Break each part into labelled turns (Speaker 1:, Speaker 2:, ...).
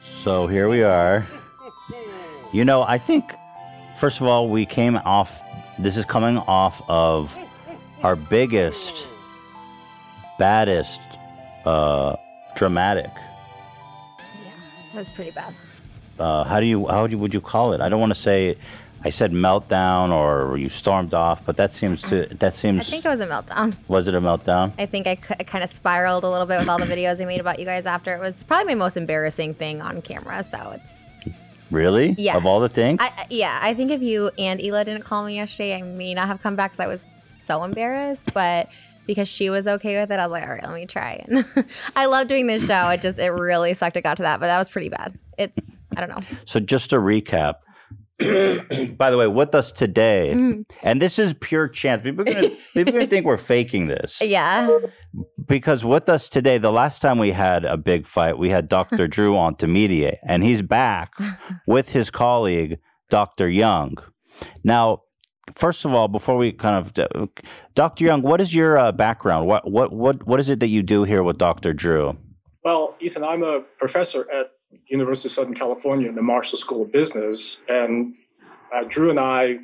Speaker 1: So here we are. You know, I think, first of all, we came off, this is coming off of our biggest, baddest, uh, dramatic.
Speaker 2: Yeah, that was pretty bad.
Speaker 1: Uh, how do you, how would you, would you call it? I don't want to say, I said meltdown or you stormed off, but that seems to, that
Speaker 2: I
Speaker 1: seems,
Speaker 2: think it was a meltdown.
Speaker 1: was it a meltdown?
Speaker 2: I think I, kind of spiraled a little bit with all the videos I made about you guys after. It was probably my most embarrassing thing on camera. So it's,
Speaker 1: Really?
Speaker 2: Yeah.
Speaker 1: Of all the things?
Speaker 2: I, I- yeah, I think if you and Ela didn't call me yesterday, I may not have come back because I was so embarrassed. But because she was okay with it, I was like, all right, let me try. And I love doing this show. It just, it really sucked it got to that, but that was pretty bad. It's, I don't know.
Speaker 1: So just to recap, by the way, with us today,
Speaker 2: Mm-hmm.
Speaker 1: and this is pure chance. People are gonna people are gonna think we're faking this.
Speaker 2: Yeah.
Speaker 1: Because with us today, the last time we had a big fight, we had Dr. Drew on to mediate, and he's back with his colleague, Dr. Young. Now, first of all, before we kind of Dr. Young, what is your uh, background? What what what what is it that you do here with Dr. Drew?
Speaker 3: Well, Ethan, I'm a professor at University of Southern California in the Marshall School of Business, and uh, Drew and I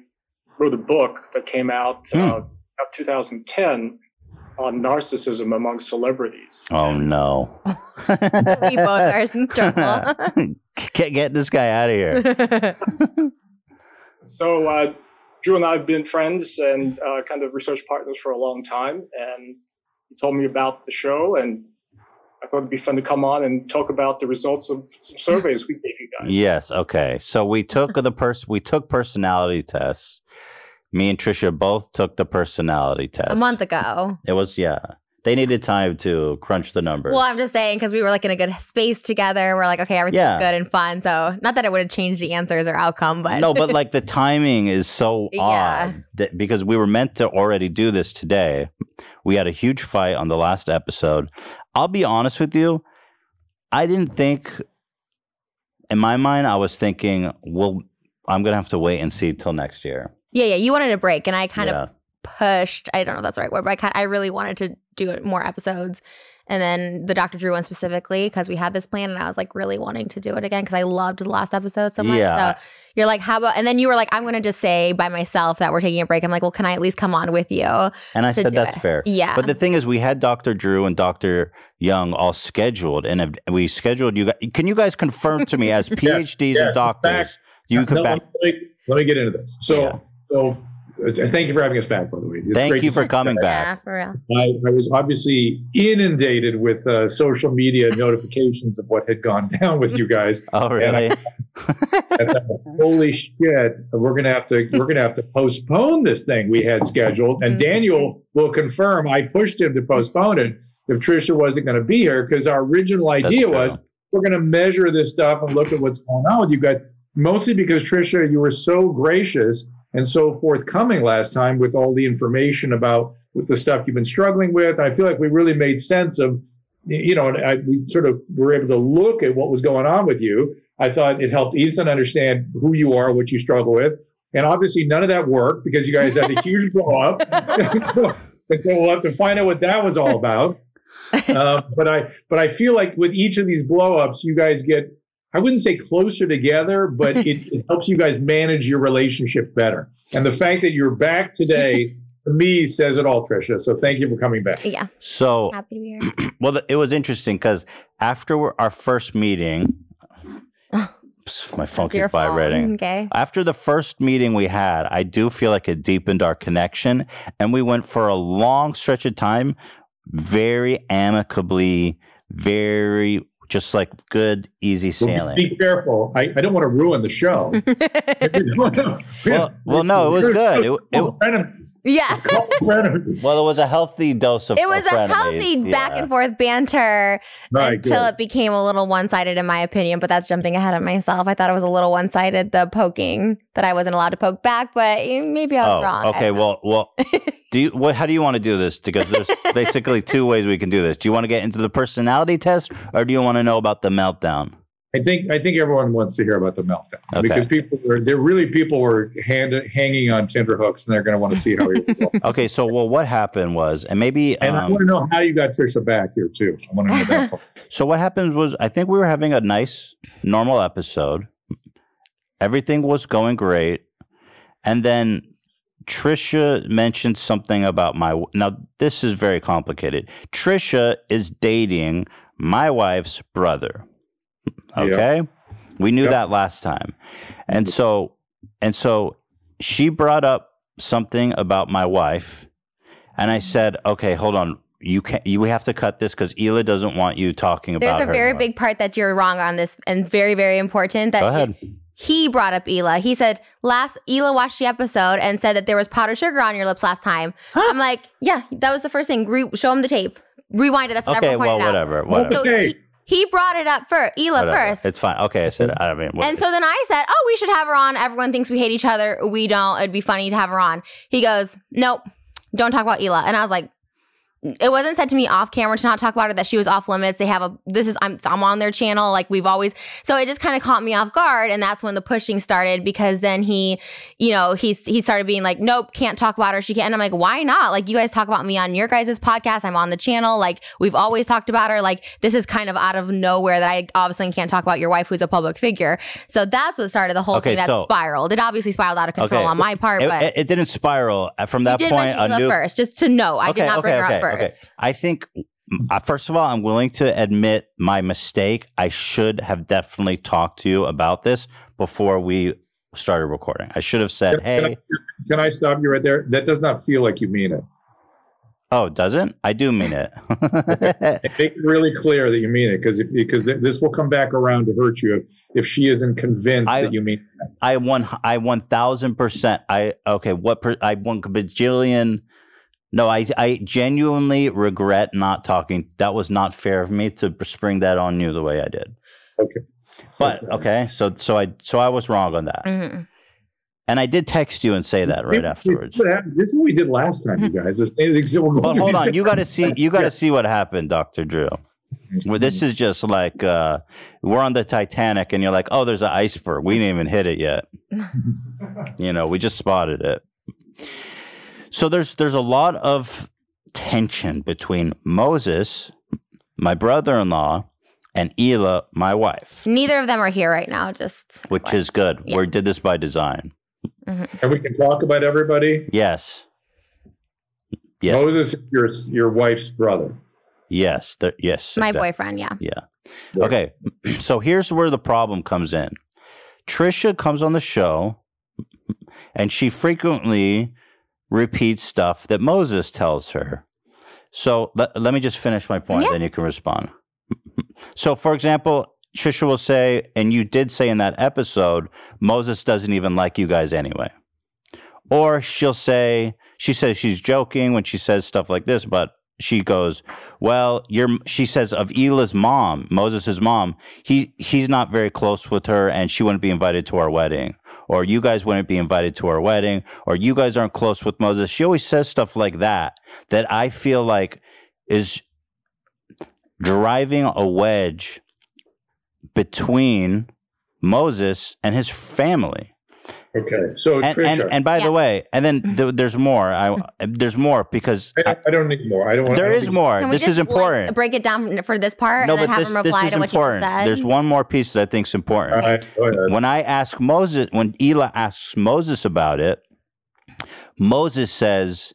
Speaker 3: wrote a book that came out uh, about 2010 on narcissism among celebrities.
Speaker 1: Oh no.
Speaker 2: We both are in trouble.
Speaker 1: Get get this guy out of here.
Speaker 3: So uh, Drew and I have been friends and uh, kind of research partners for a long time, and he told me about the show, and I thought it'd be fun to come on and talk about the results of some surveys we gave you guys.
Speaker 1: Yes. Okay. So we took the person. We took personality tests. Me and Trisha both took the personality test.
Speaker 2: a month ago.
Speaker 1: It was yeah. They needed time to crunch the numbers.
Speaker 2: Well, I'm just saying because we were like in a good space together. We're like, okay, everything's
Speaker 1: Yeah.
Speaker 2: good and fun. So not that it would have changed the answers or outcome, but
Speaker 1: no, but like the timing is so
Speaker 2: Yeah.
Speaker 1: odd that because we were meant to already do this today. We had a huge fight on the last episode. I'll be honest with you. I didn't think in my mind I was thinking, well, I'm gonna have to wait and see till next year.
Speaker 2: yeah, yeah, you wanted a break, and I kind
Speaker 1: Yeah.
Speaker 2: of pushed. I don't know if that's the right word, but I kind I really wanted to do it- more episodes, and then the Dr. Drew one specifically because we had this plan, and I was like really wanting to do it again because I loved the last episode so much.
Speaker 1: Yeah.
Speaker 2: So you're like, how about? And then you were like, I'm gonna just say by myself that we're taking a break. I'm like, well, can I at least come on with you?
Speaker 1: And I
Speaker 2: to
Speaker 1: said
Speaker 2: do
Speaker 1: that's
Speaker 2: it.
Speaker 1: fair.
Speaker 2: Yeah.
Speaker 1: But the thing is, we had Dr. Drew and Dr. Young all scheduled, and if- we scheduled you guys. Can you guys confirm to me as PhDs
Speaker 4: yeah,
Speaker 1: and doctors?
Speaker 4: fact.
Speaker 1: you
Speaker 4: No,
Speaker 1: come back.
Speaker 4: Let me, let me get into this. So,
Speaker 1: Yeah.
Speaker 4: so uh, thank you for having us back, by the way. It's
Speaker 1: Thank
Speaker 4: great
Speaker 1: you
Speaker 4: to
Speaker 1: for
Speaker 4: see
Speaker 1: coming
Speaker 2: Yeah,
Speaker 1: back.
Speaker 2: for real.
Speaker 4: I, I was obviously inundated with uh, social media notifications of what had gone down with you guys.
Speaker 1: Oh, really?
Speaker 4: And I thought, Holy shit! We're gonna have to we're gonna have to postpone this thing we had scheduled. And
Speaker 2: Mhm.
Speaker 4: Daniel will confirm I pushed him to postpone it if Trisha wasn't going to be here because our original
Speaker 1: That's
Speaker 4: idea
Speaker 1: true.
Speaker 4: was we're going to measure this stuff and look at what's going on with you guys. Mostly because Trisha, you were so gracious and so forthcoming last time with all the information about with the stuff you've been struggling with. I feel like we really made sense of, you know, and I, we sort of were able to look at what was going on with you. I thought it helped Ethan understand who you are, what you struggle with. And obviously, none of that worked because you guys had a huge blow up. and so we'll have to find out what that was all about. Uh, but I, but I feel like with each of these blow ups, you guys get, I wouldn't say closer together, but it, it helps you guys manage your relationship better. And the fact that you're back today, to me, says it all, Tricia. So thank you for coming back.
Speaker 2: Yeah,
Speaker 1: so,
Speaker 2: happy to be here.
Speaker 1: well, th- it was interesting because after our first meeting, Psst, my phone
Speaker 2: Your
Speaker 1: keeps vibrating.
Speaker 2: phone, Okay.
Speaker 1: After the first meeting we had, I do feel like it deepened our connection. And we went for a long stretch of time, very amicably, very just like good, easy
Speaker 4: Well,
Speaker 1: sailing.
Speaker 4: be careful. I, I don't want to ruin the show.
Speaker 1: Well- well, no, it was good. It- it-
Speaker 2: yeah.
Speaker 4: it,
Speaker 1: Well, it was a healthy dose of
Speaker 2: It was a
Speaker 1: of
Speaker 2: healthy
Speaker 1: frenemies,
Speaker 2: back
Speaker 1: yeah.
Speaker 2: and forth banter until it became a little one sided, in my opinion. But that's jumping ahead of myself. I thought it was a little one sided, the poking that I wasn't allowed to poke back, but eh, maybe I was
Speaker 1: oh,
Speaker 2: wrong. I
Speaker 1: okay.
Speaker 2: don't know.
Speaker 1: Well, well, do you, what? How do you want to do this? Because there's basically two ways we can do this. Do you want to get into the personality test, or do you want to know about the meltdown?
Speaker 4: I think I think everyone wants to hear about the meltdown
Speaker 1: Okay.
Speaker 4: because people are they're really people were hand, hanging on tenterhooks and they're going to want to see how you.
Speaker 1: Okay, so well, what happened was, and maybe,
Speaker 4: and I
Speaker 1: um,
Speaker 4: want to know how you got Trisha back here too. I want to know that. part.
Speaker 1: so what happened was, I think we were having a nice, normal episode. Everything was going great, and then Trisha mentioned something about my. Now this is very complicated. Trisha is dating my wife's brother.
Speaker 4: Yeah.
Speaker 1: Okay, we knew
Speaker 4: Yep.
Speaker 1: that last time, and so and so she brought up something about my wife, and I said, "Okay, hold on, you can not you we have to cut this because Ela doesn't want you talking about
Speaker 2: There's a
Speaker 1: her."
Speaker 2: very
Speaker 1: anymore."
Speaker 2: big part that you're wrong on this, and it's very, very important that
Speaker 1: Go ahead.
Speaker 2: he brought up Ela. He said last Ela watched the episode and said that there was powdered sugar on your lips last time. I'm like, yeah, that was the first thing. Re- show him the tape. Rewind it. That's what
Speaker 1: Okay,
Speaker 2: everyone
Speaker 1: well,
Speaker 2: pointed out.
Speaker 1: whatever, whatever.
Speaker 2: So
Speaker 4: Okay.
Speaker 2: he, he brought it up first. Ela
Speaker 1: whatever.
Speaker 2: first.
Speaker 1: It's fine. Okay, I said. I mean, what-
Speaker 2: And so then I said, "Oh, we should have her on. Everyone thinks we hate each other. We don't. It'd be funny to have her on." He goes, "Nope, don't talk about Ela." And I was like, "It wasn't said to me off camera to not talk about her that she was off limits. They have a this is I'm I'm on their channel. Like we've always so it just kind of caught me off guard, and that's when the pushing started because then he, you know, he's he started being like, "Nope, can't talk about her. She can't." And I'm like, "Why not? Like you guys talk about me on your guys' podcast. I'm on the channel. Like we've always talked about her. Like this is kind of out of nowhere that I all of a sudden can't talk about your wife who's a public figure. So that's what started the whole
Speaker 1: Okay,
Speaker 2: thing that
Speaker 1: so-
Speaker 2: spiraled. It obviously spiraled out of control
Speaker 1: Okay.
Speaker 2: on my part,
Speaker 1: it,
Speaker 2: but
Speaker 1: it- it didn't spiral Uh, from
Speaker 2: you
Speaker 1: that
Speaker 2: did
Speaker 1: point.
Speaker 2: mention
Speaker 1: A
Speaker 2: Hila
Speaker 1: new,
Speaker 2: first, just to know. I
Speaker 1: Okay,
Speaker 2: did not bring
Speaker 1: okay,
Speaker 2: her up
Speaker 1: okay, okay.
Speaker 2: first.
Speaker 1: I think, uh, first of all, I'm willing to admit my mistake. I should have definitely talked to you about this before we started recording. I should have said,
Speaker 4: Can I-
Speaker 1: "Hey,
Speaker 4: Can I stop you right there? That does not feel like you mean it.
Speaker 1: oh, it doesn't? I do mean it."
Speaker 4: And Make it really clear that you mean it because because th- this will come back around to hurt you if, if she isn't convinced
Speaker 1: I-
Speaker 4: that you mean it.
Speaker 1: I one, I one thousand percent. I okay. What per, I one bajillion. No, I I genuinely regret not talking. That was not fair of me to spring that on you the way I did.
Speaker 4: Okay.
Speaker 1: But
Speaker 4: That's fine.
Speaker 1: okay, so so I so I was wrong on that.
Speaker 2: Mhm.
Speaker 1: And I did text you and say that right
Speaker 4: This-
Speaker 1: afterwards.
Speaker 4: This, is what happened- this is what we did last time, you guys. This is exa- we're
Speaker 1: But
Speaker 4: going
Speaker 1: hold on,
Speaker 4: through
Speaker 1: you got to see you got to
Speaker 4: Yeah.
Speaker 1: see what happened, Doctor Drew.
Speaker 4: these-
Speaker 1: Well, This is just like uh, we're on the Titanic, and you're like, oh, there's an iceberg. We didn't even hit it yet. you know, we just spotted it. So there's there's a lot of tension between Moses, my brother-in-law, and Ela, my wife,
Speaker 2: Neither of them are here right now. Just
Speaker 1: which is good.
Speaker 2: Yeah.
Speaker 1: We did this by design.
Speaker 4: and we can talk about everybody.
Speaker 1: Yes, Yes.
Speaker 4: Moses, is your your wife's brother.
Speaker 1: yes, there, yes.
Speaker 2: my
Speaker 1: exactly.
Speaker 2: boyfriend. Yeah.
Speaker 4: Yeah.
Speaker 1: Okay. So here's where the problem comes in. Trisha comes on the show and she frequently repeats stuff that Moses tells her. So let, let me just finish my point,
Speaker 2: Yeah.
Speaker 1: then you can respond. so, for example, Trisha will say, and you did say in that episode, Moses doesn't even like you guys anyway. Or she'll say, she says she's joking when she says stuff like this, but she goes, well, your she says of Ela's mom, Moses' mom, he he's not very close with her and she wouldn't be invited to our wedding. Or you guys wouldn't be invited to our wedding, or you guys aren't close with Moses. She always says stuff like that that I feel like is driving a wedge between Moses and his family
Speaker 4: Okay, so
Speaker 1: and,
Speaker 4: Trisha,
Speaker 1: and and by
Speaker 2: Yeah.
Speaker 1: the way, and then th- there's more. I there's more because
Speaker 4: I, I don't need more. I don't want.
Speaker 1: there
Speaker 4: I don't
Speaker 1: is
Speaker 4: need-
Speaker 1: more.
Speaker 2: Can we
Speaker 1: This
Speaker 2: just,
Speaker 1: is important.
Speaker 2: Like, break it down for this part and then have him reply to what you just said.
Speaker 1: There's one more piece that I think is important.
Speaker 4: All right, go ahead.
Speaker 1: When I ask Moses, when Elah asks Moses about it, Moses says,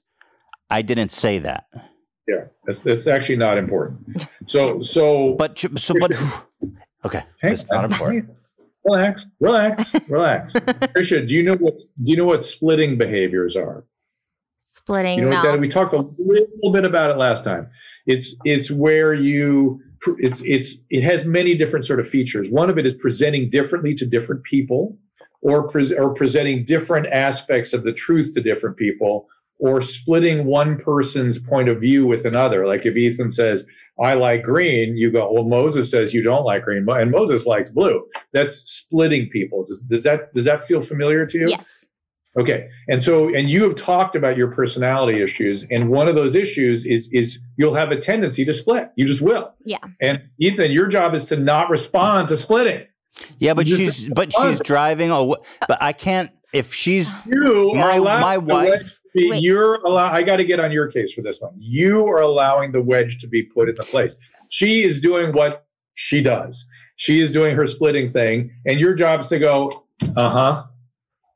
Speaker 1: "I didn't say that."
Speaker 4: Yeah, that's, that's actually not important. So so
Speaker 1: But ch- so, but okay,
Speaker 4: Hang
Speaker 1: it's not
Speaker 4: on.
Speaker 1: important.
Speaker 4: Relax, relax, relax. Trisha, do you know what do you know what splitting behaviors are?
Speaker 2: Splitting.
Speaker 4: You know what
Speaker 2: no.
Speaker 4: that we talked a little bit about it last time. It's it's where you it's it's it has many different sort of features. One of it is presenting differently to different people, or pres or presenting different aspects of the truth to different people, or splitting one person's point of view with another. Like if Ethan says, "I like green," you go, "Well, Moses says you don't like green, and Moses likes blue." That's splitting people. Does, does that does that feel familiar to you?
Speaker 2: Yes.
Speaker 4: Okay. And so, and you have talked about your personality issues, and one of those issues is is you'll have a tendency to split. You just will.
Speaker 5: Yeah.
Speaker 4: And Ethan, your job is to not respond to splitting.
Speaker 1: Yeah, but
Speaker 4: You're
Speaker 1: she's but she's driving. Oh, but I can't. If she's
Speaker 4: You are
Speaker 1: my
Speaker 4: allowing
Speaker 1: my
Speaker 4: the wedge
Speaker 1: wife,
Speaker 4: to be-
Speaker 5: Wait.
Speaker 4: You're allow. I got to get on your case for this one. You are allowing the wedge to be put into place. She is doing what she does. She is doing her splitting thing, and your job is to go. Uh huh.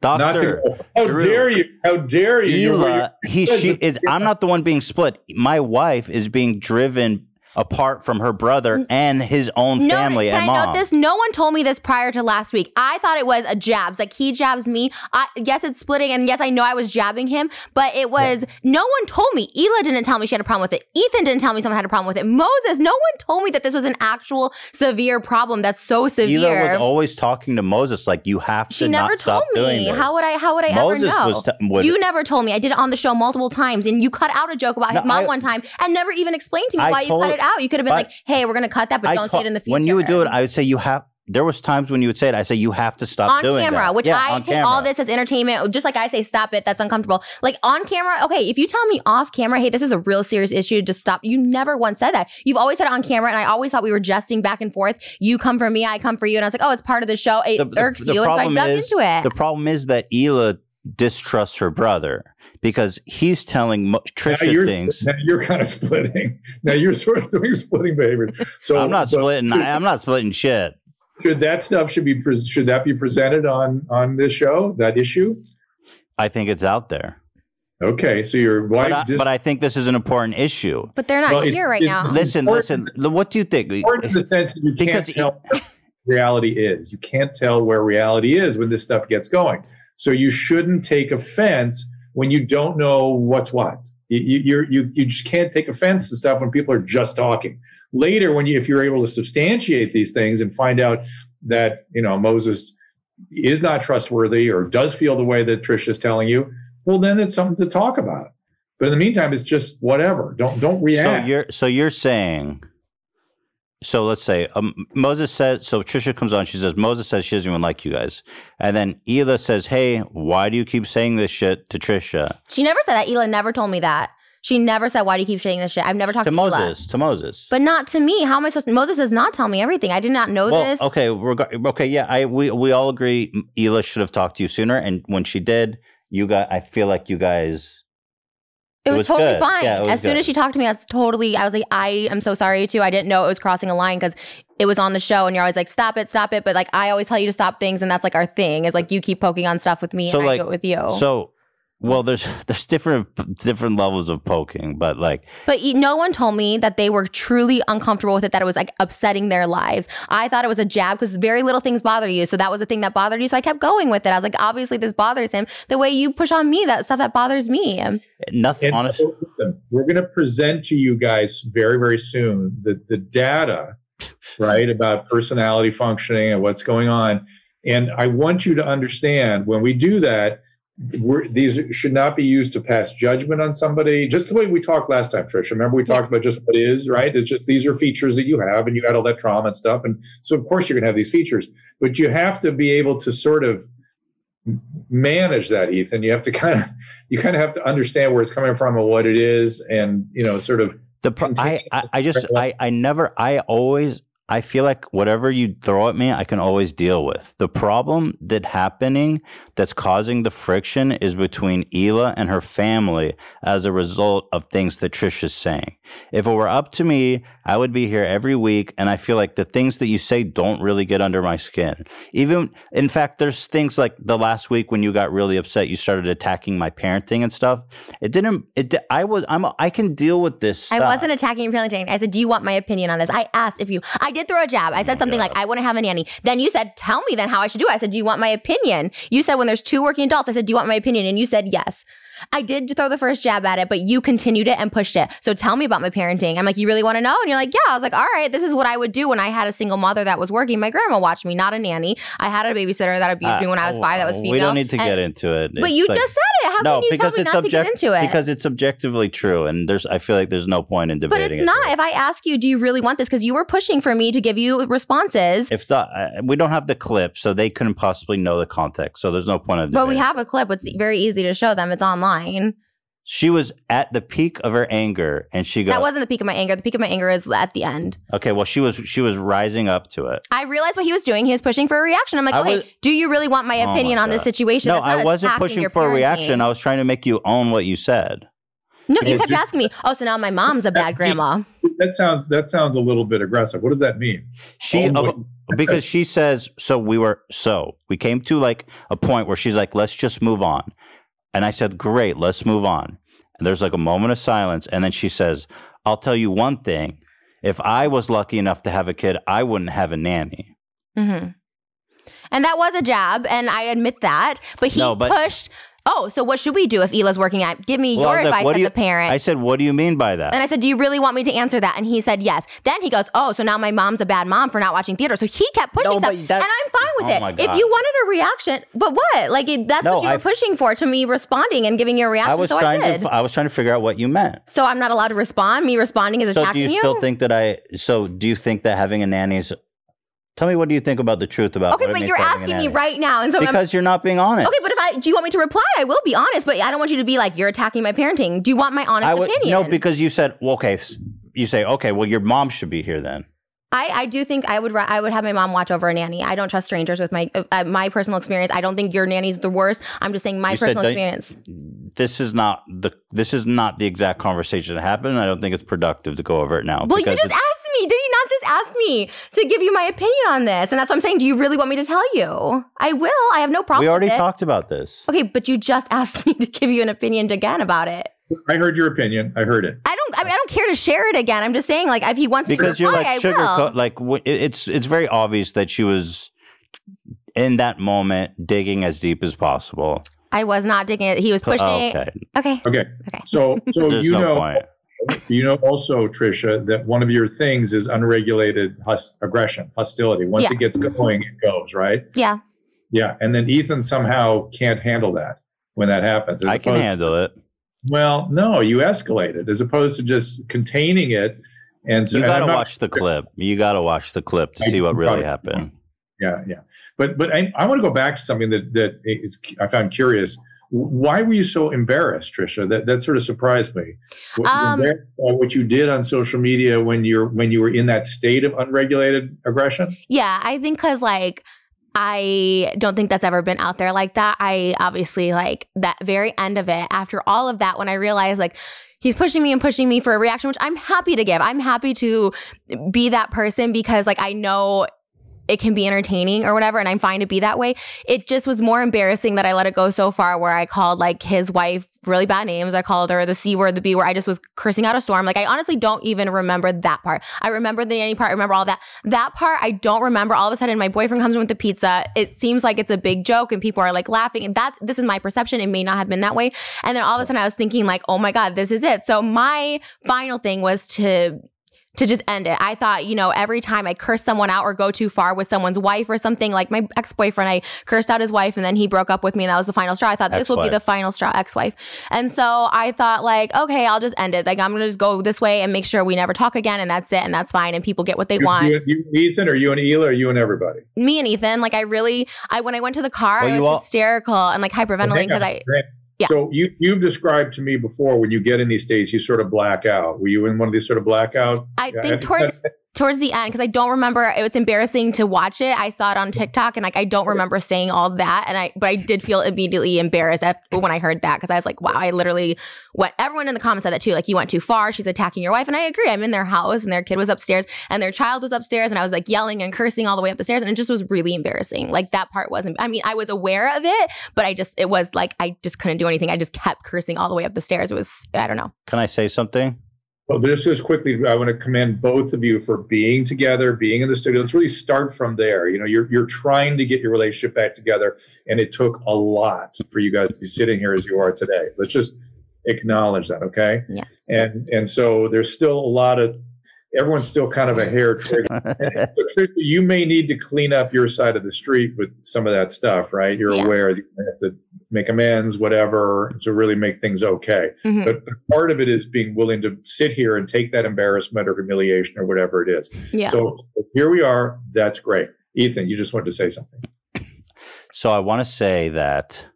Speaker 4: Not to
Speaker 1: doctor
Speaker 4: go. How
Speaker 1: Drew,
Speaker 4: dare you? How dare you? You're where you're-
Speaker 1: Ela, he she is. I'm not the one being split. My wife is being driven apart from her brother and his own
Speaker 2: No,
Speaker 1: family
Speaker 2: can
Speaker 1: and
Speaker 2: I
Speaker 1: mom.
Speaker 2: note this? No one told me this prior to last week. I thought it was a jabs. Like he jabs me. I, yes, it's splitting, and yes, I know I was jabbing him, but it was no one told me. Ela didn't tell me she had a problem with it. Ethan didn't tell me someone had a problem with it. Moses, no one told me that this was an actual severe problem. That's so severe.
Speaker 1: Ela was always talking to Moses like, "You have to
Speaker 2: she
Speaker 1: not
Speaker 2: never told
Speaker 1: stop doing
Speaker 2: me.
Speaker 1: this."
Speaker 2: How would I? How would I
Speaker 1: Moses
Speaker 2: ever know?
Speaker 1: was t- would-
Speaker 2: you never told me. I did it on the show multiple times, and you cut out a joke about his
Speaker 1: No,
Speaker 2: mom
Speaker 1: I-
Speaker 2: one time, and never even explained to me
Speaker 1: I
Speaker 2: why
Speaker 1: told-
Speaker 2: you cut it out. You could have been
Speaker 1: I-
Speaker 2: like, "Hey, we're gonna cut that, but
Speaker 1: I
Speaker 2: don't
Speaker 1: ta-
Speaker 2: say it in the future."
Speaker 1: When you would do it, I would say you have. There was times when you would say it. I say you have to stop
Speaker 2: on
Speaker 1: doing
Speaker 2: camera,
Speaker 1: that."
Speaker 2: which
Speaker 1: Yeah,
Speaker 2: I
Speaker 1: on
Speaker 2: take
Speaker 1: camera.
Speaker 2: all this as entertainment. Just like I say, stop it. That's uncomfortable. Like on camera, okay. If you tell me off camera, hey, this is a real serious issue. Just stop. You never once said that. You've always said it on camera, and I always thought we were jesting back and forth. You come for me, I come for you, and I was like, oh, it's part of the show. It
Speaker 1: The- the-
Speaker 2: irks
Speaker 1: the
Speaker 2: you, and so I
Speaker 1: problem
Speaker 2: dug
Speaker 1: is-
Speaker 2: into it.
Speaker 1: The problem is that Ela distrusts her brother because he's telling Mo-
Speaker 4: now
Speaker 1: Trisha
Speaker 4: you're,
Speaker 1: things.
Speaker 4: Now you're kind of splitting. Now you're sort of doing splitting behavior. So
Speaker 1: I'm not
Speaker 4: so
Speaker 1: splitting. I, I'm not splitting shit.
Speaker 4: Should that stuff should be pres- should that be presented on on this show? That issue?
Speaker 1: I think it's out there,
Speaker 4: Okay. So your wife.
Speaker 1: but I,
Speaker 4: dis-
Speaker 1: but I think this is an important issue.
Speaker 5: But they're not
Speaker 4: Well, it-
Speaker 5: here right
Speaker 4: it-
Speaker 5: now.
Speaker 1: Listen,
Speaker 4: Important.
Speaker 1: listen. l- What do you think?
Speaker 4: Or in the sense that you
Speaker 1: Because
Speaker 4: can't tell where reality is. You can't tell where reality is when this stuff gets going. So you shouldn't take offense when you don't know what's what. You you you're- you, you just can't take offense to stuff when people are just talking. Later, when you if you're able to substantiate these things and find out that you know Moses is not trustworthy or does feel the way that Trish is telling you, well then it's something to talk about. But in the meantime, it's just whatever. Don't don't react.
Speaker 1: So you're so you're saying. So let's say um, Moses says. So Trisha comes on. She says Moses says she doesn't even like you guys, and then Ela says, "Hey, why do you keep saying this shit to Trisha
Speaker 2: she never said that. Ela never told me that. She never said, "Why do you keep saying this shit?" I've never talked
Speaker 1: to
Speaker 2: to, Ela.
Speaker 1: Moses to Moses?"
Speaker 2: But not to me. How am I supposed to? Moses does not tell me everything. I did not know
Speaker 1: well,
Speaker 2: this.
Speaker 1: okay, reg- okay, yeah. I we we all agree. Ela should have talked to you sooner, and when she did, you got. I feel like you guys.
Speaker 2: It
Speaker 1: It
Speaker 2: was,
Speaker 1: was
Speaker 2: totally
Speaker 1: good.
Speaker 2: fine.
Speaker 1: Yeah, it was
Speaker 2: as soon
Speaker 1: good.
Speaker 2: as she talked to me, I was totally, I was like, I am so sorry too. I didn't know it was crossing a line because it was on the show and you're always like, stop it, stop it. But like, I always tell you to stop things. And that's like our thing is like, you keep poking on stuff with me
Speaker 1: So,
Speaker 2: and
Speaker 1: like-
Speaker 2: I do it with you.
Speaker 1: So, well, there's there's different different levels of poking, but like
Speaker 2: but e- no one told me that they were truly uncomfortable with it, that it was like upsetting their lives. I thought it was a jab because very little things bother you. So that was a thing that bothered you. So I kept going with it. I was like, obviously this bothers him. The way you push on me, that stuff that bothers me.
Speaker 1: nothing.
Speaker 4: And
Speaker 1: Honest,
Speaker 4: so, listen, we're going to present to you guys very, very soon the, the data, right, about personality functioning and what's going on. And I want you to understand when we do that, we're, these should not be used to pass judgment on somebody. Just the way we talked last time, Trish. Remember, we talked about just what is, right? It's just these are features that you have, and you had all that trauma and stuff. And so, of course, you're going to have these features, but you have to be able to sort of manage that, Ethan. You have to kind of you kind of have to understand where it's coming from and what it is, and you know, sort of
Speaker 1: the pro- I,
Speaker 4: continue
Speaker 1: I I just I I never I always I feel like whatever you throw at me, I can always deal with. The problem that happening that's causing the friction is between Ela and her family as a result of things that Trish is saying. If it were up to me, I would be here every week, and I feel like the things that you say don't really get under my skin. Even in fact, there's things like the last week when you got really upset, you started attacking my parenting and stuff. It didn't. It. di- I was. I'm. I can deal with this. Stuff.
Speaker 2: I wasn't attacking your feeling I said, Do you want my opinion on this? I asked if you I did throw a jab. I
Speaker 1: Oh
Speaker 2: said something like, I want to have a nanny. Then you said, Tell me then how I should do it. I said, Do you want my opinion? You said when there's two working adults, I said, Do you want my opinion? And you said yes. I did throw the first jab at it, but you continued it and pushed it. So tell me about my parenting. I'm like, you really want to know? And you're like, yeah. I was like, all right, this is what I would do when I had a single mother that was working. My grandma watched me, not a nanny. I had a babysitter that abused
Speaker 1: Uh,
Speaker 2: me when I was
Speaker 1: oh,
Speaker 2: five. That was
Speaker 1: oh,
Speaker 2: female.
Speaker 1: We don't need to
Speaker 2: And-
Speaker 1: get into it.
Speaker 2: But
Speaker 1: It's
Speaker 2: you
Speaker 1: like-
Speaker 2: just said it. How
Speaker 1: no,
Speaker 2: can you tell
Speaker 1: because
Speaker 2: me
Speaker 1: it's
Speaker 2: not to get
Speaker 1: object-
Speaker 2: into it?
Speaker 1: because it's objectively true, and there's I feel like there's no point in
Speaker 2: but
Speaker 1: debating.
Speaker 2: it's
Speaker 1: it.
Speaker 2: not. If I ask you, do you really want this? Because you were pushing for me to give you responses.
Speaker 1: If the, uh, we don't have the clip, so they couldn't possibly know the context, so there's no point of.
Speaker 2: But we
Speaker 1: debating.
Speaker 2: have a clip. It's very easy to show them. It's online.
Speaker 1: She was at the peak of her anger, and she
Speaker 2: That
Speaker 1: goes,
Speaker 2: wasn't the peak of my anger. The peak of my anger is at the end.
Speaker 1: "Okay, well, she was she was rising up to it."
Speaker 2: I realized what he was doing. He was pushing for a reaction. I'm like,
Speaker 1: I
Speaker 2: okay,
Speaker 1: was-
Speaker 2: do you really want my
Speaker 1: Oh my
Speaker 2: opinion on this
Speaker 1: God.
Speaker 2: situation?
Speaker 1: no,
Speaker 2: That's not
Speaker 1: I wasn't
Speaker 2: attacking
Speaker 1: pushing
Speaker 2: your
Speaker 1: for a
Speaker 2: parenting.
Speaker 1: reaction. I was trying to make you own what you said.
Speaker 2: No,
Speaker 4: Yeah,
Speaker 2: you kept
Speaker 4: dude.
Speaker 2: asking me. Oh, so now my mom's a bad grandma.
Speaker 4: That sounds that sounds a little bit aggressive. What does that mean?
Speaker 1: She
Speaker 4: Oh,
Speaker 1: uh, because she says so. We were so we came to like a point where she's like, "Let's just move on," and I said, "Great, let's move on." And there's like a moment of silence, and then she says, "I'll tell you one thing. If I was lucky enough to have a kid, I wouldn't have a nanny."
Speaker 2: hmm And that was a jab, and I admit that. But he
Speaker 1: No, but-
Speaker 2: pushed. Oh, so what should we do if Ela's working at? Give me
Speaker 1: Well,
Speaker 2: your
Speaker 1: I was like,
Speaker 2: advice
Speaker 1: what do
Speaker 2: as
Speaker 1: you-
Speaker 2: a parent.
Speaker 1: I said, "What do you mean by that?"
Speaker 2: And I said, Do you really want me to answer that? And he said, Yes. Then he goes, Oh, so now my mom's a bad mom for not watching theater. So he kept pushing
Speaker 1: No, but
Speaker 2: stuff.
Speaker 1: that-
Speaker 2: and I'm fine with
Speaker 1: Oh
Speaker 2: it.
Speaker 1: my
Speaker 2: If
Speaker 1: God.
Speaker 2: you wanted a reaction, but what? Like, it- that's
Speaker 1: No,
Speaker 2: what you were
Speaker 1: I've-
Speaker 2: pushing for to me responding and giving you a reaction.
Speaker 1: I was
Speaker 2: so
Speaker 1: trying
Speaker 2: I
Speaker 1: to
Speaker 2: did.
Speaker 1: f- I was trying to figure out what you meant.
Speaker 2: so I'm not allowed to respond. Me responding is
Speaker 1: So do
Speaker 2: attacking
Speaker 1: you, still think that I? So do you think that having a nanny is? Tell me what do you think about the truth about?
Speaker 2: okay,
Speaker 1: what it
Speaker 2: but
Speaker 1: means
Speaker 2: you're
Speaker 1: to having a
Speaker 2: asking me
Speaker 1: nanny?
Speaker 2: right now. And so I'm.
Speaker 1: because you're not being honest.
Speaker 2: Okay, but if I do you want me to reply? I will be honest, but I don't want you to be like you're attacking my parenting. Do you want my honest
Speaker 1: I would
Speaker 2: opinion?
Speaker 1: no because you said well, okay. s- You say okay. Well, your mom should be here then.
Speaker 2: I, I do think I would ra- I would have my mom watch over a nanny. I don't trust strangers with my uh, uh, my personal experience. I don't think your nanny's the worst. I'm just saying my
Speaker 1: You said
Speaker 2: personal
Speaker 1: don't-
Speaker 2: experience.
Speaker 1: This is not the this is not the exact conversation that happened. I don't think it's productive to go over it now.
Speaker 2: Well, you
Speaker 1: because
Speaker 2: just
Speaker 1: it's-
Speaker 2: asked me. Did you not just ask me to give you my opinion on this? And that's what I'm saying. Do you really want me to tell you? I will. I have no problem.
Speaker 1: we already
Speaker 2: with it.
Speaker 1: talked about this.
Speaker 2: Okay, but you just asked me to give you an opinion again about it.
Speaker 4: I heard your opinion. I heard it.
Speaker 2: I don't. I mean, I don't care to share it again. I'm just saying, like, if he wants me
Speaker 1: because
Speaker 2: to
Speaker 1: you're
Speaker 2: reply,
Speaker 1: like
Speaker 2: I
Speaker 1: sugar
Speaker 2: will.
Speaker 1: coat like w- it- it's it's very obvious that she was in that moment digging as deep as possible.
Speaker 2: I was not digging it. He was
Speaker 1: P-
Speaker 2: pushing. it.
Speaker 1: Oh, okay,
Speaker 2: Okay.
Speaker 4: Okay.
Speaker 2: Okay.
Speaker 4: So so
Speaker 1: there's
Speaker 4: you
Speaker 1: no
Speaker 4: know
Speaker 1: point.
Speaker 4: you know also Trisha that one of your things is unregulated hus- aggression, hostility. Once
Speaker 2: Yeah.
Speaker 4: it gets going, it goes right.
Speaker 2: Yeah.
Speaker 4: Yeah, and then Ethan somehow can't handle that when that happens. as
Speaker 1: I can
Speaker 4: opposed-
Speaker 1: handle it.
Speaker 4: Well, no, you escalate it as opposed to just containing it. And so
Speaker 1: You
Speaker 4: and
Speaker 1: got to
Speaker 4: I'm not-
Speaker 1: watch the clip. You got to watch the clip to
Speaker 4: I
Speaker 1: see what really
Speaker 4: probably-
Speaker 1: happened.
Speaker 4: Yeah, yeah. But but I, I want to go back to something that that is, I found curious. Why were you so embarrassed, Trisha? That that sort of surprised me. What,
Speaker 2: Um,
Speaker 4: embarrassed by what you did on social media when you're when you were in that state of unregulated aggression.
Speaker 2: Yeah, I think because like I don't think that's ever been out there like that. I obviously like that very end of it. After all of that, when I realized like he's pushing me and pushing me for a reaction, which I'm happy to give. I'm happy to be that person because like I know it can be entertaining or whatever and I'm fine to be that way. It just was more embarrassing that I let it go so far where I called like his wife really bad names. I called her the C word, the B word. I just was cursing out a storm. Like I honestly don't even remember that part. I remember the nanny part, I remember all that. That part I don't remember. All of a sudden my boyfriend comes in with the pizza. It seems like it's a big joke and people are like laughing and that's this is my perception. It may not have been that way. And then all of a sudden I was thinking like, "Oh my god, this is it." So my final thing was to to just end it. I thought, you know, every time I curse someone out or go too far with someone's wife or something, like my ex boyfriend, I cursed out his wife and then he broke up with me and that was the final straw. I thought this will be
Speaker 1: Ex-wife.
Speaker 2: the final straw, ex wife. And so I thought, like, okay, I'll just end it. Like, I'm going to just go this way and make sure we never talk again and that's it and that's fine and people get what they
Speaker 4: You-
Speaker 2: want.
Speaker 4: You, you, Ethan, or you and Ela, or you and everybody.
Speaker 2: Me and Ethan, like, I really, I when I went to the car,
Speaker 1: Well,
Speaker 2: I
Speaker 1: you
Speaker 2: was
Speaker 1: all-
Speaker 2: hysterical and like hyperventilating
Speaker 4: Hang on,
Speaker 2: because I,
Speaker 4: hang on.
Speaker 2: Yeah.
Speaker 4: So you you've described to me before when you get in these states, you sort of black out. Were you in one of these sort of blackout?
Speaker 2: I think towards towards the end because I don't remember. It was embarrassing to watch it. I saw it on TikTok and like I don't remember saying all that. And I but I did feel immediately embarrassed af- when I heard that because I was like, wow, I literally went. Everyone in the comments said that too. Like you went too far. She's attacking your wife, and I agree. I'm in their house and their kid was upstairs and their child was upstairs, and I was like yelling and cursing all the way up the stairs, and it just was really embarrassing. Like that part wasn't. I mean, I was aware of it, but I just it was like I just couldn't do anything. I just kept cursing all the way up the stairs. It was I don't know.
Speaker 1: Can I say something?
Speaker 4: Well, just as quickly, I want to commend both of you for being together, being in the studio. Let's really start from there. You know, you're you're trying to get your relationship back together, and it took a lot for you guys to be sitting here as you are today. Let's just acknowledge that, okay?
Speaker 2: Yeah.
Speaker 4: And and so there's still a lot of everyone's still kind of a hair trigger. And so, Tricia, you may need to clean up your side of the street with some of that stuff, right? You're
Speaker 2: Yeah.
Speaker 4: aware that you have to make amends, whatever, to really make things okay.
Speaker 2: Mhm.
Speaker 4: But, but part of it is being willing to sit here and take that embarrassment or humiliation or whatever it is.
Speaker 2: Yeah.
Speaker 4: So here we are. That's great. Ethan, you just wanted to say something.
Speaker 1: So I want to say that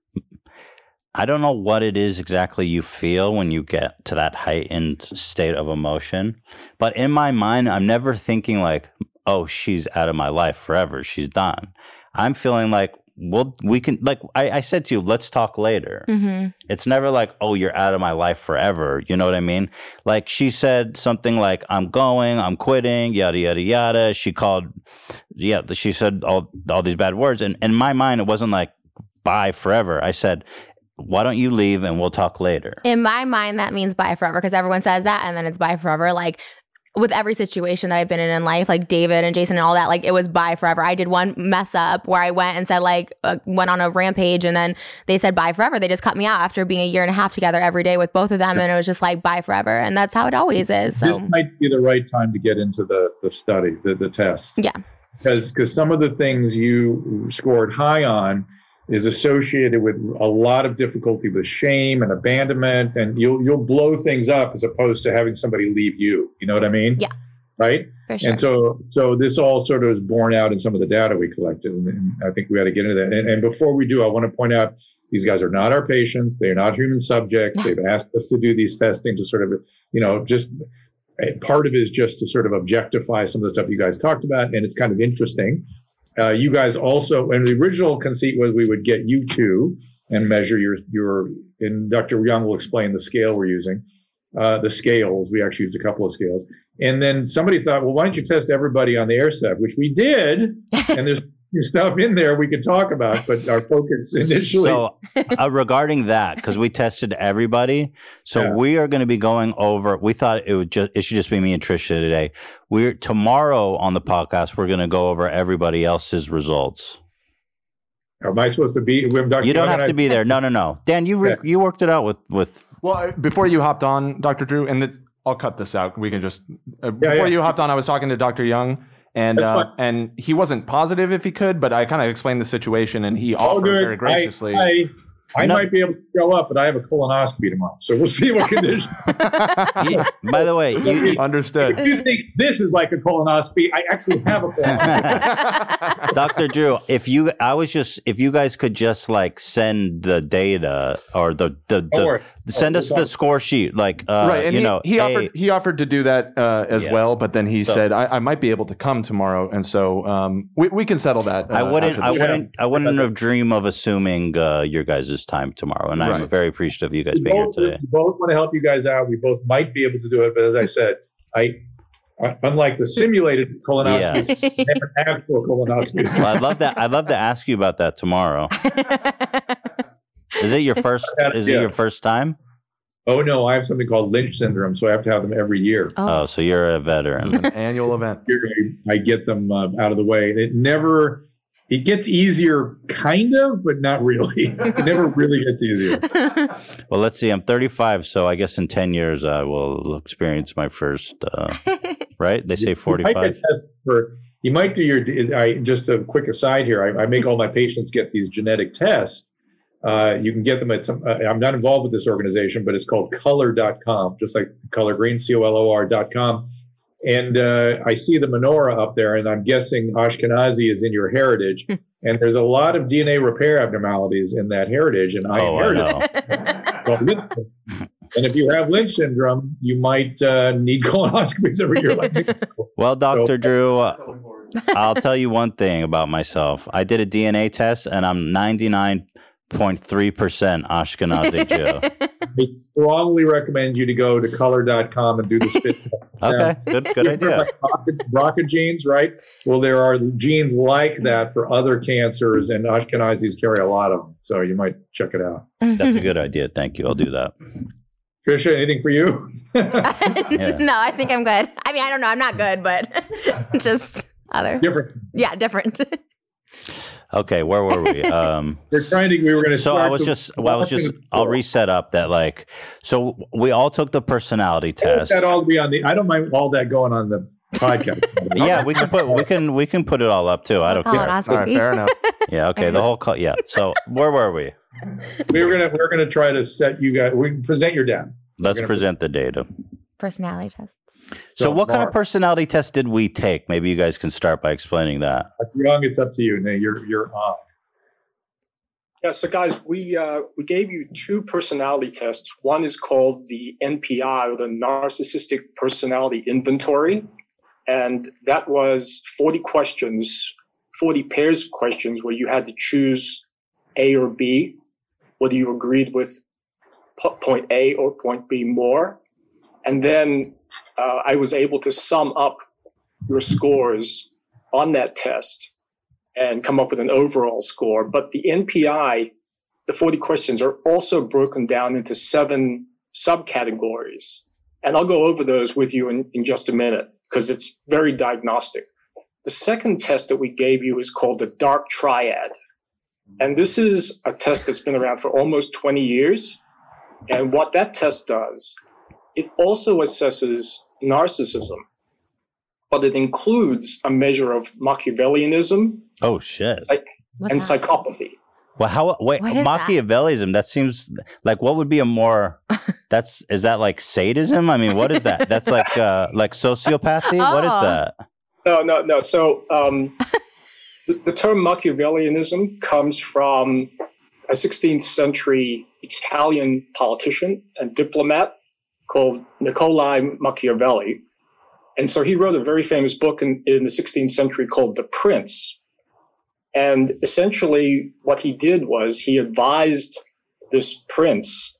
Speaker 1: I don't know what it is exactly you feel when you get to that heightened state of emotion, but in my mind, I'm never thinking like, "Oh, she's out of my life forever. She's done." I'm feeling like, "Well, we can." Like I, I said to you, "Let's talk later."
Speaker 2: Mm-hmm.
Speaker 1: It's never like, "Oh, you're out of my life forever." You know what I mean? Like she said something like, "I'm going. I'm quitting." Yada yada yada. She called yeah, th- she said all all these bad words, and in my mind, it wasn't like bye forever. I said, why don't you leave and we'll talk later.
Speaker 2: In my mind, that means bye forever because everyone says that and then it's bye forever. Like with every situation that I've been in in life, like David and Jason and all that, like it was bye forever. I did one mess up where I went and said, like, uh, went on a rampage and then they said bye forever. They just cut me out after being a year and a half together every day with both of them. And it was just like bye forever. And that's how it always is. So,
Speaker 4: This might be the right time to get into the, the study, the, the test.
Speaker 2: Yeah.
Speaker 4: Because some of the things you scored high on is associated with a lot of difficulty with shame and abandonment, and you'll you'll blow things up as opposed to having somebody leave you. You know what I mean?
Speaker 2: Yeah.
Speaker 4: Right?
Speaker 2: for sure.
Speaker 4: And so, so this all sort of is borne out in some of the data we collected, and, and I think we got to get into that. And, and before we do, I want to point out these guys are not our patients; they are not human subjects.
Speaker 2: Yeah.
Speaker 4: They've asked us to do these testing to sort of, you know, just eh, part of it is just to sort of objectify some of the stuff you guys talked about, and it's kind of interesting. Uh, you guys also, and the original conceit was we would get you two and measure your your. And Dr. Young will explain the scale we're using, uh, the scales. We actually used a couple of scales. And then somebody thought, well, why don't you test everybody on the air stuff, which we did. and there's stuff in there we could talk about, but our focus initially.
Speaker 1: So, uh, regarding that, because we tested everybody, so
Speaker 4: Yeah.
Speaker 1: we are going to be going over. We thought it would just it should just be me and Trisha today. We're tomorrow on the podcast. We're going to go over everybody else's results.
Speaker 4: am I supposed to be? when Dr.
Speaker 1: You don't
Speaker 4: Young and
Speaker 1: have
Speaker 4: I-
Speaker 1: to be there. No, no, no, Dan, you re-
Speaker 4: Okay.
Speaker 1: you worked it out with with
Speaker 6: Well, I- before you hopped on, Dr. Drew, and it, I'll cut this out. We can just uh,
Speaker 4: Yeah,
Speaker 6: before
Speaker 4: yeah.
Speaker 6: you hopped on, I was talking to Dr. Young, and
Speaker 4: That's
Speaker 6: uh,
Speaker 4: fine.
Speaker 6: and he wasn't positive if he could, but I kind of explained the situation, and he
Speaker 4: All
Speaker 6: offered
Speaker 4: good.
Speaker 6: very graciously.
Speaker 4: I, I, I
Speaker 1: No.
Speaker 4: might be able to show up, but I have a colonoscopy tomorrow. So we'll see what condition.
Speaker 1: you- by the way, you, you-
Speaker 6: Understood.
Speaker 4: if you think this is like a colonoscopy, I actually have a colonoscopy.
Speaker 1: Dr. Drew, if you I was just if you guys could just like send the data or the the,
Speaker 4: Don't
Speaker 1: the
Speaker 4: worry.
Speaker 1: send
Speaker 4: Oh,
Speaker 1: us the score sheet like uh
Speaker 6: right, and
Speaker 1: you
Speaker 6: he,
Speaker 1: know
Speaker 6: he
Speaker 1: hey,
Speaker 6: offered he offered to do that uh, as
Speaker 1: Yeah.
Speaker 6: well, but then he
Speaker 1: So-
Speaker 6: said I, I might be able to come tomorrow, and so um, we we can settle that.
Speaker 1: I
Speaker 6: uh,
Speaker 1: wouldn't
Speaker 6: after
Speaker 1: I
Speaker 6: the show.
Speaker 1: wouldn't I wouldn't have dreamed of assuming uh your guys' time tomorrow and I'm
Speaker 6: Right.
Speaker 1: very appreciative of you guys
Speaker 4: we
Speaker 1: being here
Speaker 4: both,
Speaker 1: today.
Speaker 4: we both want to help you guys out. We both might be able to do it, but as I said, I I- unlike the simulated colonoscopy,
Speaker 1: Yes.
Speaker 4: I have an actual colonoscopy.
Speaker 1: Well, I'd love that I'd love to ask you about that tomorrow. Is it your first is it
Speaker 4: Yeah.
Speaker 1: your first time?
Speaker 4: oh no, I have something called Lynch syndrome, so I have to have them every year.
Speaker 1: Oh, so you're a
Speaker 6: This
Speaker 1: veteran.
Speaker 6: is an annual event.
Speaker 4: Year, I get them uh, out of the way, and it never. It gets easier, kind of, but not really. It never really gets easier.
Speaker 1: Well, let's see. I'm 35, so I guess in 10 years I will experience my first uh right? They say
Speaker 4: You
Speaker 1: 45.
Speaker 4: might, get tested for, you might do your. I just a quick aside here. I, I make all my patients get these genetic tests. Uh, you can get them at some. Uh, I'm not involved with this organization, but it's called Color.com, just like Color Green, C O L O R.com. And uh, I see the menorah up there, and I'm guessing Ashkenazi is in your heritage. and there's a lot of DNA repair abnormalities in that heritage, and I
Speaker 1: Oh, I
Speaker 4: inherited
Speaker 1: know.
Speaker 4: well, Lynch- and if you have Lynch syndrome, you might uh, need colonoscopies every year. Like, me.
Speaker 1: Well, Dr. Drew, uh, I'll tell you one thing about myself. I did a DNA test and I'm 99.3% Ashkenazi Jew.
Speaker 4: I strongly recommend you to go to color.com and do the spit test.
Speaker 1: Okay, good good idea.
Speaker 4: Like rocket, rocket genes, right? Well, there are genes like that for other cancers, and Ashkenazis carry a lot of them. So you might check it out.
Speaker 1: That's a good idea. Thank you. I'll do that.
Speaker 4: Trisha, anything for you?
Speaker 1: Yeah.
Speaker 2: no, I think I'm good. I mean, I don't know. I'm not good, but just other.
Speaker 4: Different.
Speaker 2: Yeah, different.
Speaker 1: Okay, where were we? Um,
Speaker 4: They're trying to. We were going to.
Speaker 1: so I was just, well, I was just, I'll reset up that like, so we all took the personality test.
Speaker 4: That all be on the. I don't mind all that going on the podcast.
Speaker 1: Yeah, we can put, we can, we can put it all up too. I don't
Speaker 2: Oh,
Speaker 1: care.
Speaker 2: that's
Speaker 6: All right,
Speaker 2: creepy.
Speaker 6: fair enough.
Speaker 1: Yeah, okay, the whole, co- yeah. So where were we?
Speaker 4: we were gonna. We are gonna try to set you guys. We present your dad.
Speaker 1: Let's
Speaker 4: We're gonna-
Speaker 1: present the data.
Speaker 5: Personality test.
Speaker 1: So, what kind of
Speaker 4: Mark,
Speaker 1: personality test did we take? Maybe you guys can start by explaining that.
Speaker 4: Young, it's up to you. Now you're you're uh, on.
Speaker 3: Yeah, so guys, we uh, we gave you two personality tests. One is called the NPI or the Narcissistic Personality Inventory, and that was forty questions, forty pairs of questions where you had to choose A or B, whether you agreed with po- point A or point B more, and then uh, I was able to sum up your scores on that test and come up with an overall score. But the NPI, the 40 questions are also broken down into seven subcategories. And I'll go over those with you in, in just a minute because it's very diagnostic. The second test that we gave you is called the dark triad. And this is a test that's been around for almost 20 years. And what that test does, it also assesses narcissism, but it includes a measure of Machiavellianism,
Speaker 1: Oh shit!
Speaker 5: What's
Speaker 3: and
Speaker 5: that?
Speaker 3: psychopathy.
Speaker 1: Well, how? Wait,
Speaker 5: What is that?
Speaker 1: Machiavellism. That? seems like what would be a more. That's is that like sadism? I mean, what is that? That's like uh like sociopathy. What is
Speaker 2: Oh.
Speaker 1: that?
Speaker 3: No, no, no. So um, the, the term Machiavellianism comes from a 16th century Italian politician and diplomat called Nicolai Machiavelli. And so he wrote a very famous book in, in the 16th century called The Prince. And essentially, what he did was he advised this prince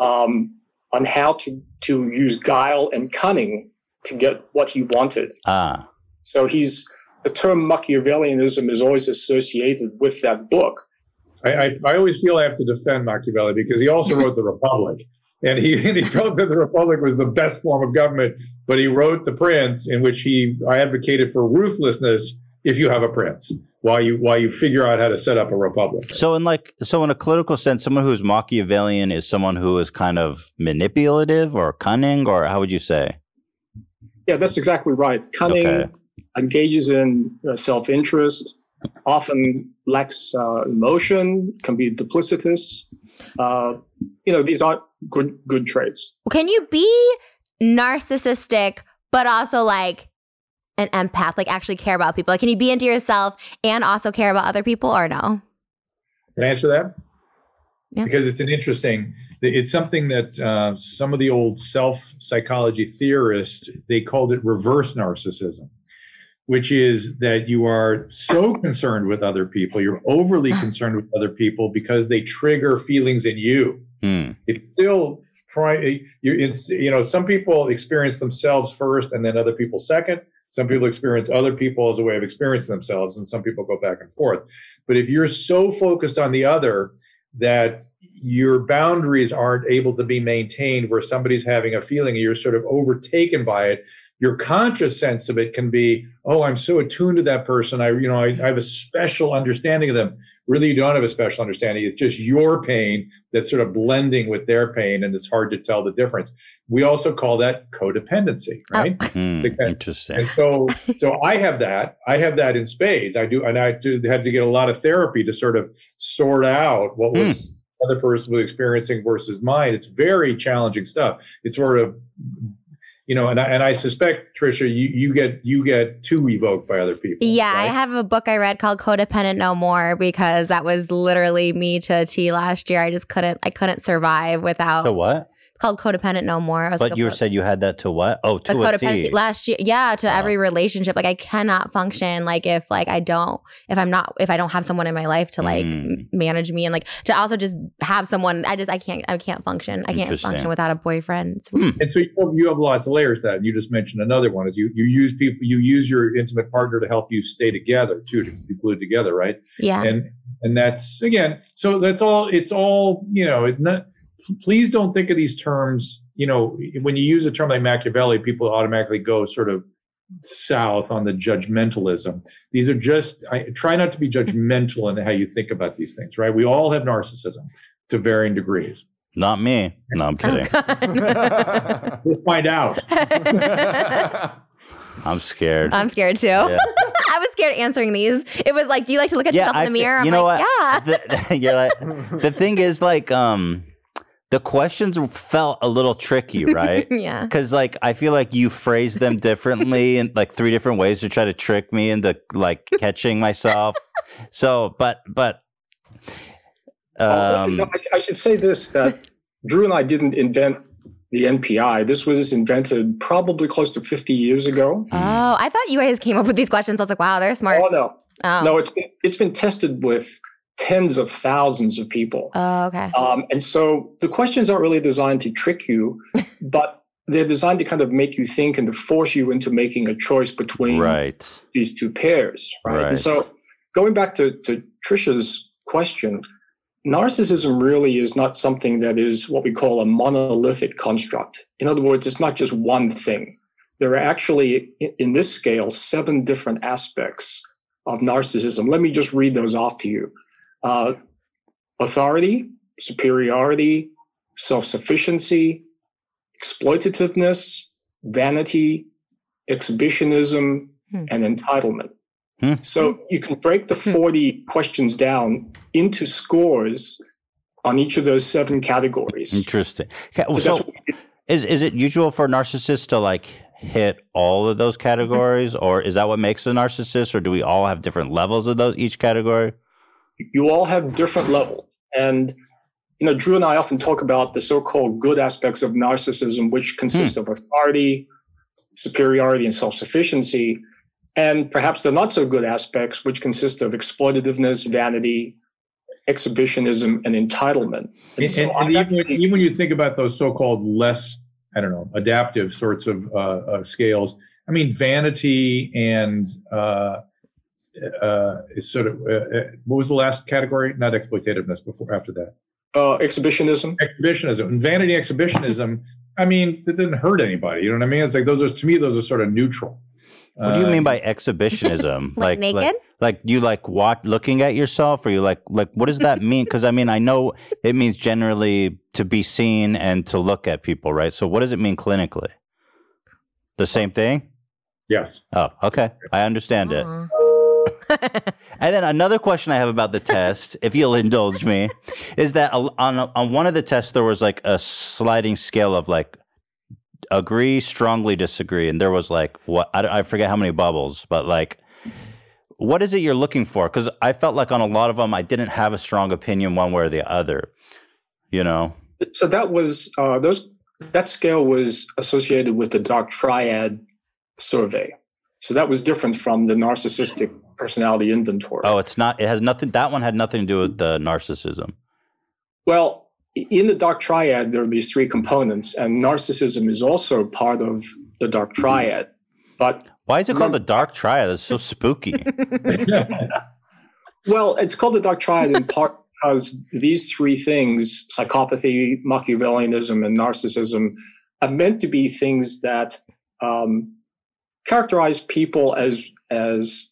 Speaker 3: um, on how to, to use guile and cunning to get what he wanted.
Speaker 1: Ah,
Speaker 3: So he's the term Machiavellianism is always associated with that book.
Speaker 4: I, I, I always feel I have to defend Machiavelli because he also wrote the Republic, and he and he felt that the Republic was the best form of government. But he wrote the Prince, in which he I advocated for ruthlessness if you have a prince, while you while you figure out how to set up a republic.
Speaker 1: so in like so in a political sense, someone who's Machiavellian is someone who is kind of manipulative or cunning, or how would you say?
Speaker 3: Yeah, that's exactly right. Cunning
Speaker 1: Okay.
Speaker 3: engages in uh, self-interest, often lacks uh, emotion, can be duplicitous. Uh, you know, these aren't good good traits.
Speaker 2: Can you be narcissistic, but also like an empath, like actually care about people? Like, can you be into yourself and also care about other people or no?
Speaker 4: Can I answer that?
Speaker 2: Yeah.
Speaker 4: Because it's an interesting. It's something that uh, some of the old self psychology theorists they called it reverse narcissism, which is that you are so concerned with other people, you're overly concerned with other people because they trigger feelings in you
Speaker 1: Hmm.
Speaker 4: it's still trying you it's you know some people experience themselves first and then other people second some people experience other people as a way of experiencing themselves and some people go back and forth but if you're so focused on the other that your boundaries aren't able to be maintained where somebody's having a feeling and you're sort of overtaken by it your conscious sense of it can be oh i'm so attuned to that person i you know I, I have a special understanding of them really you don't have a special understanding it's just your pain that's sort of blending with their pain and it's hard to tell the difference we also call that codependency
Speaker 2: Oh.
Speaker 4: right
Speaker 1: Hmm.
Speaker 4: Like that.
Speaker 1: Interesting.
Speaker 4: and so so i have that i have that in spades i do and i do had to get a lot of therapy to sort of sort out what
Speaker 2: Hmm.
Speaker 4: was other person was experiencing versus mine it's very challenging stuff it's sort of you know and i, and I suspect trisha you, you get you get too evoked by other people
Speaker 2: Yeah, I
Speaker 4: right?
Speaker 2: have a book I read called Codependent No More because that was literally me to a T last year. I just couldn't, I couldn't survive without
Speaker 1: So what?
Speaker 2: called Codependent No More. It was like
Speaker 1: But
Speaker 2: Oh,
Speaker 1: you
Speaker 2: a book.
Speaker 1: said you had that to what? Oh,
Speaker 2: a
Speaker 1: to a T.
Speaker 2: codependency last year. Yeah, to
Speaker 1: Wow.
Speaker 2: every relationship. Like I cannot function. Like if like I don't, if I'm not, if I don't have someone in my life to like
Speaker 1: Mm.
Speaker 2: m- manage me and like to also just have someone. I just I can't I can't function. I can't
Speaker 1: Interesting.
Speaker 2: function without a boyfriend. It's
Speaker 1: Hmm.
Speaker 4: And so you have, you have lots of layers to that. And you just mentioned another one is you, you use people, you use your intimate partner to help you stay together too, to be glued together, right?
Speaker 2: Yeah.
Speaker 4: And and that's again, so that's all. It's all you know. It's not please don't think of these terms. You know, when you use a term like Machiavelli, people automatically go sort of south on the judgmentalism. These are just, I try not to be judgmental in how you think about these things, right? We all have narcissism to varying degrees.
Speaker 1: Not me. No, I'm kidding.
Speaker 2: Oh,
Speaker 4: We'll find out.
Speaker 1: I'm scared.
Speaker 2: I'm scared too.
Speaker 1: Yeah.
Speaker 2: I was scared answering these. It was like, do you like to look at yourself in the
Speaker 1: thi-
Speaker 2: mirror? I'm
Speaker 1: you know
Speaker 2: like,
Speaker 1: what? The, you're like, the thing is, like, um, the questions felt a little tricky, right?
Speaker 2: yeah. Yeah.
Speaker 1: Because, like, I feel like you phrased them differently in like three different ways to try to trick me into like catching myself. So, but, but,
Speaker 3: Oh, you know,
Speaker 1: um,
Speaker 3: I, I should say this that Drew and I didn't invent the NPI. This was invented probably close to 50 years ago.
Speaker 1: Mm.
Speaker 2: Oh, I thought you guys came up with these questions. I was like, wow, they're smart.
Speaker 3: Oh, no.
Speaker 2: Oh.
Speaker 3: No, it's been, it's been tested with tens of thousands of people.
Speaker 2: Oh, okay.
Speaker 3: Um, and so the questions aren't really designed to trick you, but they're designed to kind of make you think and to force you into making a choice between
Speaker 1: right.
Speaker 3: these two pairs, right?
Speaker 1: Right.
Speaker 3: And so going back to, to Trisha's question, narcissism really is not something that is what we call a monolithic construct. In other words, it's not just one thing. There are actually, i- in this scale, seven different aspects of narcissism. Let me just read those off to you uh, authority, superiority, self sufficiency, exploitativeness, vanity, exhibitionism,
Speaker 2: Hmm.
Speaker 3: and entitlement.
Speaker 1: Hmm.
Speaker 3: So you can break the 40 questions down into scores on each of those seven categories.
Speaker 1: Interesting. Okay,
Speaker 3: So
Speaker 1: so,
Speaker 3: that's what we did.
Speaker 1: is is it usual for narcissists to like hit all of
Speaker 3: Mm-hmm.
Speaker 1: those categories, or is that what makes a narcissist, or do we all have different levels of those each category?
Speaker 3: you all have different level and you know drew and i often talk about the so-called good aspects of narcissism which consist of authority superiority and self-sufficiency and perhaps the not so good aspects which consist of exploitativeness vanity exhibitionism and entitlement
Speaker 4: And,
Speaker 3: so
Speaker 4: and-
Speaker 3: I'm
Speaker 4: and even, when,
Speaker 3: actually-
Speaker 4: even when you think about those so-called less, I don't know, adaptive sorts of uh, uh, scales, I mean, vanity and uh, uh, is sort of uh, uh, what was the last category? Not exploitativeness. Before after that,
Speaker 3: uh, exhibitionism
Speaker 4: exhibitionism and vanity exhibitionism. I mean, that didn't hurt anybody. You know what I mean? It's like those are to me, those are sort of neutral.
Speaker 1: What do you
Speaker 4: Uh,
Speaker 1: mean by exhibitionism?
Speaker 2: Like naked?
Speaker 1: like, like you like watch looking at yourself, or you like like what does that mean? Because I mean, I know it means generally to be seen and to look at people, right? So what does it mean clinically? The same thing.
Speaker 4: yes.
Speaker 1: Oh, okay, I understand it.
Speaker 5: Aw.
Speaker 1: And then another question I have about the test, if you'll indulge me, is that a- on on one of the tests there was like a sliding scale of like agree, strongly disagree, and there was like what I, don't- I forget how many bubbles, but like what is it you're looking for? Because I felt like on a lot of them I didn't have a strong opinion one way or the other. You know,
Speaker 3: so that was uh, those that scale was associated with the dark triad survey so that was different from the narcissistic personality inventory
Speaker 1: oh, it's not. It has nothing. That one had nothing to do with the narcissism.
Speaker 3: Well, i- in the dark triad, there are these three components, and narcissism is also part of the dark triad. But
Speaker 1: Why is it called the dark triad? That's so spooky.
Speaker 3: well, it's called the dark triad in part because these three things psychopathy, Machiavellianism, and narcissism are meant to be things that um, characterize people as as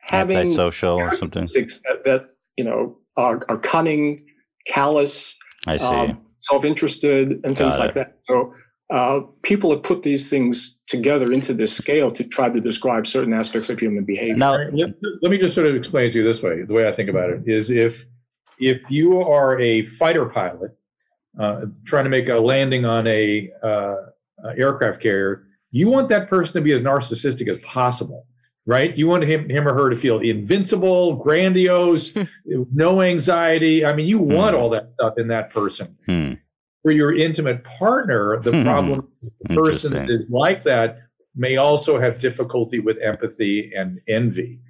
Speaker 3: having
Speaker 1: Antisocial or something.
Speaker 3: characteristics that, that you know are, are cunning, callous,
Speaker 1: I see.
Speaker 3: um, self-interested and things
Speaker 1: Got
Speaker 3: like
Speaker 1: it.
Speaker 3: that. So uh, people have put these things together into this scale to try to describe certain aspects of human behavior.
Speaker 1: now,
Speaker 4: All right, let, let me just sort of explain it to you this way. The way I think about it is if if you are a fighter pilot uh, trying to make a landing on a uh, uh, aircraft carrier, you want that person to be as narcissistic as possible, right? You want him him or her to feel invincible, grandiose, no anxiety. I mean, you want all that stuff in that person.
Speaker 1: hmm.
Speaker 4: For your intimate partner, the problem person that
Speaker 1: Interesting.
Speaker 4: is like that may also have difficulty with empathy and envy.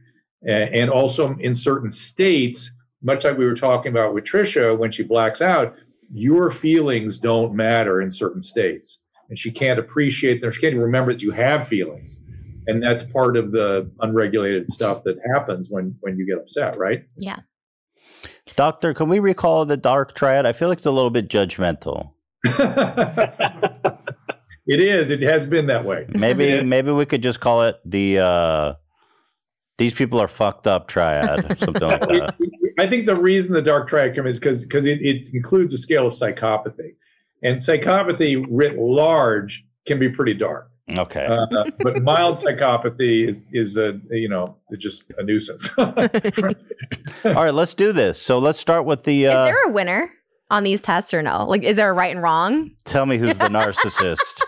Speaker 4: A- And, also in certain states, much like we were talking about with Tricia, when she blacks out, your feelings don't matter in certain states. And she can't appreciate them. She can't even remember that you have feelings. And that's part of the unregulated stuff that happens when when you get upset, right?
Speaker 1: Doctor, can we recall the dark triad? I feel like it's a little bit judgmental.
Speaker 4: it is. It has been that way.
Speaker 1: Maybe
Speaker 4: Yeah.
Speaker 1: maybe we could just call it the uh these people are fucked up triad or something like
Speaker 4: We-
Speaker 1: that.
Speaker 4: we- I think the reason the dark triad comes is because because it, it includes a scale of psychopathy, and psychopathy writ large can be pretty dark.
Speaker 1: Okay.
Speaker 4: Uh, but mild psychopathy is is a you know it's just a nuisance.
Speaker 1: All right, let's do this. So let's start with the
Speaker 5: Is
Speaker 1: uh
Speaker 5: there a winner on these tests or no? Like, is there a right and wrong?
Speaker 1: tell me who's the narcissist.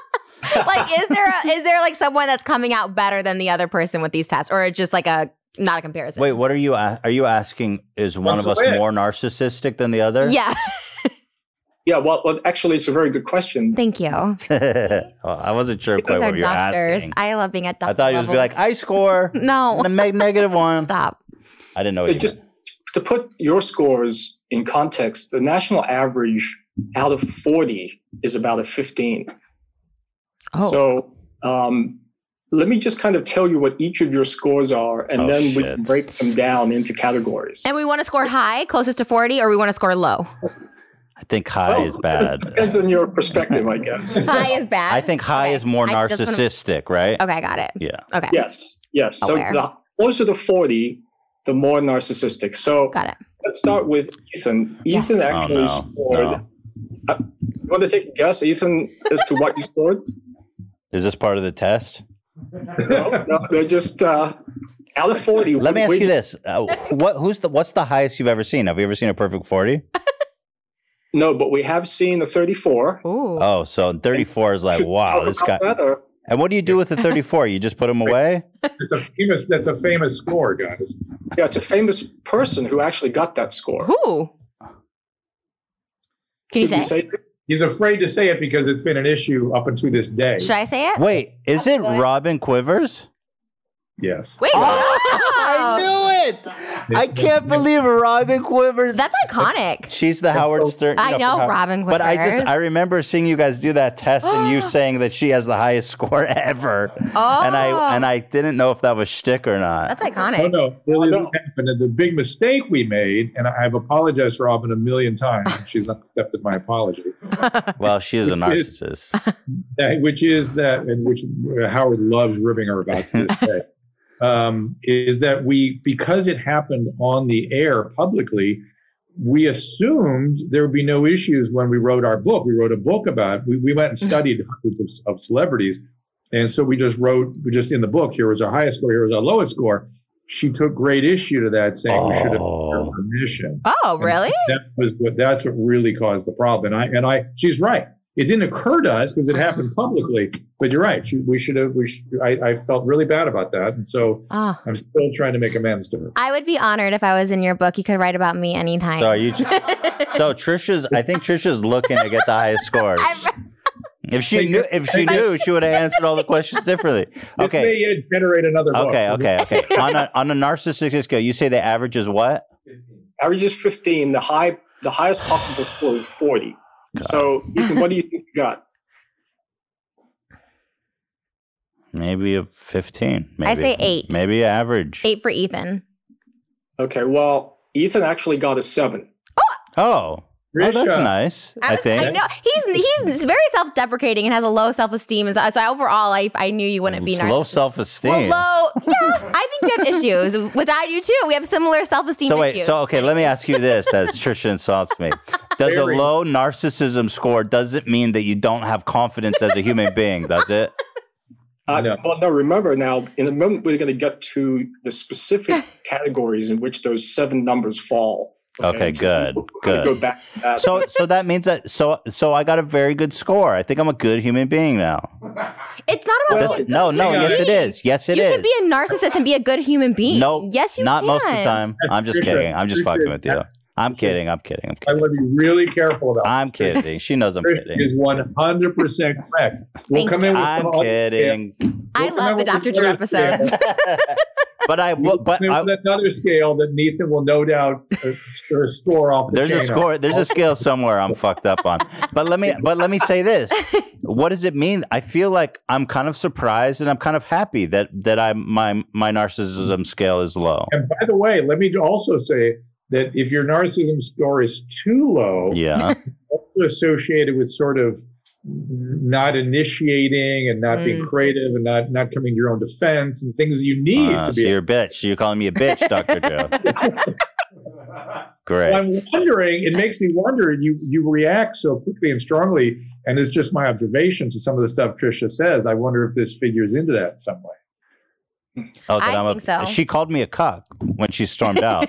Speaker 2: like, is there a, is there like someone that's coming out better than the other person with these tests, or it's just like a not a comparison?
Speaker 1: Wait, what are you a- are you asking is one of us
Speaker 4: Russell, wait.
Speaker 1: more narcissistic than the other?
Speaker 2: Yeah,
Speaker 3: Yeah, well, well, actually, it's a very good question.
Speaker 5: Thank you.
Speaker 1: Well, I wasn't sure
Speaker 5: These
Speaker 1: quite
Speaker 5: are
Speaker 1: what you were
Speaker 5: doctors.
Speaker 1: asking.
Speaker 5: I love being at
Speaker 1: I,
Speaker 5: doctor
Speaker 1: thought you was be
Speaker 5: level.
Speaker 1: like, I score.
Speaker 5: no,
Speaker 1: and then make negative one.
Speaker 5: stop.
Speaker 1: I didn't know
Speaker 3: So
Speaker 1: what you
Speaker 3: just to put your scores in context, the national average out of 40 is about a 15.
Speaker 1: Oh.
Speaker 2: Oh.
Speaker 3: So um, let me just kind of tell you what each of your scores are, and
Speaker 1: Oh,
Speaker 3: then we
Speaker 1: shit.
Speaker 3: can break them down into categories.
Speaker 2: and we want to score high, closest to forty, or we want to score low.
Speaker 1: I think high
Speaker 3: Well,
Speaker 1: is bad.
Speaker 3: Depends on your perspective, I guess.
Speaker 2: High is bad.
Speaker 1: I think high
Speaker 2: Okay.
Speaker 1: is more
Speaker 2: I just wanna-
Speaker 1: narcissistic, right?
Speaker 2: Okay, got it.
Speaker 1: Yeah.
Speaker 2: Okay,
Speaker 3: Yes, yes. So
Speaker 2: Aware.
Speaker 3: the closer to 40, the more narcissistic. So
Speaker 2: Got it.
Speaker 3: let's start with Ethan.
Speaker 2: Yes.
Speaker 3: Ethan
Speaker 1: Oh,
Speaker 3: actually
Speaker 1: no,
Speaker 3: scored.
Speaker 1: no.
Speaker 3: Uh, you want to take a guess, Ethan, as to what you scored?
Speaker 1: Is this part of the test?
Speaker 3: No, no, they're just uh, out of 40.
Speaker 1: Let me ask
Speaker 3: we-
Speaker 1: you this: uh, What who's the what's the highest you've ever seen? Have you ever seen a perfect forty?
Speaker 3: No, but we have seen a 34.
Speaker 2: Ooh.
Speaker 1: Oh, so thirty four is like
Speaker 3: Should we
Speaker 1: wow,
Speaker 3: talk
Speaker 1: this guy.
Speaker 3: about that, or-
Speaker 1: And what do you do with the thirty four? You just put him away?
Speaker 4: That's a famous. That's a famous score, guys.
Speaker 3: yeah, it's a famous person who actually got that score.
Speaker 2: Who? Can you
Speaker 3: Did
Speaker 2: say?
Speaker 3: we
Speaker 2: it?
Speaker 3: say
Speaker 4: He's afraid to say it because it's been an issue up until this day.
Speaker 2: Should I say it?
Speaker 1: Wait, is it Robin Quivers?
Speaker 4: Yes.
Speaker 2: Wait. Oh.
Speaker 1: I knew it! I can't believe Robin Quivers.
Speaker 2: That's iconic.
Speaker 1: She's the Howard Stern. you
Speaker 2: I know
Speaker 1: Howard-
Speaker 2: Robin Quivers.
Speaker 1: But I just I remember seeing you guys do that test and you saying that she has the highest score ever.
Speaker 2: oh,
Speaker 1: And I Oh, and I didn't know if that was shtick or not.
Speaker 2: that's iconic.
Speaker 4: No, Oh, no, really
Speaker 3: No.
Speaker 4: happened. And the big mistake we made, and I- I've apologized, to Robin, a million times. and She's not accepted my apology,
Speaker 1: Well, she is a narcissist.
Speaker 4: that, which is that, and which uh, Howard loves ribbing her about to this day, um, is that we, because it happened on the air publicly, we assumed there would be no issues when we wrote our book. We wrote a book about it. We, we went and studied hundreds of, of celebrities. And so we just wrote, we just in the book, here was our highest score, here was our lowest score. She took great issue to that, saying we should have asked
Speaker 1: Oh.
Speaker 4: her permission.
Speaker 2: oh, really?
Speaker 4: That was what that's what really caused the problem. And I and I she's right. It didn't occur to us because it
Speaker 1: Uh-huh.
Speaker 4: happened publicly. But you're right. She, we should have. We should, I, I felt really bad about that, and so
Speaker 2: Oh.
Speaker 4: I'm still trying to make amends to her.
Speaker 5: I would be honored if I was in your book. You could write about me anytime.
Speaker 1: So are you So Trisha's I think Trisha's looking to get the highest score. If she knew if she knew, she would have answered all the questions differently.
Speaker 4: This
Speaker 1: Okay.
Speaker 4: may, uh, generate another. book.
Speaker 1: Okay,
Speaker 4: So
Speaker 1: okay, okay. On a on a narcissistic scale, you say the average is what?
Speaker 3: average is 15. The high, the highest possible score is 40. So, Ethan, what do you think you got?
Speaker 1: Maybe a fifteen. Maybe.
Speaker 5: I say eight.
Speaker 1: Maybe average.
Speaker 5: Eight for Ethan.
Speaker 3: Okay, well, Ethan actually got a seven.
Speaker 1: Oh. Oh, that's
Speaker 4: Trisha,
Speaker 1: nice. I,
Speaker 2: was-
Speaker 1: think.
Speaker 2: I know he's he's very self deprecating and has a low self esteem, and so, so overall, I I knew you wouldn't be
Speaker 1: It's low self esteem.
Speaker 2: narcissistic. Well, low, yeah. I think we have issues with I do too. We have similar self esteem
Speaker 1: so wait,
Speaker 2: issues.
Speaker 1: so okay, let me ask you this as Trisha insults me. Does a
Speaker 4: Very.
Speaker 1: low narcissism score doesn't mean that you don't have confidence as a human being, does it?
Speaker 3: Uh,
Speaker 4: No.
Speaker 3: Well, no, remember now, in a moment, we're going to get to the specific categories in which those seven numbers fall.
Speaker 1: Okay, good,
Speaker 3: we're gonna
Speaker 1: good.
Speaker 3: Go back to that.
Speaker 1: So so that means that so so I got a very good score. I think I'm a good human being now.
Speaker 2: it's not about
Speaker 1: This-
Speaker 2: being a
Speaker 1: no,
Speaker 2: good
Speaker 1: no,
Speaker 2: human
Speaker 1: yes it
Speaker 2: being.
Speaker 1: is. Yes it
Speaker 2: you
Speaker 1: is.
Speaker 2: can be a narcissist and be a good human being.
Speaker 1: Nope,
Speaker 2: Yes, you
Speaker 1: Not
Speaker 2: can.
Speaker 1: most of the time. I'm just
Speaker 4: Trisha,
Speaker 1: kidding. I'm just
Speaker 4: Trisha,
Speaker 1: fucking with you.
Speaker 4: that-
Speaker 1: I'm kidding. I'm kidding. I'm
Speaker 4: I
Speaker 1: kidding.
Speaker 4: want to be really careful about.
Speaker 1: I'm kidding. She knows I'm
Speaker 4: Trisha is
Speaker 1: kidding.
Speaker 4: 100 percent correct. We'll
Speaker 2: Thank
Speaker 4: come in. With
Speaker 1: I'm
Speaker 4: some other-
Speaker 1: kidding.
Speaker 2: I
Speaker 4: We'll come
Speaker 2: love
Speaker 4: in
Speaker 2: the
Speaker 4: with
Speaker 2: Dr.
Speaker 4: some
Speaker 2: Drew
Speaker 4: other scale.
Speaker 2: episodes.
Speaker 1: But I
Speaker 4: We'll
Speaker 1: but
Speaker 4: come in
Speaker 1: I,
Speaker 4: with another scale that Nathan will no doubt uh, score- score off. The
Speaker 1: There's a
Speaker 4: chain on.
Speaker 1: score. There's a scale somewhere I'm fucked up on. But let me. But let me say this. What does it mean? I feel like I'm kind of surprised and I'm kind of happy that that I my my narcissism scale is low.
Speaker 4: And by the way, let me also say that if your narcissism score is too low,
Speaker 1: Yeah.
Speaker 4: also associated with sort of not initiating and not being creative and not not coming to your own defense and things you need
Speaker 1: Uh,
Speaker 4: to
Speaker 1: so
Speaker 4: be.
Speaker 1: you're a bitch. You're calling me a bitch, Dr. Joe.
Speaker 4: So
Speaker 1: Great.
Speaker 4: I'm wondering. It makes me wonder. You you react so quickly and strongly, and it's just my observation to some of the stuff Trisha says. I wonder if this figures into that in some way.
Speaker 1: Oh, that
Speaker 5: I
Speaker 1: I'm a-
Speaker 5: think so.
Speaker 1: She called me a cuck when she stormed out.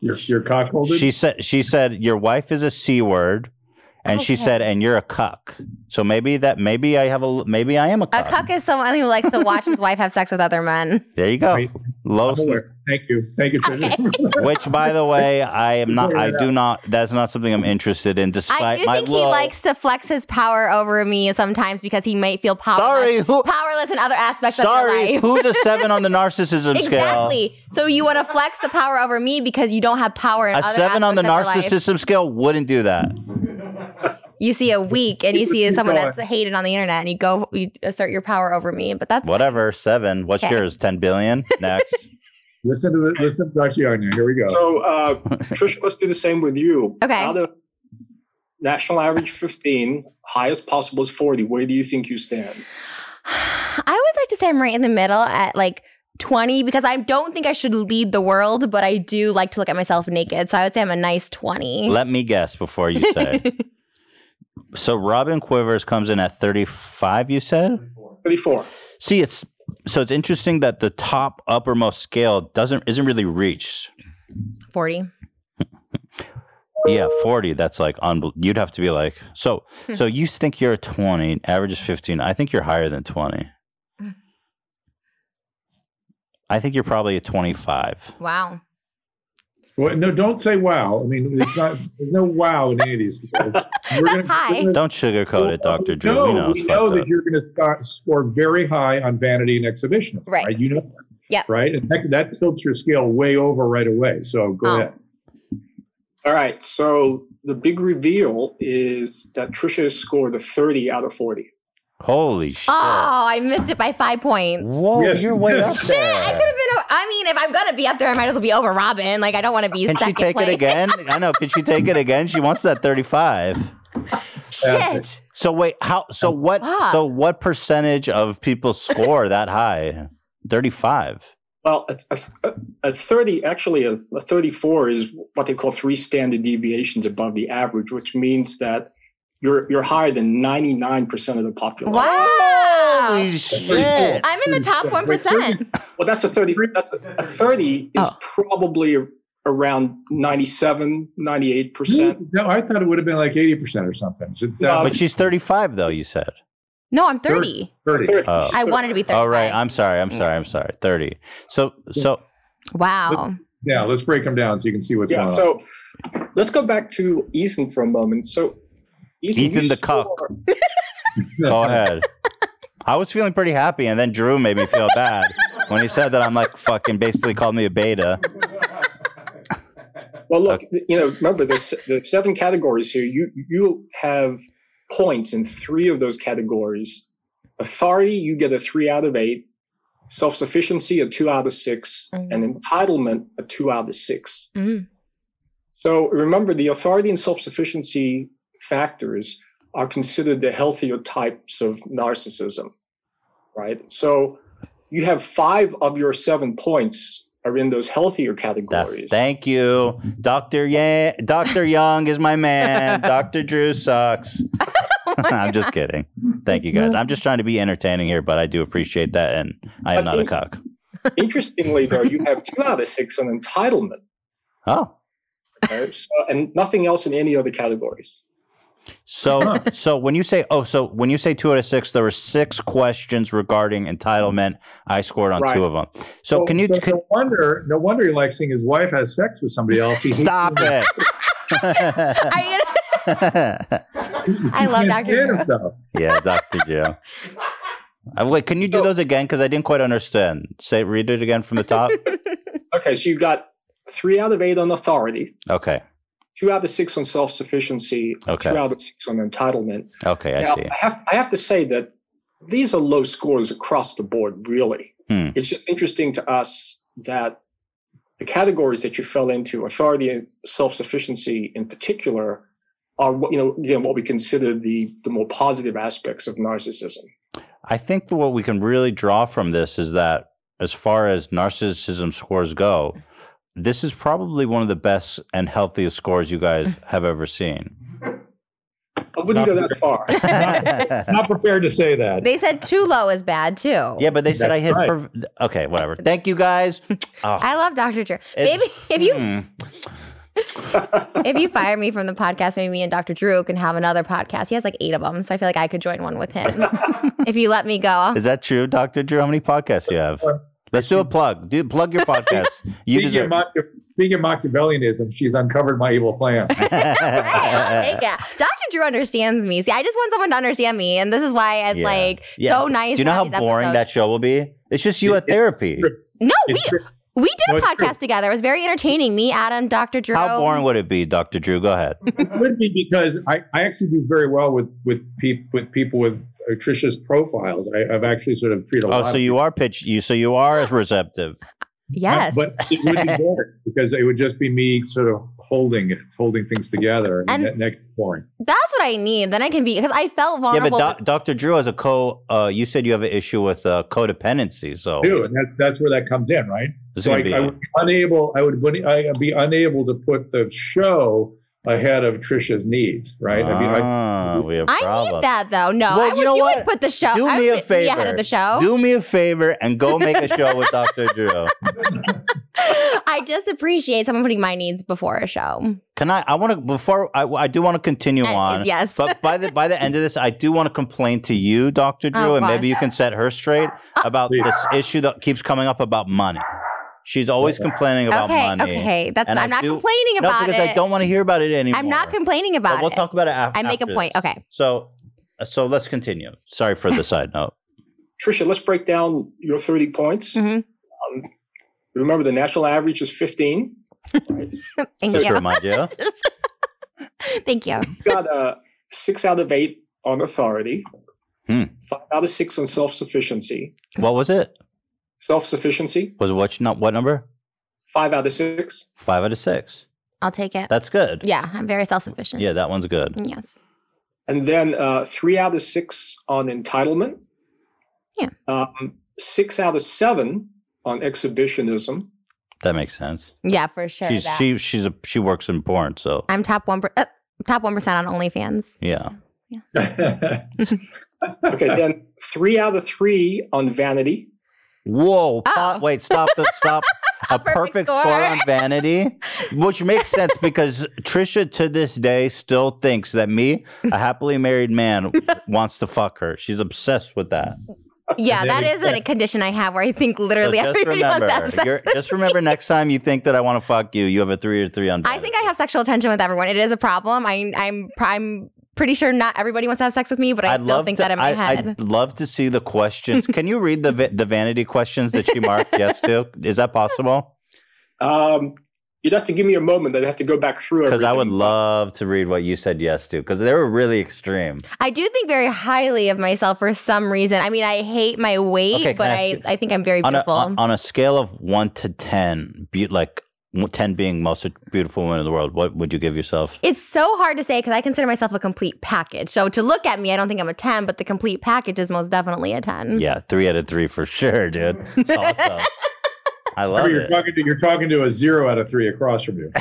Speaker 4: You're, you're cockholded.
Speaker 1: she said she said your wife is a c word, and she
Speaker 5: Okay.
Speaker 1: said and you're a cuck. So maybe that maybe I have a l- maybe I am a
Speaker 5: A
Speaker 1: cuck.
Speaker 5: cuck is someone who likes to watch his wife have sex with other men.
Speaker 1: There you go.
Speaker 4: Right.
Speaker 1: Low,
Speaker 4: I'm aware. Thank you. Thank you, Trisha.
Speaker 1: which by the way, I am not. I
Speaker 4: Figure it
Speaker 1: do not. That's not something I'm interested in. Despite
Speaker 2: I do
Speaker 1: my
Speaker 2: think he
Speaker 1: low-
Speaker 2: likes to flex his power over me sometimes because he might feel powerless,
Speaker 1: Sorry, who?
Speaker 2: powerless in other aspects of
Speaker 1: Sorry,
Speaker 2: your life.
Speaker 1: who's a seven on the narcissism scale?
Speaker 2: Exactly. So you want to flex the power over me because you don't have power in
Speaker 1: A
Speaker 2: other
Speaker 1: seven on the
Speaker 2: aspects of your life.
Speaker 1: narcissism scale wouldn't do that.
Speaker 2: You see a weak and you see
Speaker 4: Keep
Speaker 2: someone
Speaker 4: going.
Speaker 2: that's hated on the internet and you go you assert your power over me. But that's
Speaker 1: Whatever, seven. What's
Speaker 2: Okay.
Speaker 1: yours? Ten billion. Next.
Speaker 4: listen to the, listen to Dr. Young. now. Here we go.
Speaker 3: So, uh, Trisha, let's do the same with you.
Speaker 2: Okay.
Speaker 3: Out of national average 15, highest possible is 40. Where do you think you stand?
Speaker 2: I would like to say I'm right in the middle at like 20 because I don't think I should lead the world, but I do like to look at myself naked. So I would say I'm a nice 20.
Speaker 1: Let me guess before you say. so Robin Quivers comes in at thirty-five. You said.
Speaker 3: 34.
Speaker 1: See, it's so it's interesting that the top uppermost scale doesn't isn't really reached.
Speaker 5: 40.
Speaker 1: Yeah, forty. That's like unbel- you'd have to be like so.
Speaker 2: Hmm.
Speaker 1: so you think you're a twenty? Average is fifteen. I think you're higher than twenty. I think you're probably a twenty-five.
Speaker 5: Wow.
Speaker 4: Well, no, don't say wow. I mean, it's not. there's no wow in any of these. We're gonna-
Speaker 2: high.
Speaker 4: we're gonna-
Speaker 1: Don't sugarcoat it, Doctor Drew.
Speaker 4: No,
Speaker 1: we know it's fucked
Speaker 4: that
Speaker 1: up.
Speaker 4: you're going to score very high on vanity and exhibitionism.
Speaker 2: Right.
Speaker 4: You know. that,
Speaker 2: Yep.
Speaker 4: Right. And that, that tilts your scale way over right away. So go
Speaker 2: Oh.
Speaker 4: ahead.
Speaker 3: All right. So, the big reveal is that Trisha scored a 30 out of 40.
Speaker 1: Holy shit!
Speaker 2: Oh, I missed it by five points.
Speaker 1: Whoa,
Speaker 4: Yes.
Speaker 1: you're way up
Speaker 4: Shit,
Speaker 1: there.
Speaker 2: I could have been. o- I mean, if I'm gonna be up there, I might as well be over Robin. Like, I don't want to be.
Speaker 1: Can she
Speaker 2: second
Speaker 1: take
Speaker 2: place.
Speaker 1: it again? I know. Can she take it again? She wants that thirty-five.
Speaker 2: Shit.
Speaker 1: So wait, how? So what?
Speaker 2: Fuck.
Speaker 1: So what percentage of people score that high? Thirty-five.
Speaker 3: Well, a, a, a 30, actually, a, a 34 is what they call three standard deviations above the average, which means that you're, you're higher than 99% of the population.
Speaker 2: Wow.
Speaker 1: shit!
Speaker 2: I'm in the top one percent.
Speaker 3: Well, that's a 30. That's a, a 30 is
Speaker 2: Oh.
Speaker 3: probably a- around 97, 98%.
Speaker 4: No, I thought it would have been like eighty percent or something. So it's
Speaker 3: No,
Speaker 1: But she's thirty-five, though. You said.
Speaker 2: No, I'm 30.
Speaker 4: thirty.
Speaker 1: Oh.
Speaker 2: I wanted to be 30.
Speaker 1: Oh right. I'm sorry. I'm sorry. I'm sorry. Thirty. So so
Speaker 2: Wow.
Speaker 4: Yeah, let's break them down so you can see what's
Speaker 3: Yeah,
Speaker 4: going
Speaker 3: so let's go back to Ethan for a moment. So, Ethan,
Speaker 1: Ethan
Speaker 3: you
Speaker 1: the cuck.
Speaker 3: score-
Speaker 4: on.
Speaker 1: go ahead. I was feeling pretty happy, and then Drew made me feel bad when he said that. I'm like fucking basically called me a beta.
Speaker 3: Well, look, you know, remember there's the seven categories here. You you have points in three of those categories. Authority, you get a three out of eight. Self sufficiency, a two out of 6
Speaker 5: Mhm.
Speaker 3: and entitlement, a two out of six.
Speaker 2: Mm-hmm.
Speaker 5: Mhm.
Speaker 3: So remember, the authority and self sufficiency factors are considered the healthier types of narcissism, right? So you have five of your seven points are in those healthier
Speaker 1: That's,
Speaker 3: categories.
Speaker 1: thank you, Doctor Yang. Doctor Young is my man. Doctor Drew sucks. I'm just kidding. Thank you guys. I'm just trying to be entertaining here, but I do appreciate that, and I am not a cock.
Speaker 3: Interestingly, though, you have two out of six on entitlement,
Speaker 1: Oh,
Speaker 3: right? so, and nothing else in any other categories.
Speaker 1: so so when you say oh, so when you say two out of six, there were six questions regarding entitlement. I scored on
Speaker 3: Right.
Speaker 1: two of them. So can you
Speaker 4: So
Speaker 1: can,
Speaker 4: no wonder. No wonder he likes seeing his wife has sex with somebody else. He hates
Speaker 1: stop it?
Speaker 2: Are you gonna-
Speaker 4: I
Speaker 2: love
Speaker 4: can't
Speaker 2: Dr.
Speaker 4: stand
Speaker 2: Drew.
Speaker 4: himself.
Speaker 1: yeah, Doctor Drew. Uh, Wait, can you do those again? Because I didn't quite understand. Say, read it again from the top.
Speaker 3: Okay, so you've got three out of eight on authority,
Speaker 1: Okay.
Speaker 3: two out of six on self sufficiency,
Speaker 1: Okay.
Speaker 3: two out of six on entitlement.
Speaker 1: Okay, I
Speaker 3: Now,
Speaker 1: see.
Speaker 3: I have, I have to say that these are low scores across the board, really.
Speaker 1: Hmm.
Speaker 3: It's just interesting to us that the categories that you fell into, authority and self-sufficiency in particular, are what you know again what we consider the the more positive aspects of narcissism.
Speaker 1: I think that what we can really draw from this is that as far as narcissism scores go, this is probably one of the best and healthiest scores you guys have ever seen.
Speaker 3: I wouldn't go that far.
Speaker 1: yeah,
Speaker 4: Not prepared to say that.
Speaker 2: They said too low is bad too.
Speaker 1: but they said I hit.
Speaker 4: That's right.
Speaker 1: perv- okay, whatever. Thank you guys. Oh,
Speaker 2: I love Dr. Drew.
Speaker 1: it's-
Speaker 2: Maybe if you
Speaker 1: Hmm.
Speaker 2: if you fire me from the podcast, maybe me and Dr. Drew can have another podcast. He has like eight of them, so I feel like I could join one with him. if you let me go,
Speaker 1: Is that true, Doctor Drew? How many podcasts do you have?
Speaker 4: Uh,
Speaker 1: Let's do a plug. Do plug your podcast. You
Speaker 4: speaking,
Speaker 1: deserve.
Speaker 4: of Machia- speaking of Machiavellianism, she's uncovered my evil plan.
Speaker 2: Right, I'll take it. Dr. Drew understands me. See, I just want someone to understand me, and this is why it's
Speaker 1: Yeah.
Speaker 2: like
Speaker 1: Yeah.
Speaker 2: so nice.
Speaker 1: Do you know
Speaker 2: to
Speaker 1: how
Speaker 2: have these
Speaker 1: boring
Speaker 2: episodes.
Speaker 1: that show will be? It's just you at
Speaker 4: It- it-
Speaker 1: therapy.
Speaker 2: No, we
Speaker 4: It's true.
Speaker 2: we did
Speaker 4: No,
Speaker 2: a
Speaker 4: it's true.
Speaker 2: podcast together. It was very entertaining. Me, Adam, Dr. Drew.
Speaker 1: How boring would it be, Doctor Drew? Go ahead.
Speaker 4: It would be because I, I actually do very well with with, peop with people with atricious profiles. I, I've actually sort of treated a lot.
Speaker 1: Oh, so
Speaker 4: of
Speaker 1: you are pitch. You so you are receptive.
Speaker 2: Yes.
Speaker 4: But it would be boring because it would just be me sort of holding it, holding things together, and,
Speaker 2: And-
Speaker 4: that next boring.
Speaker 2: That's what I need. Then I can be because I felt
Speaker 1: Yeah, but
Speaker 2: vulnerable.
Speaker 1: doc, Dr. Drew has a co. Uh, you said you have an issue with uh, codependency, so
Speaker 4: Too, and that, that's where that comes in, right?
Speaker 1: Oh. this is
Speaker 4: So I,
Speaker 1: gonna be.
Speaker 4: I would be unable. I would be- I'd be unable to put the show ahead of Trisha's needs, right? I mean, I,
Speaker 1: Ah, we have
Speaker 2: I need
Speaker 1: problems.
Speaker 2: that though. No,
Speaker 1: Well,
Speaker 2: I
Speaker 1: you
Speaker 2: wish
Speaker 1: know
Speaker 2: you
Speaker 1: what?
Speaker 2: would put the show.
Speaker 1: Do
Speaker 2: I
Speaker 1: me a
Speaker 2: would be ahead
Speaker 1: favor.
Speaker 2: of the show.
Speaker 1: Do me a favor and go make a show with Dr. Drew.
Speaker 2: I just appreciate someone putting my needs before a show.
Speaker 1: Can I? I want to before I, I do want to continue
Speaker 2: And-
Speaker 1: on.
Speaker 2: yes.
Speaker 1: But by the by the end of this, I do want to complain to you, Dr. Drew,
Speaker 2: Oh,
Speaker 1: and
Speaker 2: gosh.
Speaker 1: maybe you can set her straight about
Speaker 4: Please.
Speaker 1: this issue that keeps coming up about money. She's always complaining about
Speaker 2: okay,
Speaker 1: money.
Speaker 2: okay. That's
Speaker 1: And I
Speaker 2: I'm not
Speaker 1: do-
Speaker 2: complaining
Speaker 1: No,
Speaker 2: about
Speaker 1: because
Speaker 2: it.
Speaker 1: I don't want to hear about it anymore.
Speaker 2: I'm not complaining
Speaker 1: But
Speaker 2: about
Speaker 1: We'll
Speaker 2: it.
Speaker 1: talk about it af- after.
Speaker 2: I make a point.
Speaker 1: this.
Speaker 2: Okay.
Speaker 1: So, so let's continue. Sorry for the side note.
Speaker 3: Trisha, let's break down your 30 points.
Speaker 2: Mhm.
Speaker 3: Um, remember, the national average is 15.
Speaker 2: Thank
Speaker 1: Just to
Speaker 2: you.
Speaker 1: remind you.
Speaker 2: Thank you.
Speaker 3: You got uh, six out of eight on authority,
Speaker 1: Hmm.
Speaker 3: five out of six on self sufficiency.
Speaker 1: What was it?
Speaker 3: Self sufficiency,
Speaker 1: Was it what, not, what number?
Speaker 3: five out of six.
Speaker 1: Five out of six.
Speaker 2: I'll take it.
Speaker 1: That's good.
Speaker 2: Yeah, I'm very self sufficient.
Speaker 1: Yeah, that one's good.
Speaker 2: Yes.
Speaker 3: And then uh, three out of six on entitlement.
Speaker 2: Yeah.
Speaker 3: Um, six out of seven on exhibitionism.
Speaker 1: That makes sense.
Speaker 2: Yeah, for sure.
Speaker 1: She's
Speaker 2: that.
Speaker 1: she she's a, she works in porn, so
Speaker 2: I'm top one per, uh, top one percent on OnlyFans.
Speaker 1: yeah. Ah.
Speaker 3: Okay, then three out of three on vanity.
Speaker 1: Whoa! pa-
Speaker 2: Oh.
Speaker 1: wait, stop! The, stop! A perfect,
Speaker 2: Perfect
Speaker 1: score.
Speaker 2: score.
Speaker 1: on vanity, which makes sense because Trisha to this day still thinks that me, a happily married man, wants to fuck her. She's obsessed with that.
Speaker 2: Yeah,
Speaker 4: And
Speaker 2: that
Speaker 4: then
Speaker 2: is a
Speaker 4: exact-
Speaker 2: condition I have where I think
Speaker 1: So
Speaker 2: literally
Speaker 1: just
Speaker 2: everybody wants to
Speaker 1: remember,
Speaker 2: have sex
Speaker 1: you're,
Speaker 2: with
Speaker 1: just remember next time you think that I want to fuck you, you have a three or three on.
Speaker 2: I
Speaker 1: vanity.
Speaker 2: think I have sexual tension with everyone. It is a problem. I, I'm pr- I'm pretty sure not everybody wants to have sex with me, but I
Speaker 1: I'd
Speaker 2: still think
Speaker 1: to,
Speaker 2: that in my
Speaker 1: I,
Speaker 2: head.
Speaker 1: I'd love to see the questions. Can you read the va- the vanity questions that she marked yes to? Is that possible?
Speaker 3: Um, you'd have to give me a moment. I'd have to go back through
Speaker 1: Because I would
Speaker 3: everything.
Speaker 1: love to read what you said yes to. Because they were really extreme.
Speaker 2: I, do think very highly of myself for some reason. I mean, I hate my weight,
Speaker 1: Okay, can
Speaker 2: but
Speaker 1: I
Speaker 2: I,
Speaker 1: ask
Speaker 2: I,
Speaker 1: you-
Speaker 2: think I'm very
Speaker 1: on a,
Speaker 2: beautiful.
Speaker 1: on, on a scale of one to ten, be, like w- ten being most beautiful woman in the world, what would you give yourself?
Speaker 2: it's so hard to say because I consider myself a complete package. So to look at me, I don't think I'm a 10, but the complete package is most definitely a 10.
Speaker 1: Yeah, three out of three for sure, dude. It's awesome. I love
Speaker 4: you're
Speaker 1: it.
Speaker 4: talking to you're talking to a zero out of three across from you.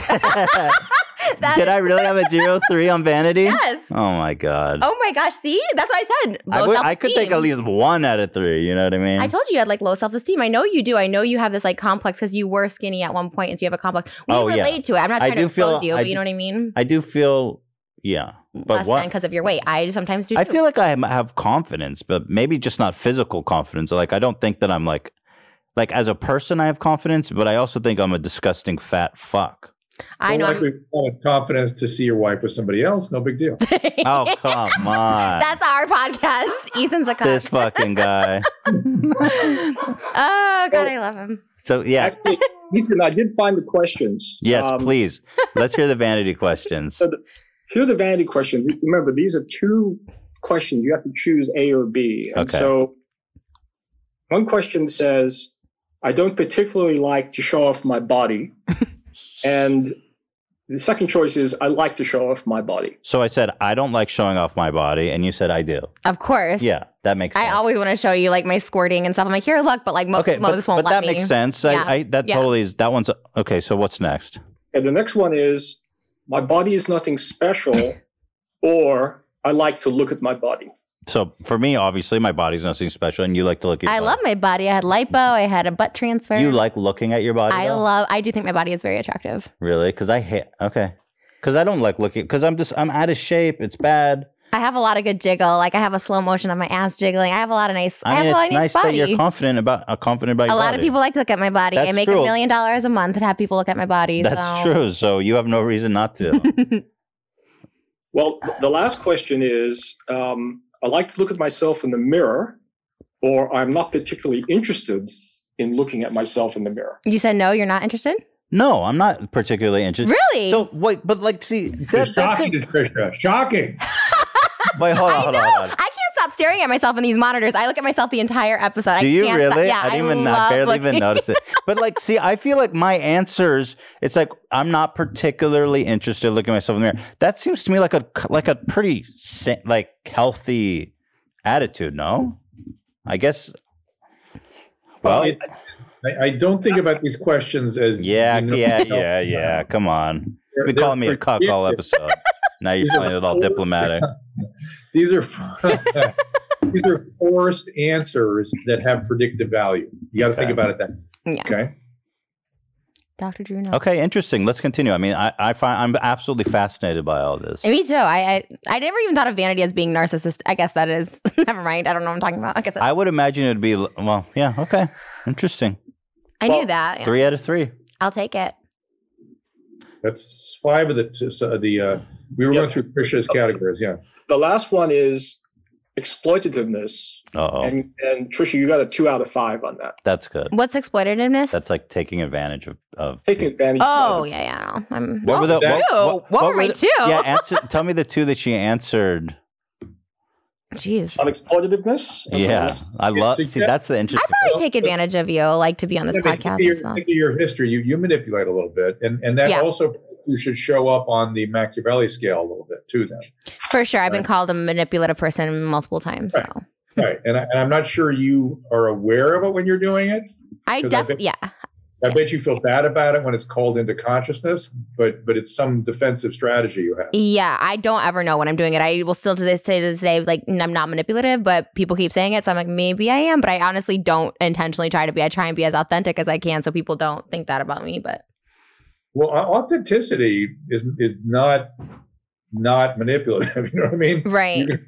Speaker 2: That
Speaker 1: Did
Speaker 2: is-
Speaker 1: I really have a zero three on vanity?
Speaker 2: Yes.
Speaker 1: Oh my god.
Speaker 2: Oh my gosh. See, that's what I said.
Speaker 1: I,
Speaker 2: Low
Speaker 1: would- I could take at
Speaker 2: self-esteem.
Speaker 1: least one out of three. You know what I mean?
Speaker 2: I told you you had like low self esteem. I know you do. I know you have this like complex because you were skinny at one point, and so you have a complex. We
Speaker 1: Oh, yeah.
Speaker 2: relate to it. I'm not
Speaker 1: I
Speaker 2: trying to
Speaker 1: do feel-
Speaker 2: expose you,
Speaker 1: I
Speaker 2: but
Speaker 1: do-
Speaker 2: you know what I mean.
Speaker 1: I do feel, yeah, but
Speaker 2: Less
Speaker 1: what?
Speaker 2: than because of your weight. I sometimes do.
Speaker 1: I
Speaker 2: too.
Speaker 1: feel like I am- have confidence, but maybe just not physical confidence. Like I don't think that I'm like, like as a person, I have confidence, but I also think I'm a disgusting fat fuck.
Speaker 2: I know.
Speaker 4: More
Speaker 2: I'm-
Speaker 4: likely we'll have confidence to see your wife with somebody else. No big deal.
Speaker 1: Oh come on,
Speaker 2: That's our podcast. Ethan's a cunt.
Speaker 1: uh, this fucking guy.
Speaker 2: oh god, I love him.
Speaker 1: So yeah,
Speaker 3: Actually, Ethan, I did find the questions.
Speaker 1: yes,
Speaker 3: Um,
Speaker 1: please. Let's hear the vanity questions.
Speaker 3: So here are the vanity questions. Remember, these are two questions. You have to choose A or B. And
Speaker 1: Okay.
Speaker 3: so one question says, I don't particularly like to show off my body. and the second choice is I like to show off my body.
Speaker 1: So I said, I don't like showing off my body. And you said, I do.
Speaker 2: Of course.
Speaker 1: Yeah, that makes sense.
Speaker 2: I always want to show you like my squirting and stuff. I'm like, here, look, but like Mo-
Speaker 1: okay,
Speaker 2: Moses
Speaker 1: but,
Speaker 2: won't
Speaker 1: but
Speaker 2: let
Speaker 1: that
Speaker 2: me.
Speaker 1: makes sense.
Speaker 2: Yeah.
Speaker 1: I, I, that
Speaker 2: Yeah.
Speaker 1: totally is. That one's okay. So what's next?
Speaker 3: And the next one is my body is nothing special, or I like to look at my body.
Speaker 1: So for me, obviously, my body's nothing special, and you like to look at. Your
Speaker 2: I
Speaker 1: body.
Speaker 2: love my body. I had lipo. I had a butt transfer.
Speaker 1: You like looking at your body.
Speaker 2: I
Speaker 1: though?
Speaker 2: love. I do think my body is very attractive.
Speaker 1: Really? Because I hate. Okay. Because I don't like looking. Because I'm just I'm out of shape. It's bad.
Speaker 2: I have a lot of good jiggle. Like I have a slow motion of my ass jiggling. I have a lot of nice. I,
Speaker 1: I mean,
Speaker 2: have a lot
Speaker 1: it's
Speaker 2: of
Speaker 1: nice
Speaker 2: nice,
Speaker 1: that
Speaker 2: body.
Speaker 1: you're confident about uh, confident about
Speaker 2: a
Speaker 1: your
Speaker 2: lot of
Speaker 1: body.
Speaker 2: people like to look at my body. I
Speaker 1: That's
Speaker 2: make
Speaker 1: true.
Speaker 2: a million dollars a month and have people look at my body.
Speaker 1: That's
Speaker 2: so.
Speaker 1: true. So you have no reason not to.
Speaker 3: Well, the last question is um, I like to look at myself in the mirror, or I'm not particularly interested in looking at myself in the mirror.
Speaker 2: You said no. You're not interested.
Speaker 1: no, I'm not particularly interested.
Speaker 2: Really?
Speaker 1: So wait, but like, see, that, that's
Speaker 4: shocking
Speaker 1: it.
Speaker 4: to Trisha. Shocking.
Speaker 1: Wait, hold on, hold on, hold on.
Speaker 2: I can't stop staring at myself in these monitors. I look at myself the entire episode.
Speaker 1: Do
Speaker 2: I
Speaker 1: you
Speaker 2: can't
Speaker 1: really?
Speaker 2: Stop. Yeah,
Speaker 1: I didn't even I
Speaker 2: love
Speaker 1: barely even
Speaker 2: looking-
Speaker 1: notice it. But like, see, I feel like my answers. It's like I'm not particularly interested looking myself in the mirror. That seems to me like a like a pretty sa- like healthy attitude. No, I guess. Well,
Speaker 4: I, I- I don't think about these questions as
Speaker 1: yeah,
Speaker 4: as you know,
Speaker 1: yeah,
Speaker 4: you know,
Speaker 1: yeah, yeah. Come on,
Speaker 4: they're-
Speaker 1: you calling me a
Speaker 4: they're
Speaker 1: cuck all
Speaker 4: forgiving.
Speaker 1: episode. Now you're playing it all diplomatic.
Speaker 4: These are these are forced answers that have predictive value. You got to
Speaker 1: Okay.
Speaker 4: think about it that.
Speaker 2: Yeah.
Speaker 4: Okay.
Speaker 2: Dr. Drew. No.
Speaker 1: Okay, interesting. Let's continue. I mean, I, I find I'm absolutely fascinated by all this.
Speaker 2: And me too. I, I I never even thought of vanity as being narcissist. I guess that is. never mind. I don't know what I'm talking about. I guess I,
Speaker 1: I would imagine it'd be l- well, yeah, okay, interesting.
Speaker 2: I
Speaker 3: well,
Speaker 2: knew that. Yeah.
Speaker 1: Three out of three.
Speaker 2: I'll take it.
Speaker 4: That's five of the t- so the uh, we were
Speaker 3: Yeah.
Speaker 4: going through Trisha's categories. Yeah.
Speaker 3: The last one is exploitativeness.
Speaker 1: Uh oh.
Speaker 3: And, and Trisha, you got a two out of five on that.
Speaker 1: That's good.
Speaker 2: What's exploitativeness?
Speaker 1: That's like taking advantage of. of
Speaker 3: Taking advantage
Speaker 2: oh
Speaker 3: of
Speaker 2: yeah, yeah. No. I'm.
Speaker 1: What
Speaker 2: oh,
Speaker 1: were the-
Speaker 2: Ew,
Speaker 1: what- what-
Speaker 2: what,
Speaker 1: what
Speaker 2: were,
Speaker 1: were
Speaker 2: my
Speaker 1: the-
Speaker 2: two?
Speaker 1: yeah, answer, tell me the two that she answered. Uh,
Speaker 2: Jeez.
Speaker 3: on exploitativeness. and
Speaker 1: Yeah, I love.
Speaker 4: so
Speaker 1: See,
Speaker 4: yeah.
Speaker 1: that's the
Speaker 2: I
Speaker 1: interesting.
Speaker 2: probably take advantage of you, like to be on this
Speaker 4: Yeah, but
Speaker 2: podcast.
Speaker 4: Think of, your,
Speaker 2: and stuff.
Speaker 4: think of your history. You you manipulate a little bit, and and that
Speaker 2: Yeah.
Speaker 4: also you should show up on the Machiavelli scale a little bit too. Then
Speaker 2: For sure, I've been
Speaker 4: Right.
Speaker 2: called a manipulative person multiple times.
Speaker 4: Right.
Speaker 2: So
Speaker 4: right, and, I, and I'm not sure you are aware of it when you're doing it.
Speaker 2: I
Speaker 4: 'Cause I
Speaker 2: definitely,
Speaker 4: think-
Speaker 2: yeah.
Speaker 4: I bet you feel bad about it when it's called into consciousness, but but it's some defensive strategy you have.
Speaker 2: Yeah, I don't ever know when I'm doing it. I will still to this day to this day like n- I'm not manipulative, but people keep saying it, so I'm like maybe I am, but I honestly don't intentionally try to be. I try and be as authentic as I can, so people don't think that about me. But
Speaker 4: Well, au- authenticity is is not not manipulative. You know what I mean? You,
Speaker 2: right.
Speaker 4: can,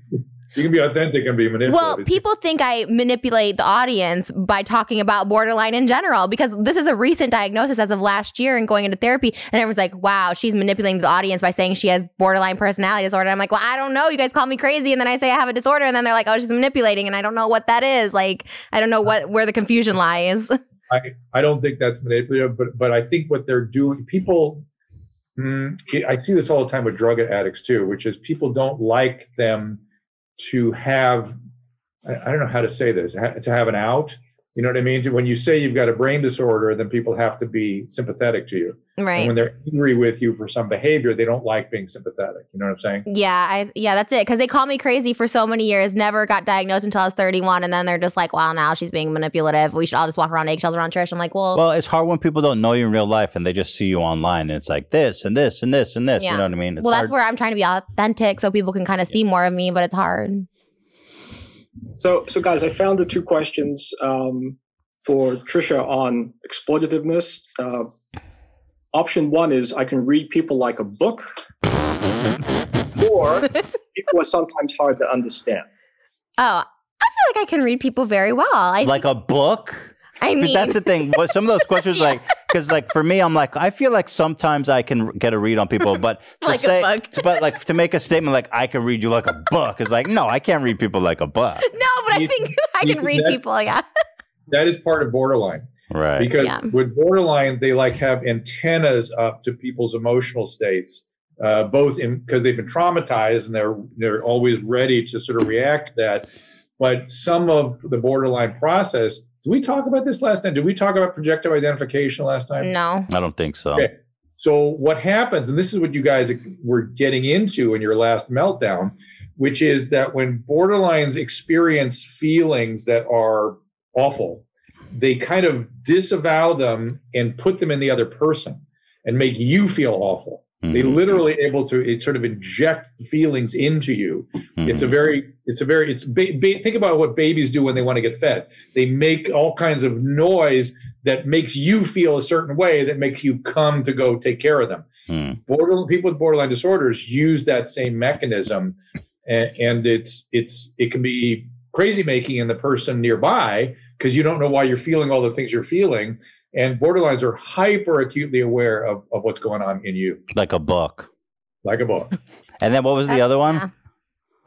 Speaker 4: you can be authentic and be manipulative.
Speaker 2: Well, people think I manipulate the audience by talking about borderline in general because this is a recent diagnosis as of last year and going into therapy. And everyone's like, wow, she's manipulating the audience by saying she has borderline personality disorder. I'm like, well, I don't know. You guys call me crazy. And then I say I have a disorder. And then they're like, oh, she's manipulating. And I don't know what that is. Like, I don't know what where the confusion lies.
Speaker 4: I don't think that's manipulative, but but I think what they're doing, people. Mm, I see this all the time with drug addicts too, which is people don't like them to have. I I don't know how to say this. ha- To have an out, you know what I mean. To- When you say you've got a brain disorder, then people have to be sympathetic to you. And
Speaker 2: right.
Speaker 4: when they're angry with you for some behavior, they don't like being sympathetic. You know what I'm saying?
Speaker 2: Yeah, I yeah, that's it. Because they call me crazy for so many years, never got diagnosed until I was 31, and then they're just like, "Wow, now she's being manipulative. We should all just walk around eggshells around church." I'm like, "Well,
Speaker 1: Well, it's hard when people don't know you in real life and they just see you online and it's like this and this and this and this. You
Speaker 2: Yeah.
Speaker 1: know what I mean? It's
Speaker 2: well,
Speaker 1: hard.
Speaker 2: that's where I'm trying to be authentic so people can kind of see more of me, but it's hard.
Speaker 3: So, so guys, I found the two questions um, for Trisha on exploitativeness. Uh, option one is I can read people like a book, or people are sometimes hard to understand.
Speaker 2: Oh, I feel like I can read people very well. I,
Speaker 1: like a book.
Speaker 2: I
Speaker 1: But
Speaker 2: mean,
Speaker 1: that's the thing. What some of those questions, like, because like for me, I'm like, I feel like sometimes I can r- get a read on people, but to
Speaker 2: Like a
Speaker 1: say,
Speaker 2: book.
Speaker 1: to- but like to make a statement like I can read you like a book is like, no, I can't read people like a book.
Speaker 2: no, but I
Speaker 4: You-
Speaker 2: think I
Speaker 4: you
Speaker 2: can
Speaker 4: do
Speaker 2: read
Speaker 4: that?
Speaker 2: people. Yeah.
Speaker 4: That is part of borderline.
Speaker 1: Right.
Speaker 4: because
Speaker 2: Yeah.
Speaker 4: with borderline they like have antennas up to people's emotional states uh, both in because they've been traumatized and they're they're always ready to sort of react to that but some of the borderline process Did we talk about this last time? Did we talk about projective identification last time?
Speaker 2: No.
Speaker 1: I don't think so.
Speaker 4: Okay. So what happens, and this is what you guys were getting into in your last meltdown, which is that when borderlines experience feelings that are awful, they kind of disavow them and put them in the other person and make you feel awful. They
Speaker 1: Mhm.
Speaker 4: literally able to it sort of inject feelings into you. It's a
Speaker 1: Mm-hmm.
Speaker 4: very, it's a very, it's ba- ba- think about what babies do when they want to get fed. They make all kinds of noise that makes you feel a certain way that makes you come to go take care of them.
Speaker 1: Mhm.
Speaker 4: Border, people with borderline disorders use that same mechanism, and, and it's it's it can be crazy making in the person nearby because you don't know why you're feeling all the things you're feeling. And borderlines are hyper acutely aware of, of what's going on in you,
Speaker 1: like a book.
Speaker 4: like a book.
Speaker 1: And then what was the
Speaker 2: That's-
Speaker 1: other one?
Speaker 2: yeah.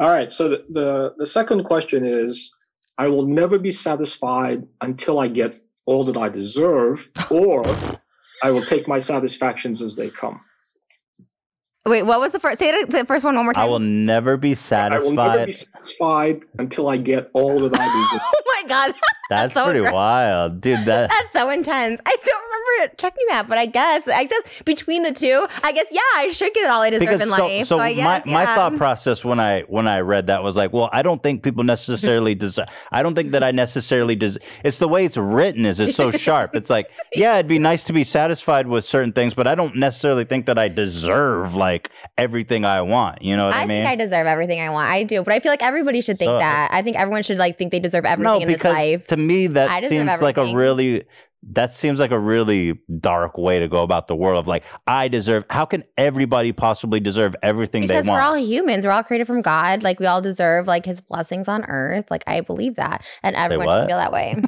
Speaker 3: All right. So the, the, the second question is I will never be satisfied until I get all that I deserve, or I will take my satisfactions as they come.
Speaker 2: Wait, what was the first? Say it- the first one one more time.
Speaker 1: I will never be
Speaker 3: I will never
Speaker 1: satisfied.
Speaker 3: be satisfied until I get all that I deserve.
Speaker 2: oh my god,
Speaker 1: That's
Speaker 2: so
Speaker 1: pretty
Speaker 2: gross.
Speaker 1: wild, dude. That
Speaker 2: that's so intense. I don't remember checking that, but I guess I guess between the two, I guess yeah, I should get all I deserve in life. So, I guess
Speaker 1: my, my
Speaker 2: yeah.
Speaker 1: thought process when I when I read that was like, well, I don't think people necessarily deserve. I don't think that I necessarily des- It's the way it's written is it's so sharp. It's like, yeah, it'd be nice to be satisfied with certain things, but I don't necessarily think that I deserve like everything I want. You know what I,
Speaker 2: I
Speaker 1: mean?
Speaker 2: think I deserve everything I want. I do, but I feel like everybody should think
Speaker 1: So-
Speaker 2: that. I think everyone should like think they deserve everything
Speaker 1: no,
Speaker 2: in this
Speaker 1: because
Speaker 2: life.
Speaker 1: to me
Speaker 2: I
Speaker 1: that
Speaker 2: deserve
Speaker 1: seems like a
Speaker 2: everything.
Speaker 1: really that seems like a really dark way to go about the world of like I deserve. How can everybody possibly deserve everything
Speaker 2: because
Speaker 1: they want?
Speaker 2: we're all humans. We're all created from God. Like we all deserve like His blessings on earth. Like I believe that, and everyone
Speaker 1: what?
Speaker 2: should feel that way.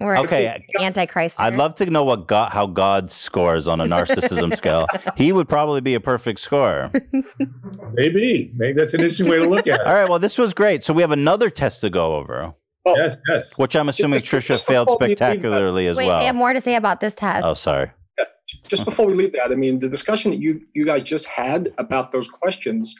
Speaker 2: we're
Speaker 1: Okay,
Speaker 2: antichrist.
Speaker 1: I'd love to know what God, how God scores on a narcissism scale. He would probably be a perfect scorer.
Speaker 4: Maybe, maybe that's an interesting way to look at
Speaker 1: All
Speaker 4: it.
Speaker 1: right, well, this was great. So we have another test to go over,
Speaker 4: Yes, yes.
Speaker 1: which I'm assuming Trisha failed spectacularly as
Speaker 2: Wait, I have
Speaker 1: well.
Speaker 2: more to say about this test.
Speaker 1: Oh, sorry.
Speaker 3: just
Speaker 1: Uh-huh.
Speaker 3: before we leave that, I mean, the discussion that you you guys just had about those questions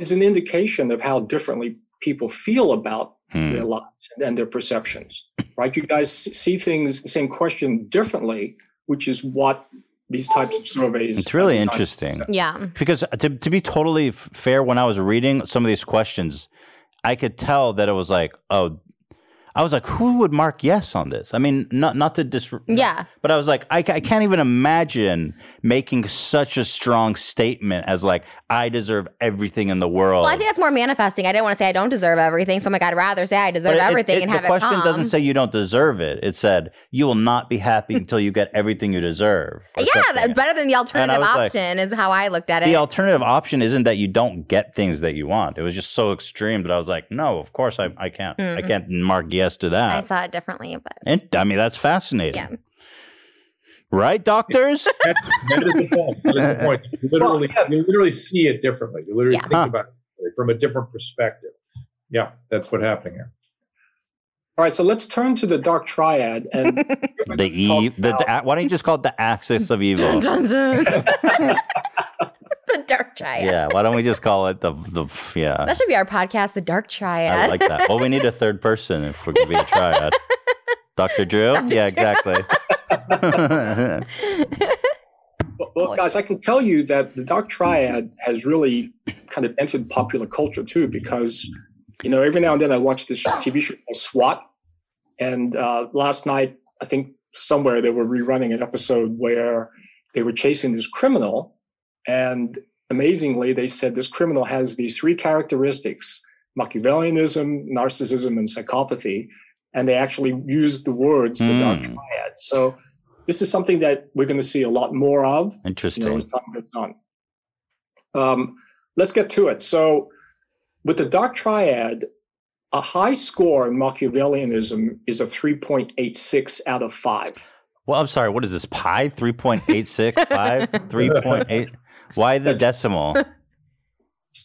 Speaker 3: is an indication of how differently people feel about
Speaker 1: Hmm.
Speaker 3: their lives and their perceptions, right? You guys s- see things, the same question differently, which is what these types of surveys.
Speaker 1: It's really
Speaker 3: are designed to
Speaker 1: interesting.
Speaker 3: assess.
Speaker 2: Yeah.
Speaker 1: Because to, to be totally f- fair, when I was reading some of these questions, I could tell that it was like, oh, I was like, who would mark yes on this? I mean, not not to dis-
Speaker 2: Yeah.
Speaker 1: But I was like, I, I can't even imagine making such a strong statement as like, I deserve everything in the world.
Speaker 2: Well, I think that's more manifesting. I didn't want to say I don't deserve everything, so I'm like, I'd rather say I
Speaker 1: But
Speaker 2: deserve
Speaker 1: it- it-
Speaker 2: everything
Speaker 1: it-
Speaker 2: and have
Speaker 1: the
Speaker 2: it
Speaker 1: question
Speaker 2: come.
Speaker 1: doesn't say you don't deserve it. It said you will not be happy until you get everything you deserve. or
Speaker 2: yeah,
Speaker 1: something.
Speaker 2: that's better than the alternative
Speaker 1: was like-
Speaker 2: option is how I looked at it.
Speaker 1: the alternative option isn't that you don't get things that you want. It was just so extreme that I was like, no, of course I, I can't. I
Speaker 2: Mhm.
Speaker 1: can't mark yes to
Speaker 2: I
Speaker 1: that.
Speaker 2: saw it differently, but
Speaker 1: and I mean that's fascinating.
Speaker 2: Yeah.
Speaker 1: Right, doctors?
Speaker 4: That, that is the point. That is the point. You literally, you literally see it differently. You literally
Speaker 2: Yeah.
Speaker 4: think about it differently, from a different perspective. Yeah, that's what's happening here.
Speaker 3: All right, so let's turn to the dark triad and
Speaker 1: the e the, the why don't you just call it the axis of evil?
Speaker 2: the dark triad.
Speaker 1: yeah why don't we just call it the the yeah
Speaker 2: That should be our podcast, the dark
Speaker 1: i
Speaker 2: triad.
Speaker 1: like that well we need a third person if we're gonna be a triad dr drew yeah exactly
Speaker 3: Well, well, guys, I can tell you that the dark triad has really kind of entered popular culture too, because you know every now and then I watch this TV show called SWAT, and uh, last night I think somewhere they were rerunning an episode where they were chasing this criminal, and amazingly they said this criminal has these three characteristics: Machiavellianism, narcissism, and psychopathy, and they actually used the words the dark
Speaker 1: Hmm.
Speaker 3: triad. So. This is something that we're going to see a lot more of you know,
Speaker 1: interesting
Speaker 3: as time goes on. Um, let's get to it. So, with the dark triad, a high score in Machiavellianism is a 3.86 out of five.
Speaker 1: well i'm sorry what is this pi 3.865 3.8 why the decimal oh,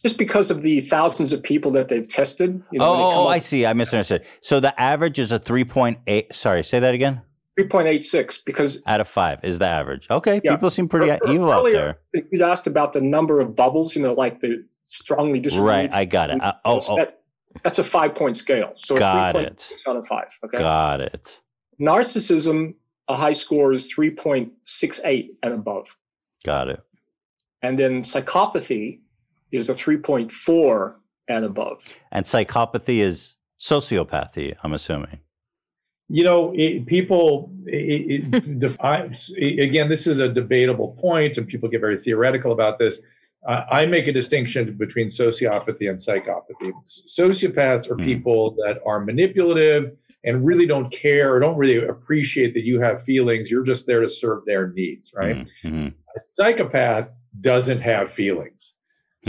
Speaker 3: Just because of the thousands of people that they've tested. You know, when they
Speaker 1: oh,
Speaker 3: come
Speaker 1: oh, i
Speaker 3: up
Speaker 1: see i misunderstood so the average is a 3.8 sorry say that again
Speaker 3: with 3.86 because
Speaker 1: out of five is the average okay
Speaker 3: Yeah.
Speaker 1: people seem pretty
Speaker 3: Er- er-
Speaker 1: evil out
Speaker 3: earlier-
Speaker 1: there
Speaker 3: you'd asked about the number of bubbles, you know, like the strongly disagreed.
Speaker 1: right i got it I, Uh, oh, oh
Speaker 3: That's a five point scale. So
Speaker 1: Got
Speaker 3: a three
Speaker 1: it.
Speaker 3: point six out of five. Okay.
Speaker 1: Got it.
Speaker 3: Narcissism, a high score is 3.68 and above.
Speaker 1: Got it.
Speaker 3: And then psychopathy is a 3.4 and above.
Speaker 1: And psychopathy is sociopathy, I'm assuming.
Speaker 4: you know it, people it, it defines again this is a debatable point and people get very theoretical about this uh, i make a distinction between sociopathy and psychopathy sociopaths are
Speaker 1: Hmm.
Speaker 4: people that are manipulative and really don't care or don't really appreciate that you have feelings you're just there to serve their needs right
Speaker 1: Mhm.
Speaker 4: a psychopath doesn't have feelings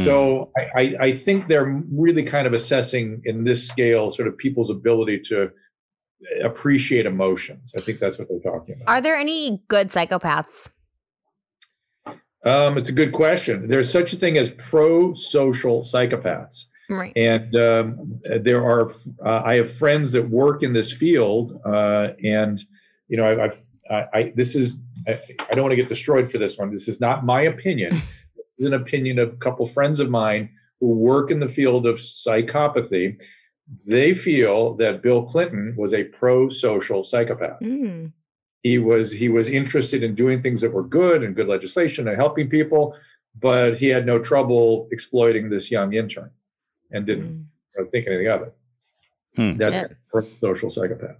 Speaker 4: so I, I, I think they're really kind of assessing in this scale sort of people's ability to appreciate emotions. I think that's what they're talking about.
Speaker 2: Are there any good psychopaths?
Speaker 4: Um, it's a good question. There's such a thing as pro-social psychopaths,
Speaker 2: Right.
Speaker 4: and um, there are. Uh, I have friends that work in this field, uh, and you know, I, I've. I, I this is. I, I don't want to get destroyed for this one. This is not my opinion. this is an opinion of a couple friends of mine who work in the field of psychopathy. They feel that Bill Clinton was a pro-social psychopath.
Speaker 1: Mm-hmm.
Speaker 2: Mm.
Speaker 4: he was he was interested in doing things that were good and good legislation and helping people but he had no trouble exploiting this young intern and didn't you know, think anything of it
Speaker 1: Hmm.
Speaker 4: that's
Speaker 2: Yeah.
Speaker 4: a social psychopath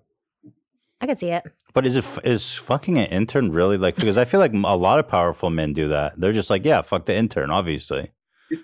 Speaker 2: I could see it.
Speaker 1: But is it f- is fucking an intern really like? Because I feel like a lot of powerful men do that. They're just like, yeah, fuck the intern, obviously.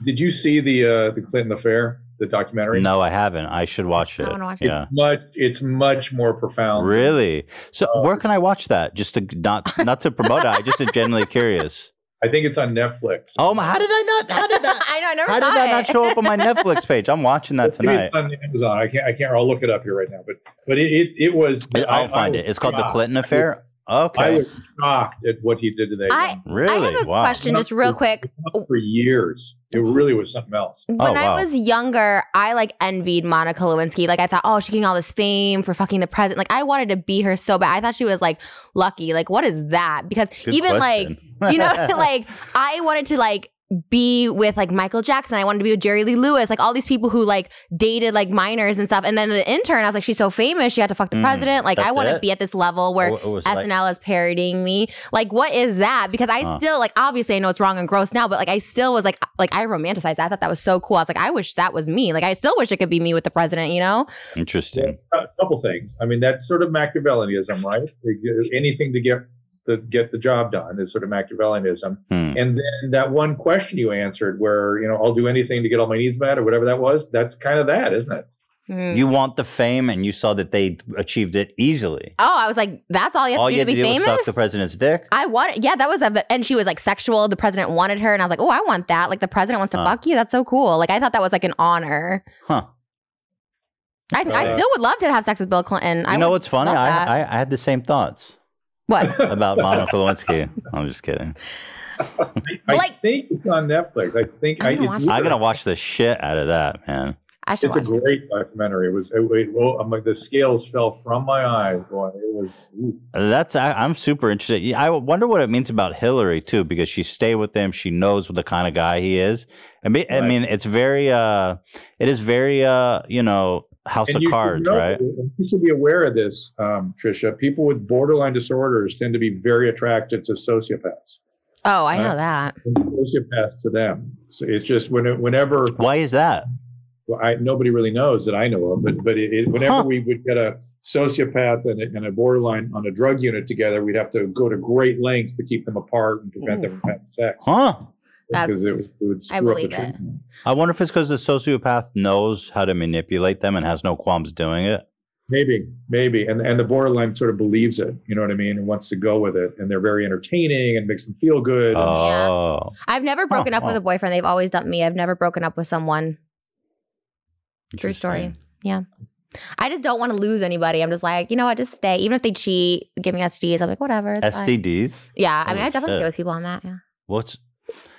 Speaker 4: did you see the uh the clinton affair the documentary
Speaker 1: No, I haven't. I should watch it.
Speaker 5: I wanna watch it.
Speaker 1: yeah.
Speaker 4: much it's much more profound
Speaker 1: Really? So
Speaker 2: Oh.
Speaker 4: Uh,
Speaker 1: where can I watch that? Just to not not to promote it. I just am genuinely curious.
Speaker 4: i think it's on netflix
Speaker 1: Oh my! How did I not? How did that?
Speaker 2: I know. I never
Speaker 1: How did
Speaker 2: thought
Speaker 1: that not
Speaker 2: it.
Speaker 1: show up on my Netflix page? I'm watching that
Speaker 4: Maybe
Speaker 1: tonight.
Speaker 4: it's on amazon i can't i can't i'll look it up here right now but but it it, it was
Speaker 1: I'll find it. It's called the Clinton Affair.
Speaker 4: i
Speaker 1: Okay.
Speaker 4: was shocked at what he did today
Speaker 2: I-
Speaker 1: Really?
Speaker 2: I have a
Speaker 1: wow.
Speaker 2: question just real quick.
Speaker 4: for years it really was something else
Speaker 2: When
Speaker 1: Oh, wow.
Speaker 2: I was younger, I like envied Monica Lewinsky. Like I thought, oh, she's getting all this fame for fucking the president. Like I wanted to be her so bad. I thought she was like lucky. Like what is that? Because
Speaker 1: Good
Speaker 2: even like
Speaker 1: question.
Speaker 2: you know, like I wanted to like be with like Michael Jackson. I wanted to be with Jerry Lee Lewis, like all these people who like dated like minors and stuff. And then the intern, I was like, she's so famous, she had to fuck the
Speaker 1: Mm,
Speaker 2: president. Like I
Speaker 1: that's
Speaker 2: want to
Speaker 1: it?
Speaker 2: be at this level where
Speaker 1: What Oh, was like-
Speaker 2: SNL is parodying me. Like, what is that? Because I
Speaker 1: Huh.
Speaker 2: still like obviously I know it's wrong and gross now, but like I still was like like I romanticized. That. I thought that was so cool. I was like, I wish that was me. Like I still wish it could be me with the president. You know?
Speaker 1: Interesting.
Speaker 4: a couple things. I mean, that's sort of Machiavellianism, right? Anything to get the get the job done is sort of Machiavellianism.
Speaker 1: Hmm.
Speaker 4: And then that one question you answered, where you know I'll do anything to get all my needs met or whatever that was, that's kind of that, isn't it?
Speaker 2: Mm.
Speaker 1: You want the fame, and you saw that they achieved it easily.
Speaker 2: oh, I was like, that's all you have
Speaker 1: All
Speaker 2: to do
Speaker 1: you
Speaker 2: to
Speaker 1: had to do
Speaker 2: be
Speaker 1: was
Speaker 2: famous.
Speaker 1: suck the president's dick.
Speaker 2: I want, yeah, that was a, and she was like sexual. The president wanted her, and I was like, oh, I want that. Like the president wants to
Speaker 1: Huh.
Speaker 2: fuck you. That's so cool. Like I thought that was like an honor.
Speaker 1: Huh.
Speaker 2: I, I
Speaker 4: Uh,
Speaker 2: still would love to have sex with Bill Clinton.
Speaker 1: You
Speaker 2: I
Speaker 1: know
Speaker 2: would
Speaker 1: what's funny?
Speaker 2: love that.
Speaker 1: I, I I had the same thoughts
Speaker 2: what?
Speaker 1: about Monica Lewinsky. I'm just kidding.
Speaker 4: I
Speaker 2: Like-
Speaker 4: think it's on Netflix. I think I,
Speaker 2: I'm gonna
Speaker 4: it's
Speaker 2: watch
Speaker 1: I'm
Speaker 4: weird.
Speaker 1: gonna watch the shit out of that, man.
Speaker 2: I should.
Speaker 4: It's a
Speaker 2: watch.
Speaker 4: great documentary. It was. It, it, oh, I'm like the scales fell from my eyes. Boy, it was. ooh.
Speaker 1: That's I, I'm super interested. Yeah, I wonder what it means about Hillary too, because she stayed with him. She knows what the kind of guy he is. I mean, I
Speaker 4: Right.
Speaker 1: mean, it's very, uh, it is very, uh, you know, House
Speaker 4: And
Speaker 1: of
Speaker 4: you should
Speaker 1: Cards,
Speaker 4: know-
Speaker 1: right?
Speaker 4: You should be aware of this, um, Tricia. People with borderline disorders tend to be very attracted to sociopaths.
Speaker 2: Oh, I
Speaker 4: Uh,
Speaker 2: know that.
Speaker 4: and sociopaths to them. So it's just when it, whenever
Speaker 1: Why is that?
Speaker 4: well, I, nobody really knows that I know of, but but it, it, whenever
Speaker 1: Huh.
Speaker 4: we would get a sociopath and a, and a borderline on a drug unit together, we'd have to go to great lengths to keep them apart and prevent them from having sex
Speaker 1: Huh?
Speaker 4: because it, would- it would
Speaker 2: Mm. I
Speaker 4: screw up the
Speaker 2: believe it.
Speaker 4: treatment.
Speaker 1: I wonder if it's because the sociopath knows how to manipulate them and has no qualms doing it.
Speaker 4: Maybe, maybe, and and the borderline sort of believes it. You know what I mean? And wants to go with it, and they're very entertaining and makes them feel good.
Speaker 1: Oh,
Speaker 2: I've never broken up
Speaker 1: wow.
Speaker 2: with a boyfriend. They've always dumped me. I've never broken up with someone. True story.
Speaker 1: Interesting.
Speaker 2: I just don't want to lose anybody. I'm just like, you know what? Just stay. Even if they cheat, give me STDs. I'm like, whatever. It's fine.
Speaker 1: STDs.
Speaker 2: Yeah. I mean,
Speaker 1: Oh,
Speaker 2: I definitely
Speaker 1: shit.
Speaker 2: stay with people on that. Yeah.
Speaker 1: What's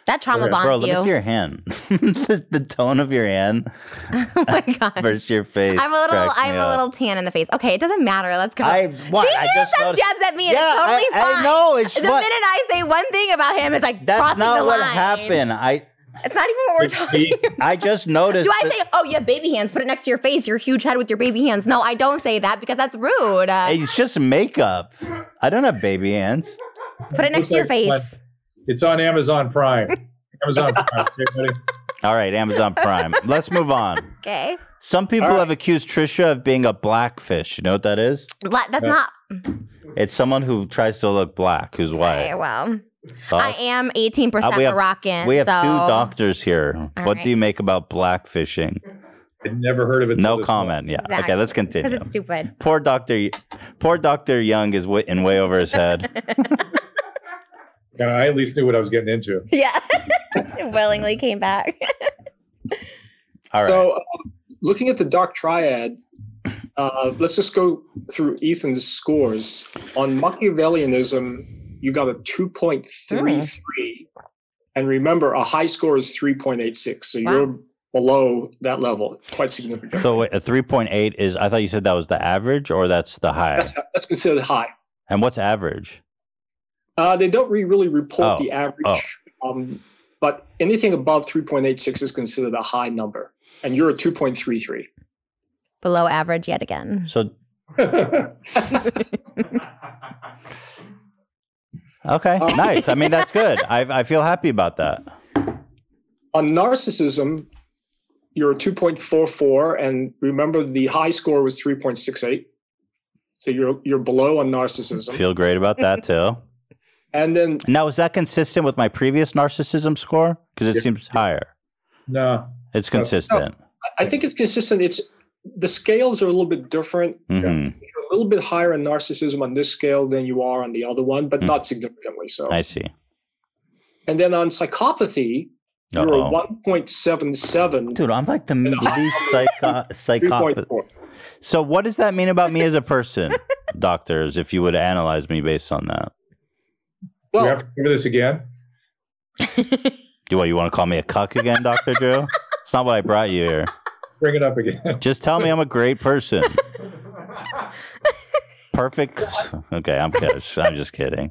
Speaker 2: That trauma
Speaker 4: Bro,
Speaker 2: bonds
Speaker 1: bro? Let me
Speaker 2: you.
Speaker 1: see your hand. the, the tone of your hand
Speaker 2: oh my god.
Speaker 1: versus your face.
Speaker 2: I'm a little.
Speaker 1: cracks me
Speaker 2: I'm a
Speaker 1: up.
Speaker 2: little tan in the face. Okay, it doesn't matter. Let's go.
Speaker 1: I what?
Speaker 2: See,
Speaker 1: I
Speaker 2: he
Speaker 1: just
Speaker 2: just
Speaker 1: noticed-
Speaker 2: jabs at me. And
Speaker 1: yeah,
Speaker 2: it's totally
Speaker 1: I,
Speaker 2: fine.
Speaker 1: I know it's
Speaker 2: the
Speaker 1: fun.
Speaker 2: minute I say one thing about him, it's like
Speaker 1: That's
Speaker 2: crossing
Speaker 1: not
Speaker 2: the
Speaker 1: what
Speaker 2: line.
Speaker 1: happened. I
Speaker 2: It's not even what we're talking. about.
Speaker 1: I just noticed.
Speaker 2: Do I
Speaker 1: that-
Speaker 2: say, oh, you have baby hands? Put it next to your face. Your huge head with your baby hands. No, I don't say that because that's rude. Uh,
Speaker 1: it's just makeup? I don't have baby hands.
Speaker 2: put it next to your
Speaker 4: looks like
Speaker 2: face.
Speaker 4: It's on Amazon Prime. Amazon Prime. everybody.
Speaker 1: All right, Amazon Prime. Let's move on.
Speaker 2: Okay.
Speaker 1: Some people
Speaker 3: All right.
Speaker 1: have accused Trisha of being a blackfish. You know what that is?
Speaker 2: La- That's
Speaker 4: Yeah.
Speaker 2: not.
Speaker 3: Mm-hmm.
Speaker 1: It's someone who tries to look black, who's white.
Speaker 2: Okay, well,
Speaker 1: Thoughts?
Speaker 2: I am 18%
Speaker 1: Uh, we have-
Speaker 2: Moroccan.
Speaker 1: we have
Speaker 2: so
Speaker 1: two doctors here.
Speaker 2: All
Speaker 1: what
Speaker 2: right.
Speaker 1: do you make about blackfishing?
Speaker 4: I'd never heard of it. till
Speaker 1: No
Speaker 4: this
Speaker 1: comment. Yeah. Okay,
Speaker 2: Exactly.
Speaker 1: let's
Speaker 2: Because
Speaker 1: continue.
Speaker 2: it's stupid.
Speaker 1: Poor doctor. Poor Doctor Young is w- in way over his head.
Speaker 4: moment. Yeah, I at least knew what I was getting into.
Speaker 2: Yeah. Willingly came back.
Speaker 1: All right.
Speaker 3: So, uh, looking at the dark triad, uh, let's just go through Ethan's scores. On Machiavellianism, you got a 2.33. And remember, a high score is 3.86. So
Speaker 2: Wow.
Speaker 3: you're below that level, quite significantly.
Speaker 1: So wait, a 3.8 is I thought you said that was the average or that's the high.
Speaker 3: that's, that's considered high.
Speaker 1: and what's average?
Speaker 3: Uh, they don't re- really report
Speaker 1: Oh,
Speaker 3: the
Speaker 1: oh.
Speaker 3: average, um, but anything above 3.86 is considered a high number. And you're a 2.33.
Speaker 2: Below average yet again.
Speaker 1: So okay,
Speaker 3: Uh,
Speaker 1: nice. I mean that's good. I I feel happy about that.
Speaker 3: On narcissism, you're a 2.44, and remember the high score was 3.68. So you're you're below on narcissism.
Speaker 1: Feel great about that too.
Speaker 3: and then
Speaker 1: Now is that consistent with my previous narcissism score? Because it
Speaker 4: Yeah.
Speaker 1: seems higher.
Speaker 4: no.
Speaker 1: It's consistent.
Speaker 3: I think it's consistent. It's the scales are a little bit different.
Speaker 1: hmm
Speaker 3: You're a little bit higher in narcissism on this scale than you are on the other one, but
Speaker 1: Mm.
Speaker 3: not significantly so.
Speaker 1: I see.
Speaker 3: And then on psychopathy, you're a
Speaker 1: Uh-oh.
Speaker 3: 1.77.
Speaker 1: Dude, I'm like the least psycho- psychopath.
Speaker 3: 3.4.
Speaker 1: So, what does that mean about me as a person, doctors? If you would analyze me based on that,
Speaker 4: we
Speaker 3: Well,
Speaker 4: have to cover this again.
Speaker 1: do what you want to call me a cuck again, Doctor Drew? It's not what I brought you here.
Speaker 4: Bring it up again.
Speaker 1: Just tell me I'm a great person. Perfect. Okay, I'm kidding. I'm just kidding.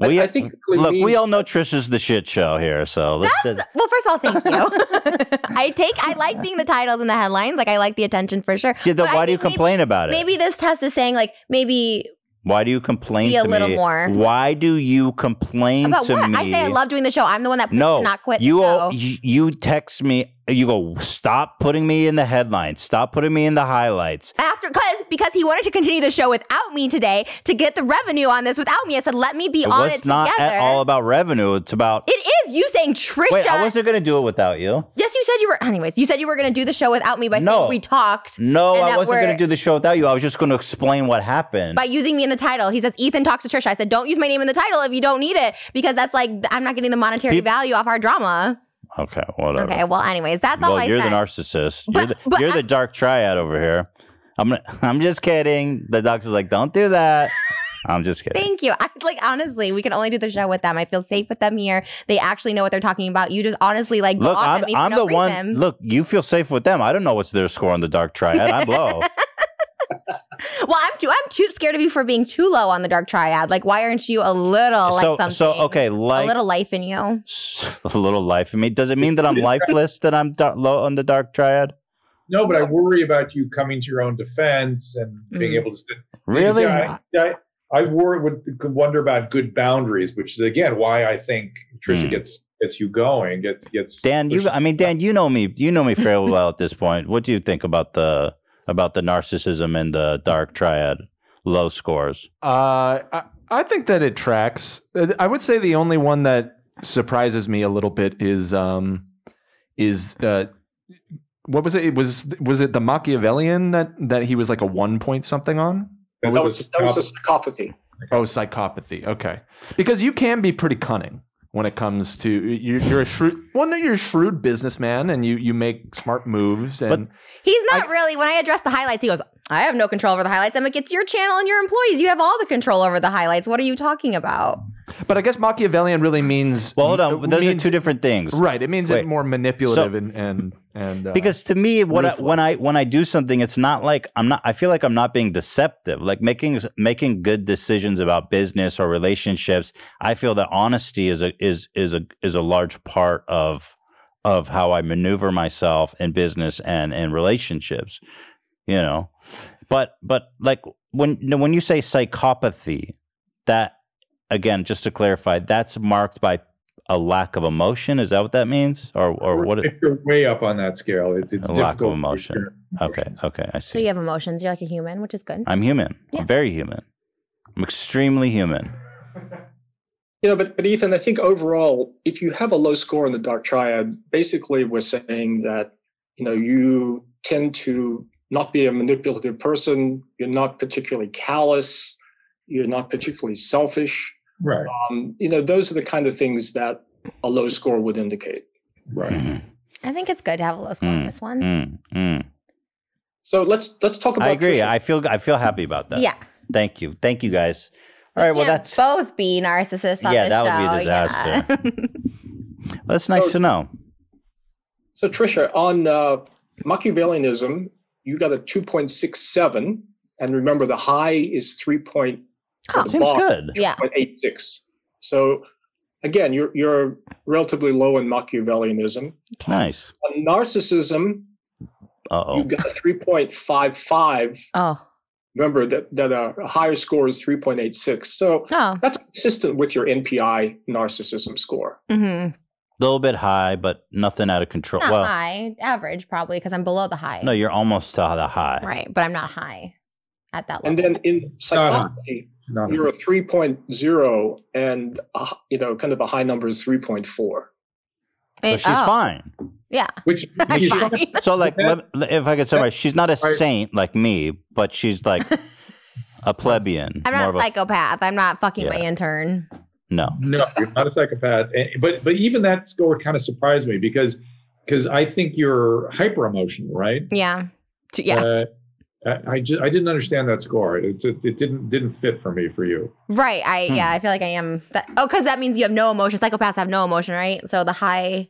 Speaker 3: I-
Speaker 1: We
Speaker 3: I think it really
Speaker 1: look. We
Speaker 3: means-
Speaker 1: all know Trisha's the shit show here, so let's,
Speaker 2: Well, first of all, thank you. I take, I like being the titles and the headlines. Like, I like the attention for sure.
Speaker 1: Yeah, then
Speaker 2: But I
Speaker 1: why do you
Speaker 2: think maybe-
Speaker 1: complain about it?
Speaker 2: Maybe this test is saying, like, maybe
Speaker 1: why do you complain
Speaker 2: Be a
Speaker 1: to
Speaker 2: little
Speaker 1: me?
Speaker 2: more.
Speaker 1: Why do you complain
Speaker 2: about
Speaker 1: to
Speaker 2: what?
Speaker 1: me?
Speaker 2: I say I love doing the show. I'm the one that pushed
Speaker 1: No,
Speaker 2: to not quit.
Speaker 1: You,
Speaker 2: so.
Speaker 1: all, you you text me. You go stop putting me in the headlines. Stop putting me in the highlights.
Speaker 2: after because because he wanted to continue the show without me today to get the revenue on this without me. I said, let me be
Speaker 1: It
Speaker 2: on
Speaker 1: was
Speaker 2: it
Speaker 1: not
Speaker 2: together.
Speaker 1: at all about revenue. It's about
Speaker 2: it is you saying Trisha.
Speaker 1: wait. I wasn't gonna do it without you.
Speaker 2: yes, you said you were. Anyways, you said you were going to do the show without me by
Speaker 1: No.
Speaker 2: saying we talked
Speaker 1: No,
Speaker 2: And
Speaker 1: I
Speaker 2: that
Speaker 1: wasn't
Speaker 2: we're-
Speaker 1: gonna do the show without you. I was just gonna explain what happened.
Speaker 2: by using me in the title. He says Ethan talks to Trisha. I said, don't use my name in the title if you don't need it because that's like I'm not getting the monetary
Speaker 1: Peop-
Speaker 2: value off our drama.
Speaker 1: okay, whatever.
Speaker 2: Okay. Well, anyways, that's all
Speaker 1: well,
Speaker 2: I
Speaker 1: you're
Speaker 2: said.
Speaker 1: the narcissist. you're
Speaker 2: But-
Speaker 1: the,
Speaker 2: but
Speaker 1: you're
Speaker 2: I-
Speaker 1: the dark triad over here. I'm gonna, I'm just kidding. The doctor's like, don't do that. I'm just kidding.
Speaker 2: Thank you. I like honestly, we can only do the show with them. I feel safe with them here. They actually know what they're talking about. You just honestly like go
Speaker 1: Look,
Speaker 2: off
Speaker 1: I'm,
Speaker 2: at me for
Speaker 1: I'm
Speaker 2: no
Speaker 1: the one.
Speaker 2: reason.
Speaker 1: Look, you feel safe with them. I don't know what's their score on the dark triad. I'm low.
Speaker 2: Well, I'm too I'm too scared of you for being too low on the dark triad. Like, why aren't you a little
Speaker 1: so,
Speaker 2: like something?
Speaker 1: so okay,
Speaker 2: a
Speaker 1: like
Speaker 2: little life in you.
Speaker 1: a little life in me. Does it mean that I'm lifeless? That I'm dar- low on the dark triad?
Speaker 4: No, but I worry about you coming to your own defense and being
Speaker 2: Mm.
Speaker 4: able to sit
Speaker 1: Really?
Speaker 4: Yeah, I, I, I wor- would wonder about good boundaries, which is again why I think Trisha
Speaker 1: Hmm.
Speaker 4: gets gets you going, gets gets.
Speaker 1: Dan, you
Speaker 4: pushes-
Speaker 1: I mean Dan, you know me you know me fairly well at this point. What do you think about the about the narcissism and the dark triad low scores?
Speaker 6: Uh, I, I think that it tracks. Uh, I would say the only one that surprises me a little bit is um, is uh, what was it? it? Was was it the Machiavellian that that he was like a one point something on?
Speaker 4: that
Speaker 3: that
Speaker 4: was
Speaker 3: was,
Speaker 4: a
Speaker 3: that was
Speaker 4: stop-
Speaker 3: a psychopathy.
Speaker 6: Oh, psychopathy. Okay, because you can be pretty cunning when it comes to you're, you're a shrewd. Well, no, you're a shrewd businessman, and you you make smart moves. And
Speaker 2: He's not really. When I address the highlights, he goes, "I have no control over the highlights." I'm like, "It's your channel and your employees. You have all the control over the highlights. What are you talking about?"
Speaker 6: but I guess Machiavellian really means
Speaker 1: Well, hold on. Those
Speaker 6: means-
Speaker 1: are two different things.
Speaker 6: Right. It means
Speaker 1: Wait.
Speaker 6: it more manipulative and and and uh,
Speaker 1: Because to me, what I,
Speaker 6: Ruthless.
Speaker 1: when I when I do something, it's not like I'm not. I feel like I'm not being deceptive. Like making making good decisions about business or relationships. I feel that honesty is a is is a is a large part of of how I maneuver myself in business and in relationships, you know. But but like when when you say psychopathy, that again, just to clarify, that's marked by a lack of emotion. Is that what that means, or or what?
Speaker 4: If you're way up on that scale, it, it's
Speaker 1: A
Speaker 4: difficult
Speaker 1: lack of
Speaker 4: to
Speaker 1: emotion.
Speaker 4: share
Speaker 1: Okay, okay, I see.
Speaker 2: So you have emotions. You're like a human, which is good.
Speaker 1: I'm human.
Speaker 2: Yeah.
Speaker 1: I'm very human. I'm extremely human.
Speaker 3: You know, but, but Ethan, I think overall, if you have a low score in the dark triad, basically we're saying that, you know, you tend to not be a manipulative person. You're not particularly callous. You're not particularly selfish.
Speaker 4: Right,
Speaker 3: Um, you know, those are the kind of things that a low score would indicate.
Speaker 4: right.
Speaker 2: I think it's good to have a low score on
Speaker 1: Mm.
Speaker 2: this one.
Speaker 1: Mm, mm.
Speaker 3: So let's let's talk about.
Speaker 1: I agree.
Speaker 3: Trisha.
Speaker 1: I feel I feel happy about that.
Speaker 2: Yeah.
Speaker 1: Thank you. Thank you guys. All right. Well,
Speaker 2: Can't
Speaker 1: that's
Speaker 2: both be narcissists on
Speaker 1: Yeah,
Speaker 2: the
Speaker 1: that would be a
Speaker 2: show. would be disaster.
Speaker 1: that's nice
Speaker 3: So-
Speaker 1: to know.
Speaker 3: So Trisha, on uh, Machiavellianism, you got a two point six seven, and remember the high is three point
Speaker 2: Oh.
Speaker 1: Ah, Seems
Speaker 3: bar-
Speaker 1: good.
Speaker 2: yeah.
Speaker 3: 0.86. So again, you're you're relatively low in Machiavellianism.
Speaker 1: Nice.
Speaker 3: On narcissism,
Speaker 1: Uh oh.
Speaker 3: you got a 3.55.
Speaker 2: Oh.
Speaker 3: Remember that that a higher score is 3.86. So
Speaker 2: Oh.
Speaker 3: that's consistent with your NPI narcissism score.
Speaker 2: Mm-hmm.
Speaker 1: A little bit high, but nothing out of control.
Speaker 2: Not
Speaker 1: Oh, well,
Speaker 2: high. Average probably because I'm below the high.
Speaker 1: no, you're almost to the high.
Speaker 2: Right. But I'm not high at that level.
Speaker 3: And then in psychology,
Speaker 4: Not
Speaker 3: you're a 3.0, and a, h- you know, kind of a high number is 3.4.
Speaker 1: So
Speaker 2: It-
Speaker 1: she's
Speaker 2: oh,
Speaker 1: fine.
Speaker 2: Yeah.
Speaker 4: Which
Speaker 2: I'm
Speaker 4: is-
Speaker 2: fine.
Speaker 1: So like,
Speaker 4: Yeah.
Speaker 1: let- if I could summarize, she's not a
Speaker 4: Right.
Speaker 1: saint like me, but she's like a plebeian.
Speaker 2: I'm not
Speaker 1: more
Speaker 2: a
Speaker 1: of
Speaker 2: psychopath. I'm not fucking my
Speaker 1: Yeah.
Speaker 2: intern.
Speaker 1: no.
Speaker 4: no, you're not a psychopath. Eh, But but even that score kind of surprised me because because I think you're hyper emotional, right?
Speaker 2: Yeah. T- Yeah.
Speaker 4: Uh, I, I just I didn't understand that score. It, it, it didn't didn't fit for me for you.
Speaker 2: right. I
Speaker 1: hmm.
Speaker 2: yeah, I feel like I am that, oh, because that means you have no emotion. Psychopaths have no emotion, right? So the high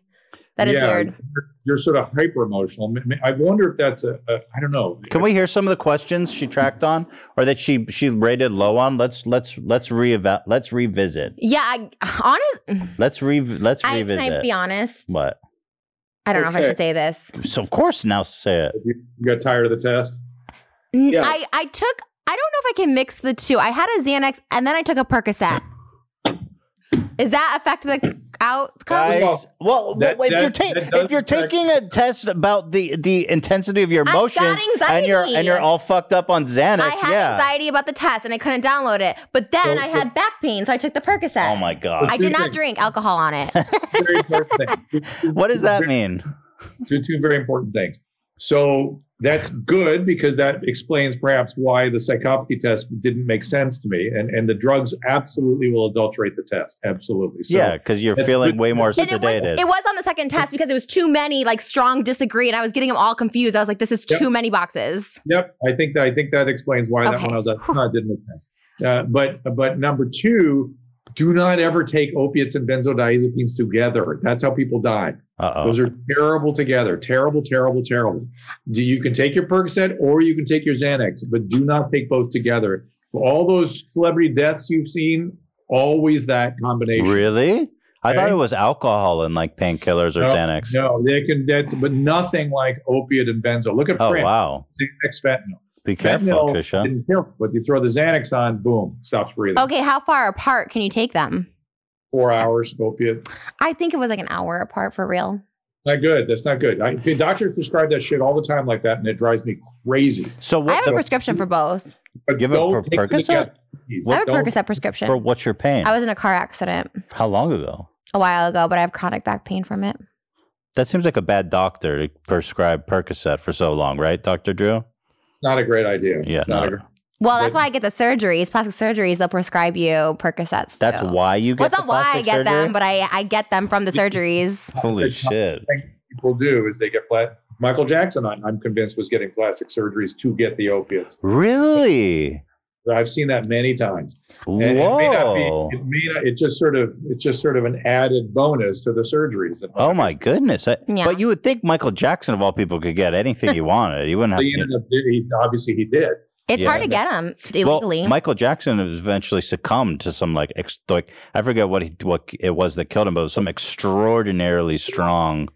Speaker 2: that is
Speaker 4: Yeah,
Speaker 2: weird.
Speaker 4: You're, you're sort of hyper emotional. I wonder if that's a, a I don't know.
Speaker 1: Can we hear some of the questions she tracked on, or that she she rated low on? Let's let's let's reeval let's revisit.
Speaker 2: Yeah, I honest
Speaker 1: Let's re let's
Speaker 2: I can
Speaker 1: revisit.
Speaker 2: I be honest?
Speaker 1: What?
Speaker 2: I don't know if I
Speaker 3: Okay.
Speaker 2: should say this.
Speaker 1: So of course now say it.
Speaker 4: You got tired of the test?
Speaker 2: N-
Speaker 3: Yeah.
Speaker 2: I, I took I don't know if I can mix the two. I had a Xanax and then I took a Percocet. Is that affect the outcome?
Speaker 1: Guys,
Speaker 4: Well,
Speaker 1: well,
Speaker 4: that-
Speaker 1: well, if
Speaker 4: that-
Speaker 1: you're, ta-
Speaker 4: that does
Speaker 1: if you're
Speaker 4: affect-
Speaker 1: taking a test about the, the intensity of your
Speaker 2: got
Speaker 1: emotions and you're and you're
Speaker 2: anxiety.
Speaker 1: all fucked up on Xanax,
Speaker 2: I had
Speaker 1: yeah.
Speaker 2: anxiety about the test and I couldn't download it. But then
Speaker 4: So-
Speaker 2: I had back pain, so I took the Percocet.
Speaker 1: Oh my god!
Speaker 2: I did not
Speaker 4: Interesting.
Speaker 2: drink alcohol on it.
Speaker 4: Very important thing.
Speaker 1: what does that mean?
Speaker 4: two two very important things. So that's good because that explains perhaps why the psychopathy test didn't make sense to me, and and the drugs absolutely will adulterate the test, absolutely. So,
Speaker 1: yeah, because you're
Speaker 4: That's
Speaker 1: feeling
Speaker 4: good-
Speaker 1: way more
Speaker 2: And it was,
Speaker 1: sedated.
Speaker 2: it was on the second test because it was too many like strong disagree and I was getting them all confused. I was like, this is
Speaker 4: Yep.
Speaker 2: too many boxes.
Speaker 4: Yep, I think that I think that explains why that
Speaker 2: Okay.
Speaker 4: one I was like, no, it didn't make sense. Uh, but but number two, do not ever take opiates and benzodiazepines together. That's how people die.
Speaker 1: Uh oh.
Speaker 4: Those are terrible together. Terrible, terrible, terrible. Do you can take your Percocet or you can take your Xanax, but do not take both together. All those celebrity deaths you've seen, always that combination.
Speaker 1: Really? I thought
Speaker 4: Okay.
Speaker 1: it was alcohol and like painkillers or
Speaker 4: No,
Speaker 1: Xanax.
Speaker 4: No, they can. That's but nothing like opiate and benzo. Look at
Speaker 1: oh
Speaker 4: France.
Speaker 1: wow!
Speaker 4: Xanax fentanyl.
Speaker 1: Be careful,
Speaker 4: fentanyl
Speaker 1: Trisha.
Speaker 4: didn't kill, but you throw the Xanax on, boom, stops breathing.
Speaker 2: Okay, how far apart can you take them?
Speaker 4: Four hours opiate.
Speaker 2: I think it was like an hour apart for real.
Speaker 4: Not good. That's not good. I, doctors prescribe that shit all the time like that, and it drives me crazy.
Speaker 1: So
Speaker 2: I
Speaker 1: what?
Speaker 2: have a
Speaker 1: The,
Speaker 2: prescription for both.
Speaker 4: But
Speaker 1: You have a
Speaker 4: don't
Speaker 1: Per-
Speaker 4: take them
Speaker 1: Percocet?
Speaker 4: together, please.
Speaker 2: I have a
Speaker 4: Don't-
Speaker 2: Percocet
Speaker 1: for
Speaker 2: prescription.
Speaker 1: what's your pain?
Speaker 2: I was in a car accident
Speaker 1: How long ago?
Speaker 2: a while ago, but I have chronic back pain from it.
Speaker 1: That seems like a bad doctor to prescribe Percocet for so long, right, Doctor Drew?
Speaker 4: not a great idea.
Speaker 1: Yeah,
Speaker 4: It's not
Speaker 1: no.
Speaker 4: a gr-
Speaker 2: Well, that's
Speaker 4: But-
Speaker 2: why I get the surgeries, plastic surgeries. They'll prescribe you Percocets.
Speaker 1: That's
Speaker 2: too.
Speaker 1: why you get.
Speaker 2: Well, it's
Speaker 1: the
Speaker 2: not why I
Speaker 1: plastic
Speaker 2: get
Speaker 1: surgery?
Speaker 2: them, but I I get them from the surgeries.
Speaker 1: Holy
Speaker 4: It's
Speaker 1: shit!
Speaker 4: people do is they get flat. Michael Jackson, I, I'm convinced, was getting plastic surgeries to get the opiates.
Speaker 1: Really?
Speaker 4: I've seen that many times.
Speaker 1: Whoa!
Speaker 4: And It may not be. It may not. It just sort of. It's just sort of an added bonus to the surgeries. that-
Speaker 1: Oh my goodness! I-
Speaker 2: Yeah.
Speaker 1: But you would think Michael Jackson of all people could get anything he wanted. He wouldn't
Speaker 4: So
Speaker 1: have.
Speaker 4: He
Speaker 1: to
Speaker 4: ended up. He, obviously, he did.
Speaker 2: It's
Speaker 1: Yeah.
Speaker 2: hard to get them
Speaker 1: Well,
Speaker 2: illegally.
Speaker 1: Michael Jackson eventually succumbed to some like ex- like I forget what he, what it was that killed him, but it was some extraordinarily strong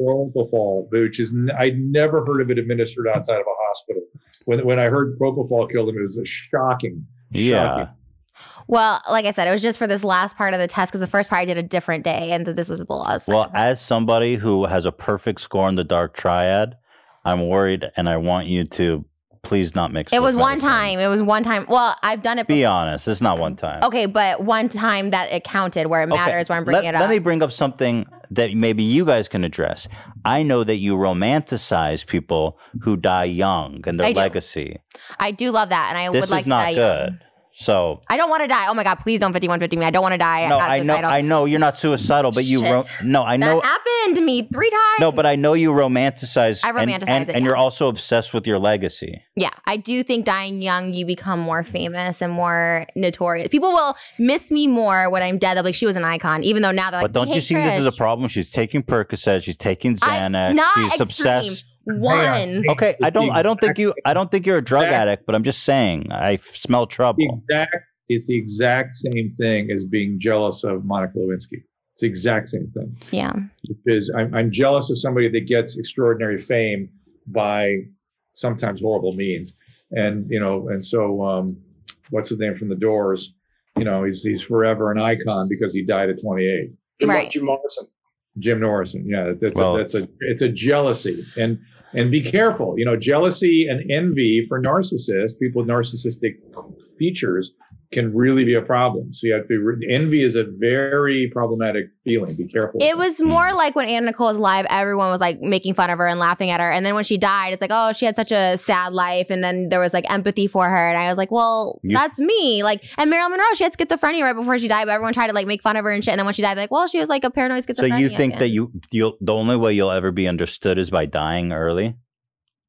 Speaker 4: propofol, which is n- I'd never heard of it administered outside of a hospital. When when I heard propofol killed him, it was a shocking.
Speaker 1: Yeah.
Speaker 4: shocking.
Speaker 2: Well, like I said, it was just for this last part of the test because the first part I did a different day, and th- this was the last.
Speaker 1: Well, as somebody who has a perfect score in the dark triad, I'm worried and I want you to please not mix
Speaker 2: it was
Speaker 1: with
Speaker 2: one
Speaker 1: medicine.
Speaker 2: time. It was one time. Well, I've done it.
Speaker 1: Be
Speaker 2: before.
Speaker 1: honest, it's not one time.
Speaker 2: Okay, but one time that it counted where it
Speaker 1: Okay,
Speaker 2: matters where I'm bringing
Speaker 1: let,
Speaker 2: it up.
Speaker 1: Let me bring up something that maybe you guys can address. I know that you romanticize people who die young and their
Speaker 2: I do.
Speaker 1: legacy.
Speaker 2: I do love that, and I
Speaker 1: This
Speaker 2: would
Speaker 1: is
Speaker 2: like
Speaker 1: not
Speaker 2: to die
Speaker 1: good.
Speaker 2: young.
Speaker 1: So
Speaker 2: I don't want to die. Oh my god, please don't 5150 me. I don't want to die.
Speaker 1: no,
Speaker 2: I'm not
Speaker 1: I know,
Speaker 2: suicidal.
Speaker 1: I know you're not suicidal, but you
Speaker 2: Shit.
Speaker 1: ro- no, I know.
Speaker 2: that happened to me three times.
Speaker 1: No, but I know you romanticize.
Speaker 2: I
Speaker 1: and,
Speaker 2: romanticize
Speaker 1: and,
Speaker 2: it,
Speaker 1: and you're
Speaker 2: yeah.
Speaker 1: also obsessed with your legacy.
Speaker 2: Yeah, I do think dying young, you become more famous and more notorious. People will miss me more when I'm dead. They'll be like, she was an icon, even though now they're like,
Speaker 1: but don't
Speaker 2: "Hey,
Speaker 1: you see this as a
Speaker 2: Trish."
Speaker 1: problem? She's taking Percocet. She's taking
Speaker 2: I'm
Speaker 1: Xanax.
Speaker 2: not
Speaker 1: she's
Speaker 2: extreme.
Speaker 1: obsessed.
Speaker 2: One.
Speaker 1: Okay, I
Speaker 4: It's
Speaker 1: don't.
Speaker 4: the
Speaker 1: I don't think
Speaker 4: exact
Speaker 1: you. I don't think you're a drug
Speaker 4: Exact-
Speaker 1: addict. But I'm just saying, I f- smell
Speaker 4: The
Speaker 1: trouble.
Speaker 4: exact it's the exact same thing as being jealous of Monica Lewinsky. It's the exact same thing.
Speaker 2: Yeah.
Speaker 4: Because I'm, I'm jealous of somebody that gets extraordinary fame by sometimes horrible means. And you know, and so um, what's his name from the Doors? You know, he's he's forever an icon because he died at 28.
Speaker 3: Jim,
Speaker 2: Right.
Speaker 3: Jim Morrison.
Speaker 4: Jim Norrison. Yeah, that- that's
Speaker 1: Well-
Speaker 4: a, that's a it's a jealousy and and be careful. You know, jealousy and envy for narcissists, people with narcissistic features, can really be a problem. So you have to be re- envy is a very problematic feeling. Be careful.
Speaker 2: It was
Speaker 1: Mm.
Speaker 2: more like when Anna Nicole was alive, everyone was like making fun of her and laughing at her. And then when she died, it's like, oh, she had such a sad life. And then there was like empathy for her. And I was like, well,
Speaker 1: You-
Speaker 2: that's me. Like, and Marilyn Monroe, she had schizophrenia right before she died, but everyone tried to like make fun of her and shit. And then when she died, like, well, she was like a paranoid schizophrenia.
Speaker 1: So you think
Speaker 2: again.
Speaker 1: that you you'll the only way you'll ever be understood is by dying early?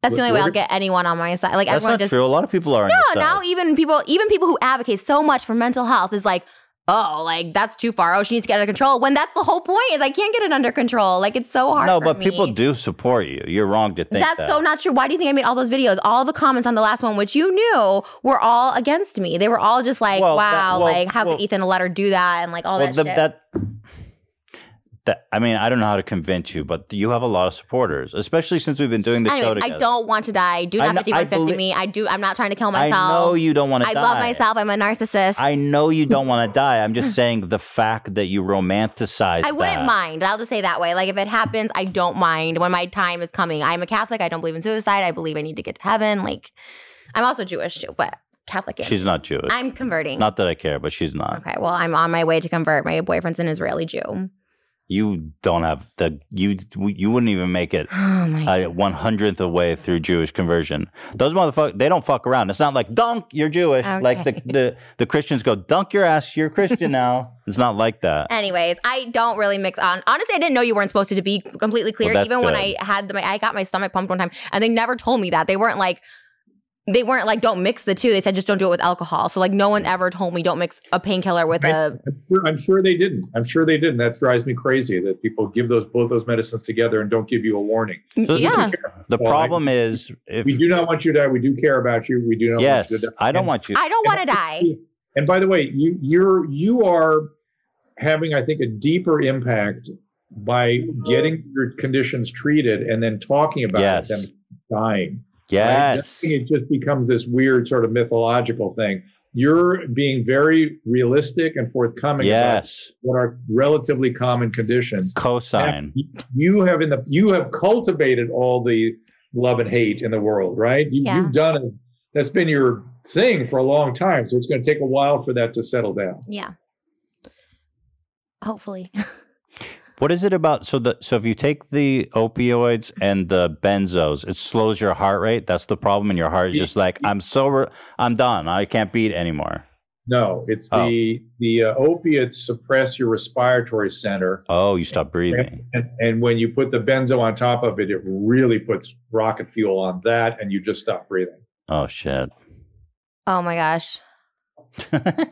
Speaker 2: that's the only way I'll
Speaker 4: Look-
Speaker 2: get anyone on my side? Like,
Speaker 1: That's
Speaker 2: everyone
Speaker 1: not
Speaker 2: just
Speaker 1: true. A lot of people are.
Speaker 2: No, now even people, even people who advocate so much for mental health is like, oh, like that's too far. Oh, she needs to get under control. When that's the whole point is I can't get it under control. Like it's so hard.
Speaker 1: No,
Speaker 2: for
Speaker 1: but
Speaker 2: me.
Speaker 1: people do support you. You're wrong to think
Speaker 2: That's
Speaker 1: that.
Speaker 2: so not true. Why do you think I made all those videos? All the comments on the last one, which you knew were all against me. They were all just like,
Speaker 1: Well, that-
Speaker 2: wow,
Speaker 1: well,
Speaker 2: like how
Speaker 1: well-
Speaker 2: could Ethan let her do that and like all
Speaker 1: well,
Speaker 2: that
Speaker 1: the-
Speaker 2: shit.
Speaker 1: that that I mean, I don't know how to convince you, but you have a lot of supporters, especially since we've been doing the show
Speaker 2: Anyways, I
Speaker 1: together.
Speaker 2: don't want to die. Do
Speaker 1: I
Speaker 2: not
Speaker 1: know-
Speaker 2: fifty one
Speaker 1: I belie-
Speaker 2: fifty me. I do. I'm not trying to kill
Speaker 1: I
Speaker 2: myself.
Speaker 1: know you don't want to.
Speaker 2: I love myself. I'm a narcissist. I,
Speaker 1: I know you don't want to die. I'm just saying the fact that you romanticize.
Speaker 2: wouldn't
Speaker 1: that-
Speaker 2: mind. I'll just say that way. Like if it happens, I don't mind when my time is coming. I'm a Catholic. I don't believe in suicide. I believe I need to get to heaven. Like I'm also Jewish too, but Catholic. is-
Speaker 1: She's not Jewish.
Speaker 2: I'm converting.
Speaker 1: not that I care, but she's not.
Speaker 2: okay. Well, I'm on my way to convert. My boyfriend's an Israeli Jew.
Speaker 1: You don't have the you. You wouldn't even make it
Speaker 2: Oh my
Speaker 1: a one hundredth of way through Jewish conversion. Those motherfuckers, they don't fuck around. It's not like dunk, you're Jewish. Like the,
Speaker 2: Okay.
Speaker 1: the the Christians go dunk your ass, you're Christian now. It's not like that.
Speaker 2: Anyways, I don't really mix on. Honestly, I didn't know you weren't supposed to, to be completely clear.
Speaker 1: Well, that's
Speaker 2: Even when
Speaker 1: good.
Speaker 2: I had the, I got my stomach pumped one time, and they never told me that. They weren't like, they weren't like, don't mix the two. They said just don't do it with alcohol. So like, no one ever told me don't mix a painkiller with a.
Speaker 4: I'm sure, I'm sure they didn't. I'm sure they didn't. That drives me crazy that people give those both those medicines together and don't give you a warning.
Speaker 1: So-
Speaker 2: yeah,
Speaker 1: The
Speaker 4: Well, I-
Speaker 1: problem is if
Speaker 4: We do not want you to die. We do care about you. We do not. want you
Speaker 1: yes,
Speaker 4: to die.
Speaker 1: I don't
Speaker 4: And-
Speaker 1: want you.
Speaker 2: I don't want to die.
Speaker 4: And by the way, you you're you are having, I think, a deeper impact by getting your conditions treated and then talking about
Speaker 1: Yes.
Speaker 4: them dying. right?
Speaker 1: yes,
Speaker 4: Nothing, It just becomes this weird sort of mythological thing. You're being very realistic and forthcoming about
Speaker 1: yes,
Speaker 4: what are relatively common conditions.
Speaker 1: cosine.
Speaker 4: You have in the you have cultivated all the love and hate in the world, right? You,
Speaker 2: Yeah.
Speaker 4: You've done it. That's been your thing for a long time. So it's going to take a while for that to settle down.
Speaker 2: Yeah. Hopefully,
Speaker 1: What is it about? So the so if you take the opioids and the benzos, it slows your heart rate. That's the problem, and your heart is just like I'm sober. I'm done. I can't beat anymore.
Speaker 4: No, it's
Speaker 1: Oh.
Speaker 4: the the uh, opiates suppress your respiratory center,
Speaker 1: Oh, you stop breathing.
Speaker 4: and, and when you put the benzo on top of it, it really puts rocket fuel on that, and you just stop breathing.
Speaker 1: Oh shit.
Speaker 2: oh my gosh.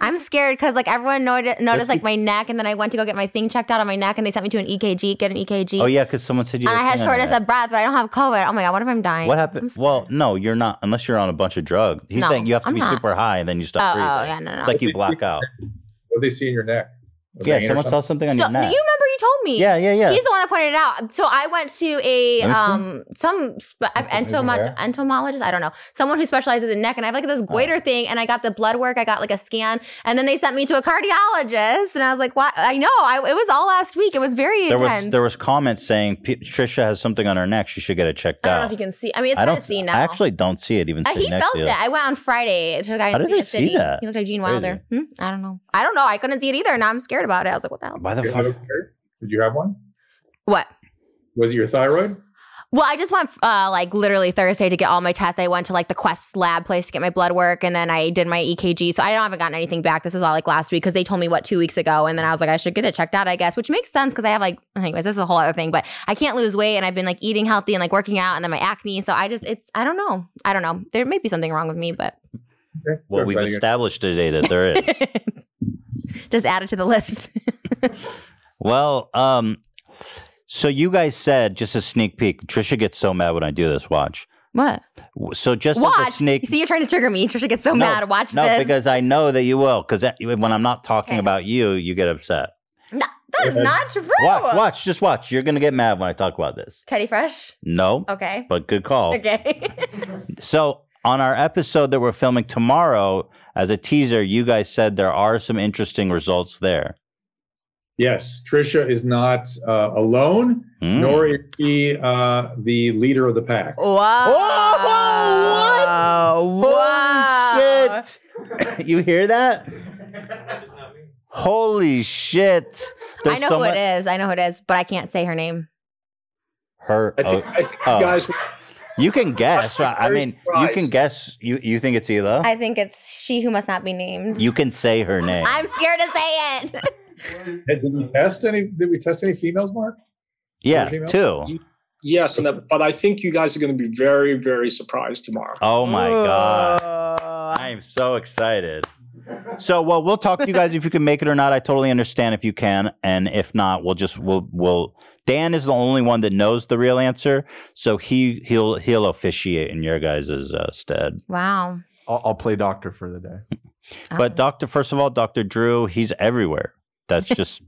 Speaker 2: I'm scared because like everyone noticed, noticed like my neck, and then I went to go get my thing checked out on my neck, and they sent me to an EKG, get an E EKG.
Speaker 1: Oh yeah, because someone said you.
Speaker 2: And I
Speaker 1: had
Speaker 2: had
Speaker 1: cancer.
Speaker 2: shortness of breath, but I don't have COVID. Oh my god, what if I'm dying?
Speaker 1: What
Speaker 2: I'm
Speaker 1: happened?
Speaker 2: scared.
Speaker 1: Well, no, you're not unless you're on a bunch of drugs. He's
Speaker 2: No,
Speaker 1: saying you have to
Speaker 2: I'm
Speaker 1: be
Speaker 2: not.
Speaker 1: super high and then you
Speaker 2: Oh,
Speaker 1: stop
Speaker 2: oh,
Speaker 1: breathing.
Speaker 2: yeah, no, no.
Speaker 1: It's like you black out.
Speaker 4: What do they see in your neck? A
Speaker 1: Yeah,
Speaker 4: vein or
Speaker 1: someone
Speaker 4: something?
Speaker 1: saw something on
Speaker 2: So,
Speaker 1: your neck.
Speaker 2: You remember you told me.
Speaker 1: Yeah, yeah, yeah.
Speaker 2: He's the one that pointed it out. So I went to a
Speaker 6: Winston?
Speaker 2: um some spe- entomo-
Speaker 4: there.
Speaker 2: entomologist. I don't know someone who specializes in neck, and I have like
Speaker 1: Oh.
Speaker 2: this goiter thing, and I got the blood work. I got like a scan, and then they sent me to a cardiologist, and I was like, "What? I know. I, it was all last week. It was very
Speaker 1: there was
Speaker 2: intense.
Speaker 1: there was comments saying P- Trisha has something on her neck. She should get it checked
Speaker 2: I don't know
Speaker 1: out.
Speaker 2: if you can see. I mean, it's
Speaker 1: I
Speaker 2: hard
Speaker 1: don't
Speaker 2: to see now.
Speaker 1: I actually don't see it even
Speaker 2: Uh,
Speaker 1: sitting
Speaker 2: he
Speaker 1: next
Speaker 2: felt
Speaker 1: to you.
Speaker 2: it. I went on Friday to a guy.
Speaker 1: How
Speaker 2: in
Speaker 1: did they
Speaker 2: Kansas
Speaker 1: see
Speaker 2: City.
Speaker 1: that?
Speaker 2: He looked like Gene
Speaker 1: Crazy.
Speaker 2: Wilder. Hmm? I don't know. I don't know. I couldn't see it either. Now I'm scared about it. I was like, what the hell?
Speaker 1: Why the
Speaker 4: Is that
Speaker 1: fuck?
Speaker 4: okay? Did you have one?
Speaker 2: What?
Speaker 4: Was it your thyroid?
Speaker 2: Well, I just went uh, like literally Thursday to get all my tests. I went to like the Quest lab place to get my blood work, and then I did my EKG. So I don't haven't gotten anything back. This was all like last week because they told me what two weeks ago, and then I was like, I should get it checked out, I guess, which makes sense because I have like, anyways, this is a whole other thing. But I can't lose weight, and I've been like eating healthy and like working out, and then my acne. So I just, it's, I don't know, I don't know. There may be something wrong with me, but
Speaker 4: Okay.
Speaker 1: Well, we've established today that there is.
Speaker 2: just add it to the list.
Speaker 1: Well, um, so you guys said just a sneak peek. Trisha gets so mad when I do this. Watch.
Speaker 2: what?
Speaker 1: W- So just as
Speaker 2: Watch.
Speaker 1: a sneak.
Speaker 2: You see, you're trying to trigger me. Trisha gets so
Speaker 1: No,
Speaker 2: mad. Watch
Speaker 1: no,
Speaker 2: this.
Speaker 1: because I know that you will. Because when I'm not talking
Speaker 2: Okay.
Speaker 1: about you, you get upset.
Speaker 2: that is not true.
Speaker 1: Watch, watch, just watch. You're gonna get mad when I talk about this.
Speaker 2: Teddy Fresh.
Speaker 1: No,
Speaker 2: Okay.
Speaker 1: but good call.
Speaker 2: Okay.
Speaker 1: So on our episode that we're filming tomorrow, as a teaser, you guys said there are some interesting results there.
Speaker 4: Yes, Trisha is not uh, alone,
Speaker 1: Mm.
Speaker 4: nor is she uh, the leader of the pack.
Speaker 2: Wow.
Speaker 1: Oh,
Speaker 2: Wow.
Speaker 1: Holy shit! you hear that? Holy shit! There's
Speaker 2: I know
Speaker 1: someone-
Speaker 2: who it is. I know who it is, but I can't say her name.
Speaker 1: Her.
Speaker 3: I think,
Speaker 1: oh,
Speaker 3: I think
Speaker 1: oh.
Speaker 3: you guys
Speaker 1: you can guess. right? I
Speaker 3: very
Speaker 1: mean, you can
Speaker 3: surprised.
Speaker 1: guess. You you think it's Ela?
Speaker 2: I think it's she who must not be named.
Speaker 1: you can say her name.
Speaker 2: I'm scared to say it.
Speaker 4: Did we test any? Did we test any females, Mark?
Speaker 1: yeah,
Speaker 4: Female?
Speaker 1: two.
Speaker 3: Yes, and that, but I think you guys are going to be very, very surprised tomorrow.
Speaker 1: Oh my god!
Speaker 2: god.
Speaker 1: I am so excited. So, well, we'll talk to you guys if you can make it or not. I totally understand if you can, and if not, we'll just we'll we'll. Dan is the only one that knows the real answer, so he he'll he'll officiate in your guys' uh, stead.
Speaker 2: Wow.
Speaker 6: I'll, I'll play doctor for the day.
Speaker 1: But Doctor, first of all, Doctor Drew, he's everywhere. That's just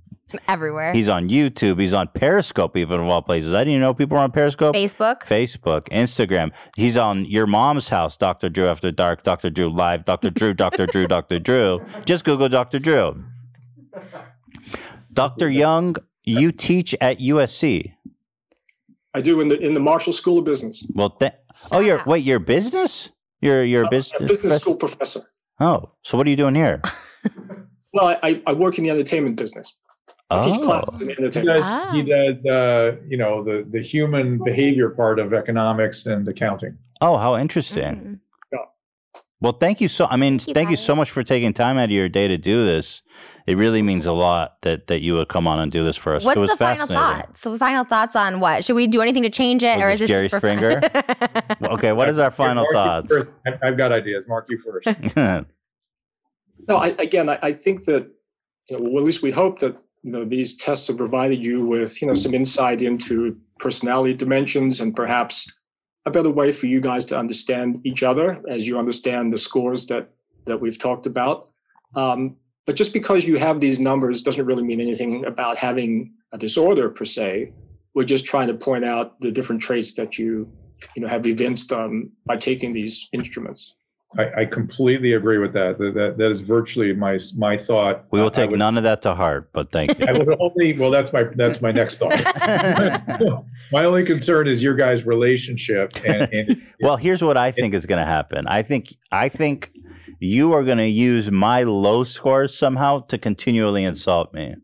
Speaker 2: everywhere.
Speaker 1: he's on YouTube, he's on Periscope, even of all places. I didn't even know people were on Periscope.
Speaker 2: Facebook.
Speaker 1: Facebook, Instagram. He's on your mom's house, Dr. Drew After Dark, Dr. Drew Live, Dr. Drew, Dr. Drew, Dr. Drew. Just Google Dr. Drew. Dr. Young, you teach at USC.
Speaker 3: I do in the in the Marshall School of Business.
Speaker 1: Well, th- oh, you're wait, your business? You're you're a business.
Speaker 3: I'm a Uh, business
Speaker 1: professor?
Speaker 3: school professor.
Speaker 1: Oh, so what are you doing here?
Speaker 3: Well, I, I work in the entertainment business. I
Speaker 1: oh.
Speaker 3: teach classes in
Speaker 4: He
Speaker 3: entertainment.
Speaker 4: does,
Speaker 2: Ah.
Speaker 4: he does uh, you know, the, the human behavior part of economics and accounting.
Speaker 1: oh, how interesting.
Speaker 2: Mm.
Speaker 1: Well, thank you so. I mean, thank
Speaker 2: you,
Speaker 1: you, so much for taking time out of your day to do this. It really means a lot that that you would come on and do this for us. it was
Speaker 2: What's the final
Speaker 1: fascinating.
Speaker 2: thoughts? So final thoughts on what? Should we do anything to change it,
Speaker 1: Was
Speaker 2: or
Speaker 1: this
Speaker 2: is this
Speaker 1: Jerry
Speaker 2: just for fun?
Speaker 1: Springer? Well, Okay, what is our final
Speaker 4: Mark, you
Speaker 1: thoughts?
Speaker 4: first. I've, I've got ideas. Mark, you first.
Speaker 3: No, I, again, I, I think that you know, well, at least we hope that you know these tests have provided you with you know some insight into personality dimensions and perhaps a better way for you guys to understand each other as you understand the scores that that we've talked about. Um, but just because you have these numbers doesn't really mean anything about having a disorder per se. We're just trying to point out the different traits that you you know have evinced um, by taking these instruments.
Speaker 4: I, I completely agree with that. That, that. that is virtually my my thought.
Speaker 1: we
Speaker 4: I
Speaker 1: will take
Speaker 4: would-
Speaker 1: none of that to heart, but thank you.
Speaker 4: I would only. Well, that's my that's my next thought. my only concern is your guys' relationship. And, and
Speaker 1: well, here's what I think is going to happen. I think I think you are going to use my low scores somehow to continually insult me.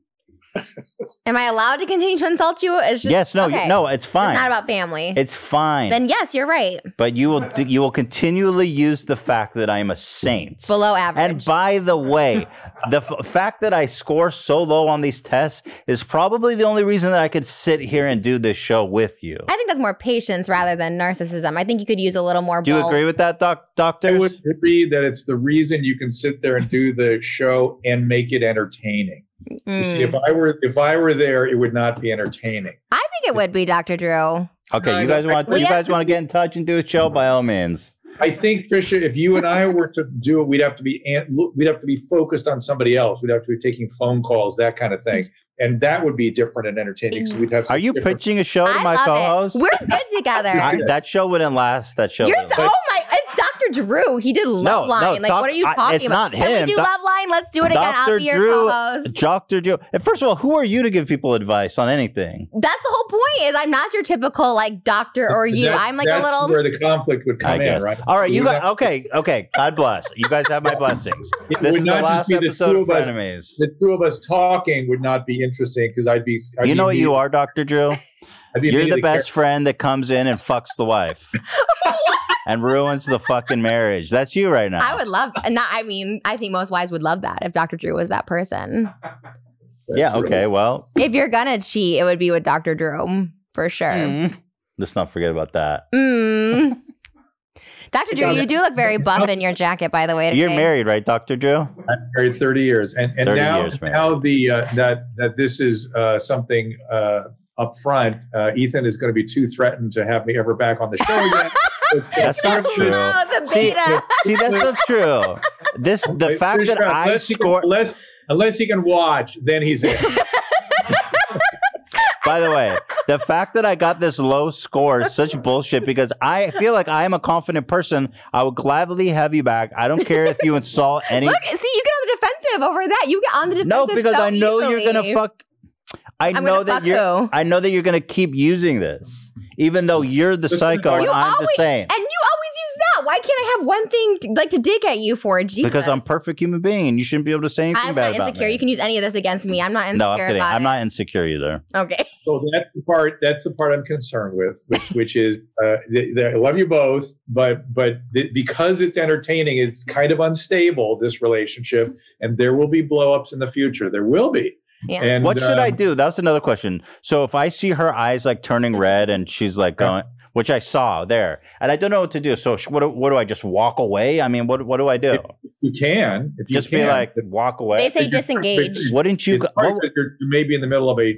Speaker 2: Am I allowed to continue to insult you? It's just,
Speaker 1: yes, no, you-
Speaker 2: okay.
Speaker 1: no, it's fine.
Speaker 2: It's not about family.
Speaker 1: It's fine.
Speaker 2: then yes, you're right.
Speaker 1: but you will you will continually use the fact that I am a saint.
Speaker 2: Below average.
Speaker 1: And by the way, the f- fact that I score so low on these tests is probably the only reason that I could sit here and do this show with you.
Speaker 2: I think that's more patience rather than narcissism. I think you could use a little more.
Speaker 1: Do you
Speaker 2: bold-
Speaker 1: agree with that, doc-
Speaker 4: I
Speaker 1: doctors?
Speaker 4: would agree that it's the reason you can sit there and do the show and make it entertaining. You see,
Speaker 1: Hmm.
Speaker 2: Mm.
Speaker 4: if I were if I were there, it would not be entertaining.
Speaker 2: I think it would be Dr. Drew.
Speaker 1: okay, you guys want
Speaker 2: Well,
Speaker 1: you
Speaker 2: yeah.
Speaker 1: guys want to get in touch and do a show by all means.
Speaker 4: I think Trisha, if you and I were to do it, we'd have to be an- look, we'd have to be focused on somebody else. We'd have to be taking phone calls, that kind of thing. and that would be different and entertaining because we'd have. some
Speaker 1: Are you
Speaker 4: different-
Speaker 1: pitching a show to
Speaker 2: I
Speaker 1: my
Speaker 2: love
Speaker 1: co-host?
Speaker 2: it. We're good together.
Speaker 1: I- that show wouldn't last. That show.
Speaker 2: You're
Speaker 1: wouldn't
Speaker 2: so, oh my! It's Dr. Drew. He did Love
Speaker 1: no,
Speaker 2: Line. like,
Speaker 1: doc-
Speaker 2: what are you
Speaker 1: I-
Speaker 2: talking
Speaker 1: it's
Speaker 2: about?
Speaker 1: not
Speaker 2: Can we
Speaker 1: him.
Speaker 2: do
Speaker 1: Doc-
Speaker 2: Love Line? Let's do it again. I'll
Speaker 1: Dr.
Speaker 2: be your
Speaker 1: Drew-
Speaker 2: co-host.
Speaker 1: Doctor Drew. And First of all, who are you to give people advice on anything?
Speaker 2: That's the whole point. Is I'm not your typical like doctor or you.
Speaker 4: That's-
Speaker 2: I'm like a
Speaker 4: that's
Speaker 2: little.
Speaker 4: where the conflict would
Speaker 1: I
Speaker 4: come in,
Speaker 1: guess.
Speaker 4: right?
Speaker 1: All right, you
Speaker 4: We
Speaker 1: guys.
Speaker 4: have-
Speaker 1: Okay, okay. God bless. You guys have my blessings.
Speaker 4: it
Speaker 1: This
Speaker 4: would
Speaker 1: is the
Speaker 4: not just
Speaker 1: last
Speaker 4: be two
Speaker 1: episode of
Speaker 4: of us-
Speaker 1: Frenemies.
Speaker 4: The two of us talking would not be interesting because I'd be. I'd
Speaker 1: You
Speaker 4: be
Speaker 1: know what
Speaker 4: me-
Speaker 1: you are, Doctor Drew.
Speaker 4: I'd be
Speaker 1: You're
Speaker 4: me
Speaker 1: the
Speaker 4: that
Speaker 1: best friend that comes in and fucks the wife and ruins the fucking marriage. That's you right now.
Speaker 2: I would love. Not. I mean, I think most wives would love that if Dr. Drew was that person.
Speaker 4: cares.
Speaker 1: yeah. Okay. Well,
Speaker 2: If you're gonna cheat, it would be with Dr. Drew for sure.
Speaker 1: mm, let's not forget about that.
Speaker 2: Mm. Dr. Drew,
Speaker 4: does-
Speaker 2: you do look very buff in your jacket, by the way.
Speaker 1: You're
Speaker 2: today.
Speaker 1: married, right, Doctor Drew?
Speaker 4: I'm married 30 years, and and
Speaker 1: 30
Speaker 4: now
Speaker 1: years married.
Speaker 4: now the uh, that that this is uh, something uh, up front. Uh, Ethan is going to be too threatened to have me ever back on the show. Yet. uh,
Speaker 1: That's not
Speaker 2: Oh,
Speaker 1: true.
Speaker 2: no, the
Speaker 1: See-
Speaker 2: beta.
Speaker 1: See, that's not true. This the
Speaker 4: Wait,
Speaker 1: fact
Speaker 4: finish
Speaker 1: that
Speaker 4: round.
Speaker 1: I
Speaker 4: unless
Speaker 1: score.
Speaker 4: he can, unless, unless he can watch, then he's in.
Speaker 1: By the way, the fact that I got this low score is such bullshit because I feel like I am a confident person. I would gladly have you back. I don't care if you insult any.
Speaker 2: Look, see, you get on the defensive over that. You get on the defensive.
Speaker 1: no, because
Speaker 2: so
Speaker 1: I know you're gonna
Speaker 2: easily.
Speaker 1: fuck. I
Speaker 2: I'm
Speaker 1: know
Speaker 2: gonna
Speaker 1: that
Speaker 2: fuck
Speaker 1: you're.
Speaker 2: who?
Speaker 1: I know that you're gonna keep using this, even though you're the
Speaker 4: Listen,
Speaker 1: psycho and
Speaker 2: You
Speaker 1: I'm the
Speaker 2: always-
Speaker 1: same.
Speaker 2: And you always use that. Why can't I have one thing to, like to dig at you for? Jesus.
Speaker 1: Because I'm a perfect human being, and you shouldn't be able to say anything
Speaker 2: I'm
Speaker 1: bad
Speaker 2: not
Speaker 1: about
Speaker 2: insecure.
Speaker 1: me.
Speaker 2: You can use any of this against me. I'm not insecure.
Speaker 1: no, I'm kidding.
Speaker 2: About
Speaker 1: I'm
Speaker 2: it.
Speaker 1: not insecure either.
Speaker 2: Okay.
Speaker 4: So that's the part. That's the part I'm concerned with, which, which is uh, th- th- I love you both, but but th- because it's entertaining, it's kind of unstable this relationship, and there will be blowups in the future. There will be.
Speaker 2: Yeah.
Speaker 4: And
Speaker 1: What should I
Speaker 4: um,
Speaker 1: do? That's another question. So if I see her eyes like turning red and she's like
Speaker 4: Yeah.
Speaker 1: going, which I saw there, and I don't know what to do. So sh- what? do- What do I just walk away? I mean, what? What do I do?
Speaker 4: You can if you
Speaker 1: just be
Speaker 4: can.
Speaker 1: like walk
Speaker 2: They
Speaker 1: away.
Speaker 2: say
Speaker 4: It just-
Speaker 2: disengage.
Speaker 1: Wouldn't you?
Speaker 4: It's
Speaker 1: go- oh.
Speaker 4: hard
Speaker 1: what-
Speaker 4: that you're, you're maybe in the middle of a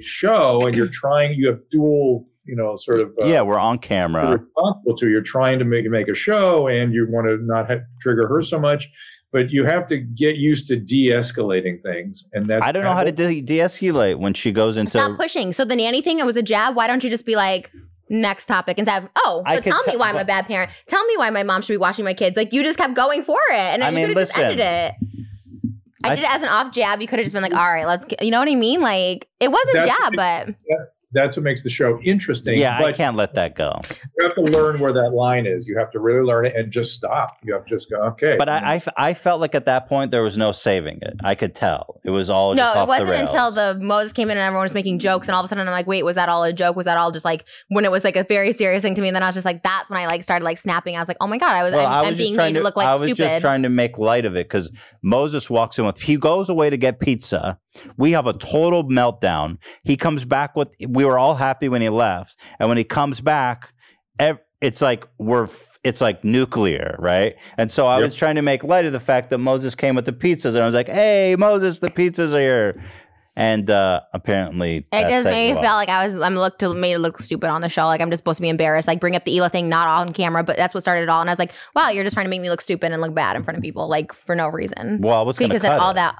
Speaker 4: show and you're trying. You have dual, you know, sort of. Uh,
Speaker 1: yeah, we're on
Speaker 4: you're
Speaker 1: camera.
Speaker 4: responsible to. You're trying to make make a show, and you want to not have, trigger her so much. But you have to get used to de-escalating things, and that's
Speaker 1: I don't know how to de- de-escalate when she goes
Speaker 2: Stop
Speaker 1: into.
Speaker 2: pushing. So the nanny thing, it was a jab. Why don't you just be like, next topic instead of, oh,
Speaker 1: I
Speaker 2: so
Speaker 1: could
Speaker 2: tell
Speaker 1: te-
Speaker 2: me why I'm
Speaker 1: but-
Speaker 2: a bad parent. Tell me why my mom should be watching my kids. Like you just kept going for it. And
Speaker 1: I
Speaker 2: you
Speaker 1: mean,
Speaker 2: could have just
Speaker 1: listen.
Speaker 2: ended it. I,
Speaker 1: I-
Speaker 2: did it as an off jab. You could have just been like, all right, let's get, you know what I mean? Like it was a
Speaker 4: That's-
Speaker 2: jab, but
Speaker 4: That's what makes the show interesting.
Speaker 1: Yeah, I
Speaker 4: but
Speaker 1: can't let that go.
Speaker 4: you have to learn where that line is. You have to really learn it and just stop. You have to just go, okay.
Speaker 1: But I, I f- I felt like at that point there was no saving it. I could tell it was all just
Speaker 2: no,
Speaker 1: off
Speaker 2: it wasn't
Speaker 1: the rails.
Speaker 2: until the Moses came in and everyone was making jokes, and all of a sudden I'm like, wait, was that all a joke? Was that all just like when it was like a very serious thing to me? And then I was just like, that's when I like started like snapping. I was like, oh my god, I was,
Speaker 1: Well,
Speaker 2: I'm,
Speaker 1: I
Speaker 2: I'm
Speaker 1: was just
Speaker 2: being
Speaker 1: trying to
Speaker 2: made to look like
Speaker 1: I was
Speaker 2: stupid.
Speaker 1: just trying to make light of it because Moses walks in with he goes away to get pizza. We have a total meltdown. He comes back with we were all happy when he left, and when he comes back, ev- it's like we're f- it's like nuclear, right? And so I
Speaker 4: Yep.
Speaker 1: was trying to make light of the fact that Moses came with the pizzas, and I was like, "Hey, Moses, the pizzas are here." And uh, apparently,
Speaker 2: it
Speaker 1: that
Speaker 2: just
Speaker 1: set
Speaker 2: made
Speaker 1: you
Speaker 2: me
Speaker 1: off.
Speaker 2: feel like I was I'm looked to made to look stupid on the show. Like I'm just supposed to be embarrassed. Like bring up the Ela thing not on camera, but that's what started it all. And I was like, wow, you're just trying to make me look stupid and look bad in front of people, like for no reason.
Speaker 1: well. I was going to
Speaker 2: because then
Speaker 1: cut
Speaker 2: all
Speaker 1: it.
Speaker 2: that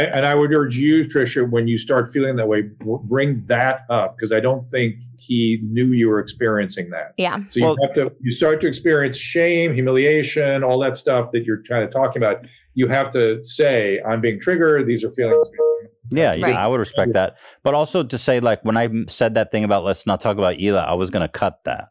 Speaker 4: I- and I would urge you, Trisha, when you start feeling that way, w- bring that up because I don't think he knew you were experiencing that.
Speaker 2: Yeah.
Speaker 4: So you
Speaker 1: Well-
Speaker 4: have to you start to experience shame, humiliation, all that stuff that you're trying to talk about. You have to say, "I'm being triggered. These are feelings."
Speaker 1: Yeah, yeah,
Speaker 2: Right.
Speaker 1: I would respect that. But also to say, like, when I m- said that thing about let's not talk about Ela, I was going to cut that.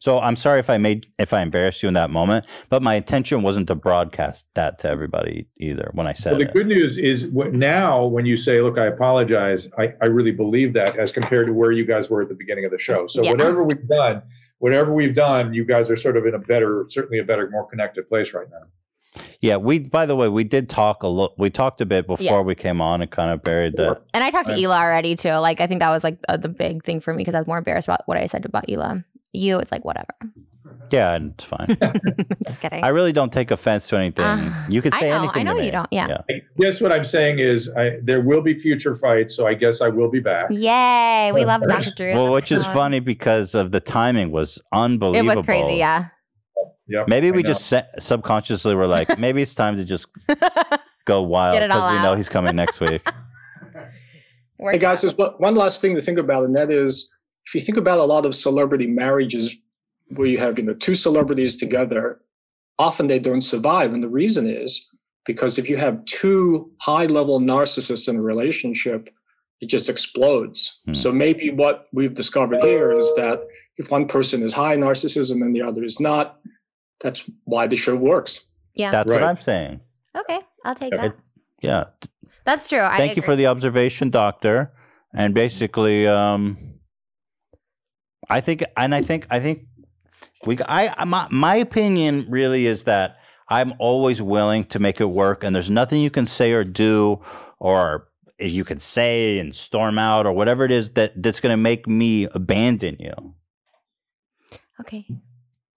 Speaker 1: So I'm sorry if I made if I embarrassed you in that moment, but my intention wasn't to broadcast that to everybody either when I
Speaker 4: Well,
Speaker 1: said
Speaker 4: the
Speaker 1: it.
Speaker 4: good news is what, now when you say, "Look, I apologize," I, I really believe that as compared to where you guys were at the beginning of the show. So
Speaker 2: Yeah.
Speaker 4: whatever we've done, whatever we've done, you guys are sort of in a better, certainly a better, more connected place right now.
Speaker 1: Yeah, we by the way, we did talk a little we talked a bit before
Speaker 2: Yeah.
Speaker 1: we came on and kind of buried that.
Speaker 2: and I talked to
Speaker 4: Right.
Speaker 2: Ela already too. Like I think that was like uh, the big thing for me because I was more embarrassed about what I said about Ela. You, it's like whatever.
Speaker 1: Yeah, and it's fine.
Speaker 2: Just kidding.
Speaker 1: I really don't take offense to anything.
Speaker 2: Uh,
Speaker 1: you could
Speaker 2: I
Speaker 1: say
Speaker 2: know,
Speaker 1: anything.
Speaker 2: I know
Speaker 1: to
Speaker 2: you
Speaker 1: me.
Speaker 2: don't, yeah.
Speaker 4: I guess what I'm saying is I, there will be future fights, so I guess I will be back.
Speaker 2: Mm-hmm. Yay. We love Dr. Drew.
Speaker 1: Well, which is
Speaker 2: Um,
Speaker 1: funny because of the timing was unbelievable.
Speaker 2: It was crazy, yeah.
Speaker 4: Yep,
Speaker 1: Maybe
Speaker 4: I
Speaker 1: we
Speaker 4: know.
Speaker 1: just se- subconsciously were like, maybe it's time to just go wild
Speaker 2: Get it all
Speaker 1: because we know
Speaker 2: out.
Speaker 1: he's coming next week.
Speaker 5: Work
Speaker 3: Hey guys,
Speaker 5: out.
Speaker 3: there's one one last thing to think about, and that is if you think about a lot of celebrity marriages where you have you know two celebrities together, often they don't survive, and the reason is because if you have two high-level narcissists in a relationship, it just explodes.
Speaker 1: Hmm.
Speaker 3: So maybe what we've discovered here is that if one person is high in narcissism and the other is not, that's why the show works.
Speaker 5: yeah.
Speaker 1: That's
Speaker 4: Right.
Speaker 1: what I'm saying.
Speaker 5: okay, I'll take
Speaker 4: Yeah.
Speaker 5: that.
Speaker 1: Yeah.
Speaker 5: That's true. I
Speaker 1: Thank you for
Speaker 5: agree.
Speaker 1: the observation, doctor. And basically, um, I think, and I think, I think we, I, my, my opinion really is that I'm always willing to make it work, and there's nothing you can say or do, or you can say and storm out or whatever it is that that's going to make me abandon you.
Speaker 5: okay.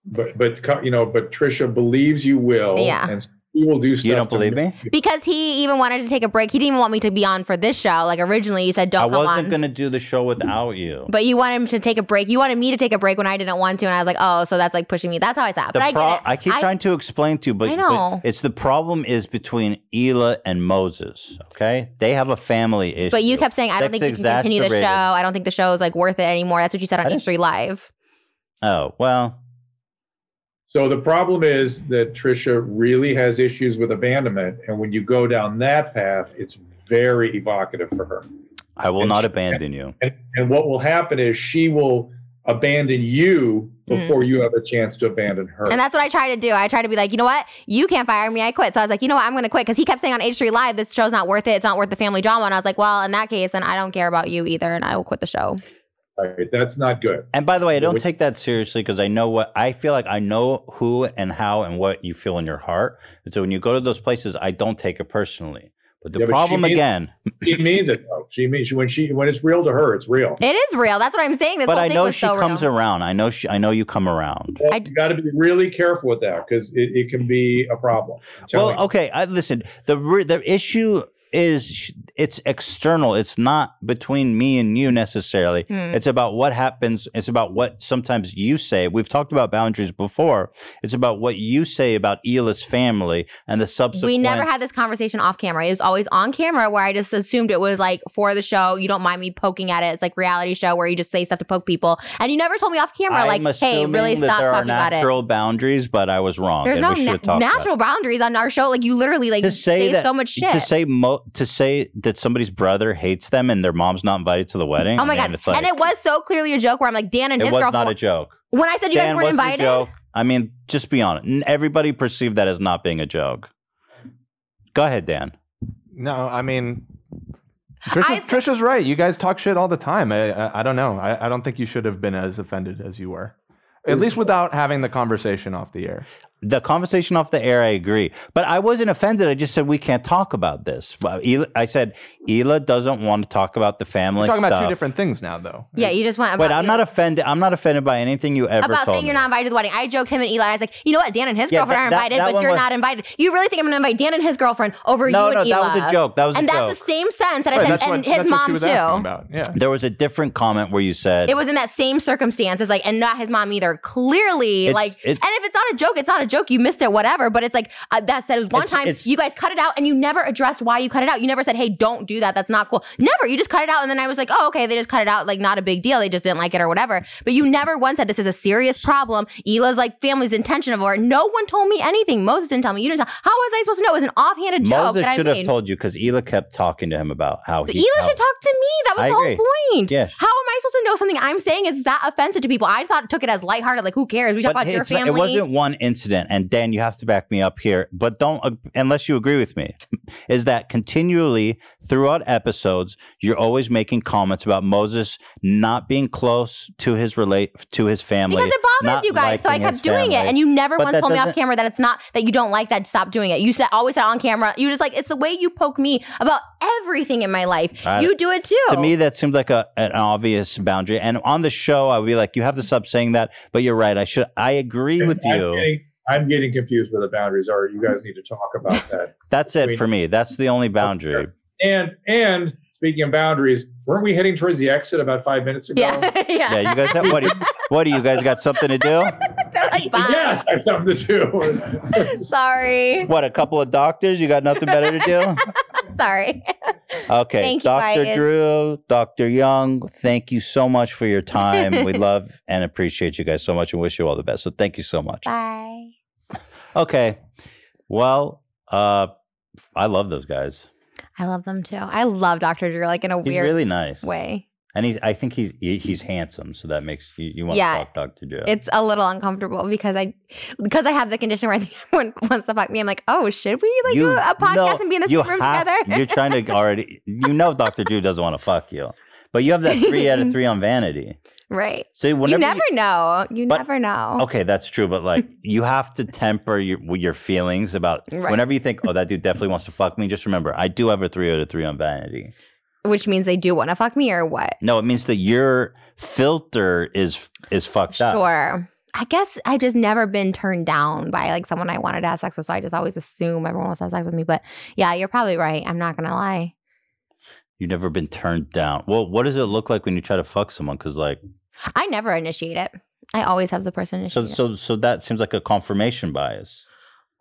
Speaker 4: But but co- you know, but Trisha believes you will.
Speaker 2: Yeah.
Speaker 4: And he will do stuff.
Speaker 1: You don't
Speaker 4: to
Speaker 1: believe me?
Speaker 2: Because he even wanted to take a break. He didn't even want me to be on for this show. Like originally, you said
Speaker 1: I
Speaker 2: don't come
Speaker 1: wasn't
Speaker 2: on.
Speaker 1: going to do the show without you.
Speaker 2: but you wanted him to take a break. You wanted me to take a break when I didn't want to, and I was like, "Oh, so that's like pushing me." That's how I saw it. But I
Speaker 1: pro-
Speaker 2: get it.
Speaker 1: keep
Speaker 2: I-
Speaker 1: trying to explain to you, but,
Speaker 2: I
Speaker 1: but
Speaker 2: know.
Speaker 1: it's the problem is between Elah and Moses. Okay, they have a family issue.
Speaker 2: But you kept saying, "I don't
Speaker 1: That's
Speaker 2: think you can continue the show.
Speaker 1: exacerbated.
Speaker 2: I don't think the show is like worth it anymore." That's what you said
Speaker 1: I
Speaker 2: on
Speaker 1: didn't-
Speaker 2: H three Live.
Speaker 1: Oh well,
Speaker 4: So the problem is that Trisha really has issues with abandonment, and when you go down that path, it's very evocative for her.
Speaker 1: I will
Speaker 4: And
Speaker 1: not
Speaker 4: she-
Speaker 1: abandon you.
Speaker 4: And, and what will happen is she will abandon you before you have a chance to abandon her.
Speaker 2: Mm. And that's what I tried to do. I tried to be like, you know what? You can't fire me. I quit. So I was like, you know what? I'm going to quit because he kept saying on H3 Live, this show's not worth it. It's not worth the family drama. And I was like, well, in that case, then I don't care about you either, and I will quit the show.
Speaker 4: Right, That's not good.
Speaker 1: And by the way, I don't
Speaker 4: Which-
Speaker 1: take that seriously because I know what I feel like. I know who and how and what you feel in your heart. And so when you go to those places, I don't take it personally. But the
Speaker 4: Yeah, but she
Speaker 1: problem
Speaker 4: means-
Speaker 1: again,
Speaker 4: She means it though. She means when she when it's real to her, it's real.
Speaker 2: It is real. That's what I'm saying. This
Speaker 1: but
Speaker 2: whole
Speaker 1: I
Speaker 2: thing
Speaker 1: know
Speaker 2: was
Speaker 1: she
Speaker 2: so
Speaker 1: comes
Speaker 2: real.
Speaker 1: around. I know she. I know you come around.
Speaker 4: Well,
Speaker 2: I-
Speaker 4: you got to be really careful with that because it, it can be a problem. I'm telling
Speaker 1: Well, okay. I listen. The re- the issue is sh- it's external. It's not between me and you necessarily.
Speaker 2: Hmm.
Speaker 1: It's about what happens. It's about what sometimes you say. We've talked about boundaries before. It's about what you say about Ela's family and the subsequent.
Speaker 2: We never had this conversation off camera. It was always on camera where I just assumed it was like for the show. You don't mind me poking at it. It's like reality show where you just say stuff to poke people. And you never told me off camera,
Speaker 1: I'm
Speaker 2: like, hey,
Speaker 1: assuming
Speaker 2: really
Speaker 1: that
Speaker 2: stop
Speaker 1: there are
Speaker 2: talking about it.
Speaker 1: natural boundaries, but I was wrong.
Speaker 2: There's
Speaker 1: and
Speaker 2: no
Speaker 1: we should have
Speaker 2: na-
Speaker 1: talked about it.
Speaker 2: natural boundaries on our show. Like you literally like
Speaker 1: to say that
Speaker 2: so much shit.
Speaker 1: to say mo- to say that somebody's brother hates them and their mom's not invited to the wedding.
Speaker 2: Oh my
Speaker 1: man,
Speaker 2: god!
Speaker 1: it's like,
Speaker 2: and it was so clearly a joke where I'm like, Dan and
Speaker 1: it
Speaker 2: his
Speaker 1: was not a
Speaker 2: girlfriend.
Speaker 1: joke.
Speaker 2: When I said you guys
Speaker 1: Dan,
Speaker 2: weren't
Speaker 1: wasn't a
Speaker 2: invited,
Speaker 1: joke. I mean, just be honest. N- Everybody perceived that as not being a joke. Go ahead, Dan.
Speaker 6: No, I mean, Trisha,
Speaker 2: I-
Speaker 6: Trisha's right. You guys talk shit all the time. I, I, I don't know. I, I don't think you should have been as offended as you were, at least without having the conversation off the air.
Speaker 1: The conversation off the air, I agree. But I wasn't offended. I just said we can't talk about this. Well, Ela- I said Ela doesn't want to talk about the family
Speaker 6: We're talking
Speaker 1: stuff.
Speaker 6: about two different things now, though.
Speaker 2: yeah, you just went. About
Speaker 1: Wait, I'm not offended. I'm not offended by anything you ever
Speaker 2: about
Speaker 1: told
Speaker 2: saying
Speaker 1: me.
Speaker 2: you're not invited to the wedding. I joked him and Eli. I was like, you know what? Dan and his
Speaker 1: Yeah,
Speaker 2: girlfriend
Speaker 1: that-
Speaker 2: are
Speaker 1: that-
Speaker 2: invited,
Speaker 1: that
Speaker 2: but
Speaker 1: one
Speaker 2: you're
Speaker 1: was-
Speaker 2: not invited. You really think I'm going to invite Dan and his girlfriend over
Speaker 1: no,
Speaker 2: you
Speaker 1: no,
Speaker 2: and Eli?
Speaker 1: that was a joke. That was a
Speaker 2: and
Speaker 1: joke.
Speaker 2: that's the same sense that I
Speaker 6: Right,
Speaker 2: said,
Speaker 6: that's
Speaker 2: and
Speaker 6: what-
Speaker 2: his
Speaker 6: that's what she
Speaker 2: mom
Speaker 6: was asking
Speaker 2: too.
Speaker 6: About. Yeah.
Speaker 1: there was a different comment where you said
Speaker 2: It was in that same circumstance. It's like, and not his mom either. Clearly,
Speaker 1: It's-
Speaker 2: like,
Speaker 1: it's-
Speaker 2: and if it's not a joke, it's not a joke. You missed it, whatever. But it's like uh, that said. It was one
Speaker 1: It's-
Speaker 2: time
Speaker 1: it's-
Speaker 2: you guys cut it out, and you never addressed why you cut it out. You never said, "Hey, don't do that. That's not cool." Never. You just cut it out, and then I was like, "Oh, okay. They just cut it out. Like, not a big deal. They just didn't like it or whatever." But you never once said this is a serious problem. Ela's like family's intention of it. No one told me anything. Moses didn't tell me. You didn't. Tell, how was I supposed to know? It was an offhanded joke.
Speaker 1: Moses
Speaker 2: that I
Speaker 1: should have
Speaker 2: made.
Speaker 1: told you because Ela kept talking to him about how
Speaker 2: But
Speaker 1: he.
Speaker 2: Ela
Speaker 1: how-
Speaker 2: should talk to me. That was
Speaker 1: I
Speaker 2: the
Speaker 1: agree.
Speaker 2: whole point.
Speaker 1: Yes.
Speaker 2: How am I supposed to know something I'm saying is that offensive to people? I thought took it as lighthearted, like who cares? We talk
Speaker 1: But
Speaker 2: about your
Speaker 1: it's not-
Speaker 2: family.
Speaker 1: It wasn't one incident, and Dan, you have to back me up here. But don't, ag- unless you agree with me, is that continually throughout episodes, you're always making comments about Moses not being close to his relate to his family
Speaker 2: because it bothers
Speaker 1: not
Speaker 2: you guys, so I
Speaker 1: liking
Speaker 2: kept
Speaker 1: his
Speaker 2: doing it,
Speaker 1: family.
Speaker 2: and you never
Speaker 1: But
Speaker 2: once
Speaker 1: that
Speaker 2: told me off
Speaker 1: doesn't-
Speaker 2: camera that it's not that you don't like that. Stop doing it. You said always said on camera. You just like it's the way you poke me about everything in my life.
Speaker 1: I-
Speaker 2: you do it too.
Speaker 1: to me, that seems like a, an obvious boundary. And on the show, I would be like, "You have to stop saying that." But you're right. I should. I agree with
Speaker 4: I'm
Speaker 1: you.
Speaker 4: getting- I'm getting confused where the boundaries are. You guys need to talk about that.
Speaker 1: That's it for me. That's the only boundary.
Speaker 4: And and speaking of boundaries, weren't we heading towards the exit about five minutes ago?
Speaker 2: yeah, yeah.
Speaker 1: Yeah, you guys. Have, what? Do you, what do you guys got something to do?
Speaker 2: They're like, "Bye."
Speaker 4: Yes, I have something to do.
Speaker 2: Sorry,
Speaker 1: What? A couple of doctors? You got nothing better to do?
Speaker 2: sorry.
Speaker 1: Okay.
Speaker 7: Thank you,
Speaker 1: Dr.
Speaker 7: Wyatt.
Speaker 1: Drew, Dr. Young, thank you so much for your time. we love and appreciate you guys so much and wish you all the best. So thank you so much.
Speaker 7: Bye.
Speaker 1: Okay. Well, uh, I love those guys.
Speaker 2: I love them too. I love Dr. Drew, like in a
Speaker 1: He's
Speaker 2: weird
Speaker 1: really nice.
Speaker 2: way.
Speaker 1: And he's I think he's he- he's handsome, so that makes you, you want
Speaker 2: Yeah.
Speaker 1: to talk Dr. Drew.
Speaker 2: It's a little uncomfortable because I because I have the condition where I think everyone wants to fuck me. I'm like, oh, should we like do a podcast
Speaker 1: know-
Speaker 2: and be in the
Speaker 1: you
Speaker 2: same room
Speaker 1: have-
Speaker 2: together?
Speaker 1: You're trying to already you know Dr. Drew doesn't want to fuck you. But you have that three out of three on vanity.
Speaker 2: right.
Speaker 1: So whenever
Speaker 2: you never know. You
Speaker 1: But-
Speaker 2: never know.
Speaker 1: Okay, that's true, but like you have to temper your your feelings about
Speaker 2: Right.
Speaker 1: whenever you think, oh, that dude definitely wants to fuck me. Just remember, I do have a three out of three on vanity.
Speaker 2: Which means they do want to fuck me or what?
Speaker 1: No, it means that your filter is is fucked up.
Speaker 2: Sure. I guess I've just never been turned down by like someone I wanted to have sex with. So I just always assume everyone wants to have sex with me. But yeah, you're probably right. I'm not gonna lie.
Speaker 1: You've never been turned down. Well, what does it look like when you try to fuck someone? Because like,
Speaker 2: I never initiate it. I always have the person
Speaker 1: so
Speaker 2: initiate. it.
Speaker 1: so so that seems like a confirmation bias.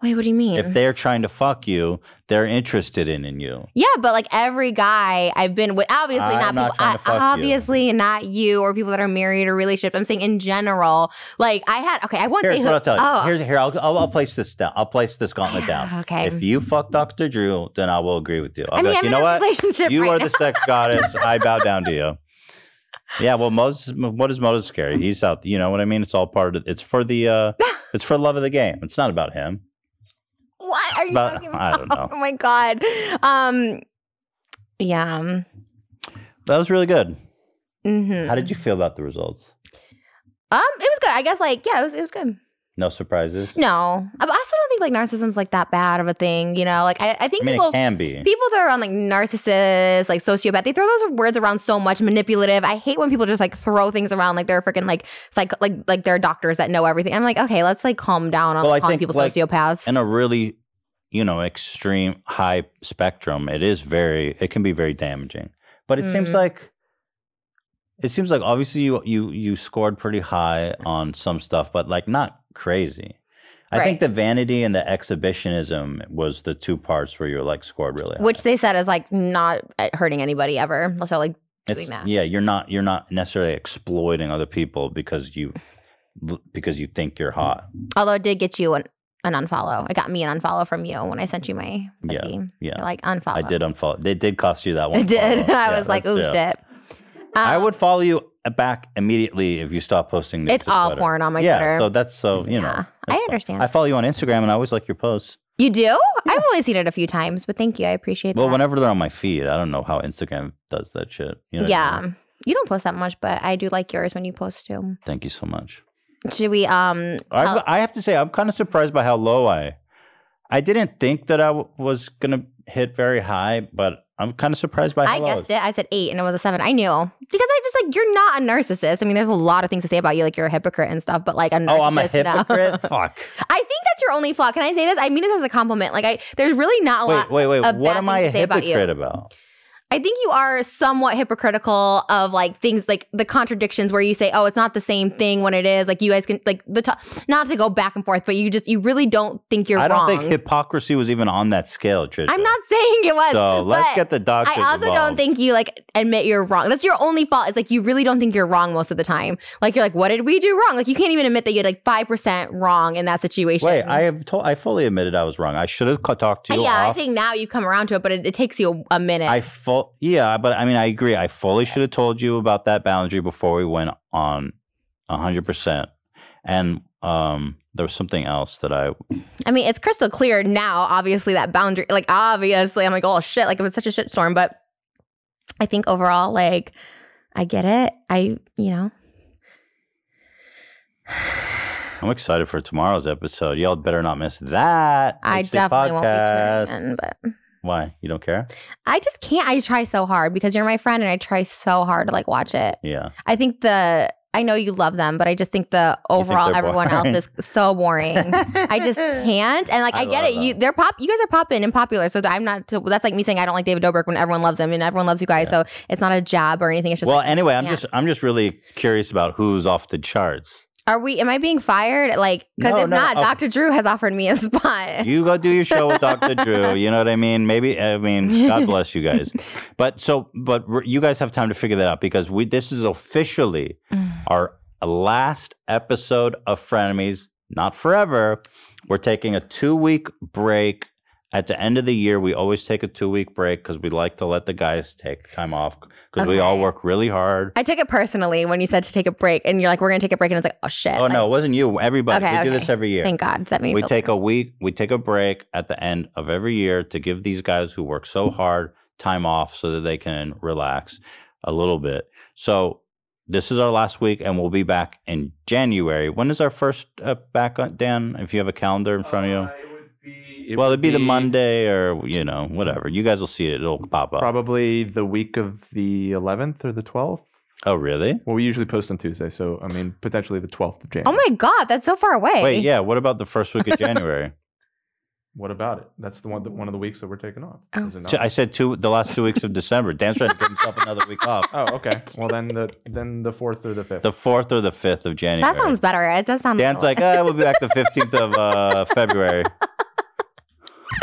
Speaker 2: Wait, what do you mean?
Speaker 1: If they're trying to fuck you, they're interested in in you.
Speaker 2: Yeah, but like every guy I've been with, obviously
Speaker 1: I'm
Speaker 2: not,
Speaker 1: not
Speaker 2: people,
Speaker 1: trying to
Speaker 2: I-
Speaker 1: fuck you.
Speaker 2: obviously not you or people that are married or relationship. I'm saying in general, like I had, okay, I won't
Speaker 1: Here's
Speaker 2: say
Speaker 1: what
Speaker 2: who.
Speaker 1: I'll tell you.
Speaker 2: oh.
Speaker 1: Here's here. I'll, I'll I'll place this down. I'll place this gauntlet down.
Speaker 2: okay.
Speaker 1: If you fuck Dr. Drew, then I will agree with you. I'll
Speaker 2: I
Speaker 1: be
Speaker 2: mean,
Speaker 1: like,
Speaker 2: I'm
Speaker 1: you
Speaker 2: in
Speaker 1: know
Speaker 2: a
Speaker 1: what?
Speaker 2: relationship
Speaker 1: You
Speaker 2: right
Speaker 1: are
Speaker 2: now.
Speaker 1: the sex goddess. I bow down to you. Yeah, well, Moses, what does Moses care? He's out. You know what I mean? It's all part of. It's for the. uh It's for love of the game. It's not about him.
Speaker 2: What are
Speaker 1: It's
Speaker 2: you
Speaker 1: about.
Speaker 2: talking about?
Speaker 1: I don't know.
Speaker 2: Oh my god. Um. Yeah.
Speaker 1: That was really good.
Speaker 2: Mm-hmm.
Speaker 1: How did you feel about the results?
Speaker 2: Um, it was good. I guess like yeah, it was it was good.
Speaker 1: No surprises.
Speaker 2: No, I I also don't think like narcissism's like that bad of a thing. You know, like I, I think
Speaker 1: I mean,
Speaker 2: people
Speaker 1: it can be.
Speaker 2: people that are on like narcissist, like sociopath, they throw those words around so much. Manipulative. I hate when people just like throw things around like they're freaking like psych like like they're doctors that know everything. I'm like, okay, let's like calm down on
Speaker 1: Well, I
Speaker 2: calling
Speaker 1: think,
Speaker 2: people
Speaker 1: like,
Speaker 2: sociopaths.
Speaker 1: in a really you know extreme high spectrum it is very it can be very damaging but it seems
Speaker 2: Mhm.
Speaker 1: like it seems like obviously you you you scored pretty high on some stuff but like not crazy I think
Speaker 2: Right.
Speaker 1: the vanity and the exhibitionism was the two parts where you're like scored really high.
Speaker 2: which they said is like not uh, hurting anybody ever. So like
Speaker 1: It's-
Speaker 2: doing that.
Speaker 1: yeah, you're not you're not necessarily exploiting other people because you because you think you're hot.
Speaker 2: although it did get you an, an unfollow. It got me an unfollow from you when I sent you my
Speaker 1: Yeah,
Speaker 2: pussy.
Speaker 1: yeah.
Speaker 2: Like unfollow.
Speaker 1: I did unfollow. They did cost you that one.
Speaker 2: It did.
Speaker 1: follow.
Speaker 2: I
Speaker 1: Yeah,
Speaker 2: was like,
Speaker 1: that's-
Speaker 2: oh
Speaker 1: yeah.
Speaker 2: shit.
Speaker 1: I
Speaker 2: Um,
Speaker 1: would follow you back immediately if you stop posting. Nudes
Speaker 2: It's
Speaker 1: to
Speaker 2: all
Speaker 1: Twitter.
Speaker 2: porn on my
Speaker 1: yeah,
Speaker 2: Twitter.
Speaker 1: so that's so you know.
Speaker 2: Yeah,
Speaker 1: that's
Speaker 2: I
Speaker 1: fine.
Speaker 2: understand.
Speaker 1: I follow you on Instagram, and I always like your posts.
Speaker 2: you do? I've only seen it a few times, but thank you. I appreciate
Speaker 1: Well,
Speaker 2: that.
Speaker 1: whenever they're on my feed, I don't know how Instagram does that shit. You know what I
Speaker 2: yeah.
Speaker 1: mean?
Speaker 2: You don't post that much, but I do like yours when you post too.
Speaker 1: Thank you so much.
Speaker 2: Should we um
Speaker 1: I,
Speaker 2: tell-
Speaker 1: I have to say, I'm kind of surprised by how low I. I didn't think that I w- was gonna hit very high, but I'm kind of surprised by how
Speaker 2: I
Speaker 1: low.
Speaker 2: guessed it. I said eight and it was a seven. I knew. Because I just like you're not a narcissist. I mean, there's a lot of things to say about you, like you're a hypocrite and stuff, but like a narcissist.
Speaker 1: Oh, I'm a
Speaker 2: no.
Speaker 1: hypocrite. Fuck.
Speaker 2: I think that's your only flaw. Can I say this? I mean this as a compliment. Like I there's really not a lot
Speaker 1: Wait, wait, wait.
Speaker 2: a
Speaker 1: What
Speaker 2: bad
Speaker 1: am
Speaker 2: thing
Speaker 1: I
Speaker 2: to
Speaker 1: a
Speaker 2: say about you.
Speaker 1: hypocrite about?
Speaker 2: I think you are somewhat hypocritical of like things like the contradictions where you say, "Oh, it's not the same thing when it is." Like you guys can like the to- not to go back and forth, but you just you really don't think you're
Speaker 1: I don't
Speaker 2: wrong.
Speaker 1: think hypocrisy was even on that scale, Trisha.
Speaker 2: I'm not saying it was.
Speaker 1: So let's
Speaker 2: but
Speaker 1: get the doctor.
Speaker 2: I also don't think you like admit you're wrong. That's your only fault. Is like you really don't think you're wrong most of the time. Like you're like, "What did we do wrong?" Like you can't even admit that you're like five percent wrong in that situation.
Speaker 1: Wait, I have told. I fully admitted I was wrong. I should have ca- talked to you.
Speaker 2: yeah, I
Speaker 1: off.
Speaker 2: think now you've come around to it, but it, it takes you a, a minute.
Speaker 1: I full. Yeah, but I mean, I agree. I fully should have told you about that boundary before we went on, hundred percent. And um, there was something else that I.
Speaker 2: I mean, it's crystal clear now, obviously, that boundary, like, obviously, I'm like, oh shit, like, it was such a shit storm. But I think overall, like, I get it. I, you know,
Speaker 1: I'm excited for tomorrow's episode. Y'all better not miss that.
Speaker 2: I
Speaker 1: HD
Speaker 2: definitely
Speaker 1: podcast.
Speaker 2: won't be tuning in, but
Speaker 1: Why? You don't care?
Speaker 2: I just can't. I try so hard because you're my friend and I try so hard to, like, watch it.
Speaker 1: Yeah.
Speaker 2: I think the, I know you love them, but I just think the
Speaker 1: think
Speaker 2: overall
Speaker 1: they're
Speaker 2: everyone else
Speaker 1: boring.
Speaker 2: is so boring. I just can't, and like
Speaker 1: I
Speaker 2: I, get
Speaker 1: love
Speaker 2: it. You
Speaker 1: them.
Speaker 2: they're pop. You guys are popping and popular, so I'm not. To, that's like me saying I don't like David Dobrik when everyone loves him and everyone loves you guys. So it's not a jab or anything. It's just
Speaker 1: well,
Speaker 2: like,
Speaker 1: anyway, I'm
Speaker 2: yeah.
Speaker 1: just I'm just really curious about who's off the charts.
Speaker 2: Are we? Am I being fired? Like, because
Speaker 1: No,
Speaker 2: if
Speaker 1: no,
Speaker 2: not,
Speaker 1: uh,
Speaker 2: Dr. Drew has offered me a spot.
Speaker 1: You go do your show with Dr. Drew. You know what I mean? Maybe I mean God bless you guys. But so but r- you guys have time to figure that out because we this is officially our last episode of Frenemies, not forever. We're taking a 2-week break. At the end of the year, we always take a 2-week break cuz we like to let the guys take time off cuz we all
Speaker 2: Okay.
Speaker 1: work really hard.
Speaker 2: I took it personally when you said to take a break, and you're like, "We're gonna take a break," and it's like, "Oh shit!"
Speaker 1: Oh no, it wasn't you. Everybody.
Speaker 2: Okay,
Speaker 1: we do
Speaker 2: okay.
Speaker 1: this every year.
Speaker 2: Thank God that made me.
Speaker 1: we
Speaker 2: feel
Speaker 1: take
Speaker 2: better.
Speaker 1: a week we take a break at the end of every year to give these guys who work so
Speaker 6: Mm-hmm.
Speaker 1: hard time off so that they can relax a little bit so this is our last week and we'll be back in january when is our first uh, back on dan if you have a calendar in front of
Speaker 6: Uh, it would be,
Speaker 1: you well it'd be the monday or you know whatever you guys will see it it'll pop up
Speaker 6: Probably the week of the 11th or the 12th.
Speaker 1: oh really
Speaker 6: Well, we usually post on Tuesday, so I mean potentially the 12th of January.
Speaker 2: Oh my God, that's so far away.
Speaker 1: wait yeah what about the first week of january
Speaker 6: What about it? That's the one that one of the weeks that we're taking off.
Speaker 2: Oh.
Speaker 6: Is it not?
Speaker 1: Two- i said two the last two weeks of december dan's trying to give himself another week off
Speaker 6: oh, okay. Well, then the then the 4th or the 5th.
Speaker 1: the fourth or the fifth of january
Speaker 2: that sounds better. It does sound.
Speaker 1: Dan's like, ah, we'll be back the 15th of uh, February.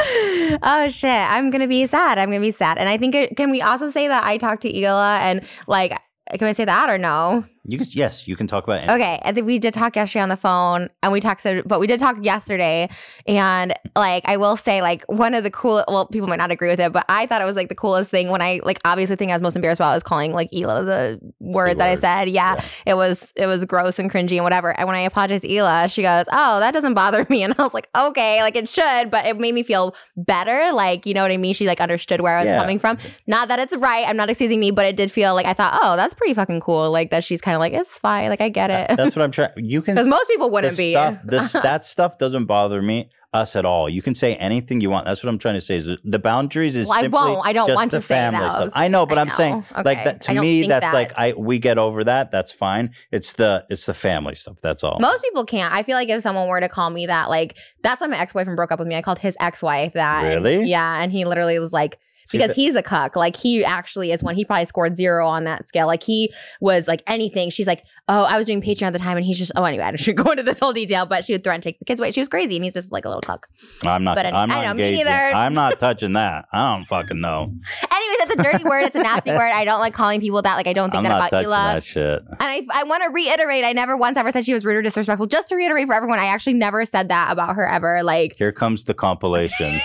Speaker 2: oh shit, I'm gonna be sad. I'm gonna be sad. And I think it, can we also say that I talked to Ela and like. Can I say that or no?
Speaker 1: You can, yes, you can talk about it.
Speaker 2: Okay, I think we did talk yesterday on the phone, and we texted, but we did talk yesterday. And like, I will say, like, one of the cool, well, people might not agree with it, but I thought it was like the coolest thing when I, like, obviously, the thing I was most embarrassed about was calling like Ela the words that I
Speaker 1: word.
Speaker 2: said. Yeah, it was, it was gross and cringy and whatever. And when I apologized to Ela, she goes, "Oh, that doesn't bother me," and I was like, "Okay, like it should," but it made me feel better. Like, you know what I mean? She like understood where I was
Speaker 1: Yeah.
Speaker 2: coming from. Not that it's right. I'm not excusing me, but it did feel like I thought, oh, that's pretty fucking cool. Like that she's kind of like, it's fine. Like I get it.
Speaker 1: That's what I'm trying. You can.
Speaker 2: Because most people
Speaker 1: the
Speaker 2: wouldn't be.
Speaker 1: Stuff, this, that stuff doesn't bother me, us at all. You can say anything you want. That's what I'm trying to say. Is the boundaries is
Speaker 2: Well, I
Speaker 1: simply
Speaker 2: won't. I don't
Speaker 1: just
Speaker 2: want
Speaker 1: the
Speaker 2: to say
Speaker 1: family
Speaker 2: those.
Speaker 1: stuff. I know, but
Speaker 2: I
Speaker 1: I'm saying
Speaker 2: know.
Speaker 1: like
Speaker 2: Okay.
Speaker 1: that
Speaker 2: I
Speaker 1: to
Speaker 2: don't
Speaker 1: me.
Speaker 2: think
Speaker 1: That's
Speaker 2: that.
Speaker 1: like I we get over that. That's fine. It's the it's the family stuff. That's all.
Speaker 2: Most people can't. I feel like if someone were to call me that, like that's why my ex boyfriend broke up with me. I called his ex wife that. And-
Speaker 1: Really?
Speaker 2: yeah, and he literally was like,
Speaker 1: See,
Speaker 2: because
Speaker 1: that-
Speaker 2: he's a cuck. Like he actually is one. He probably scored zero on that scale. Like he was like anything. She's like, oh, I was doing Patreon at the time, and he's just, oh, anyway, I should go into this whole detail. But she would threaten to take the kids away. She was crazy, and he's just like a little cuck.
Speaker 1: I'm not.
Speaker 2: but an-
Speaker 1: I'm
Speaker 2: I
Speaker 1: not
Speaker 2: know, me
Speaker 1: engaged. in-
Speaker 2: neither.
Speaker 1: I'm not touching that. I don't fucking know.
Speaker 2: Anyways, that's a dirty word. It's a nasty word. I don't like calling people that. Like I don't think
Speaker 1: I'm
Speaker 2: that
Speaker 1: not
Speaker 2: about
Speaker 1: touching
Speaker 2: Ela.
Speaker 1: that shit.
Speaker 2: And I, I want to reiterate, I never once ever said she was rude or disrespectful. Just to reiterate for everyone, I actually never said that about her ever. Like,
Speaker 1: Here comes the compilations.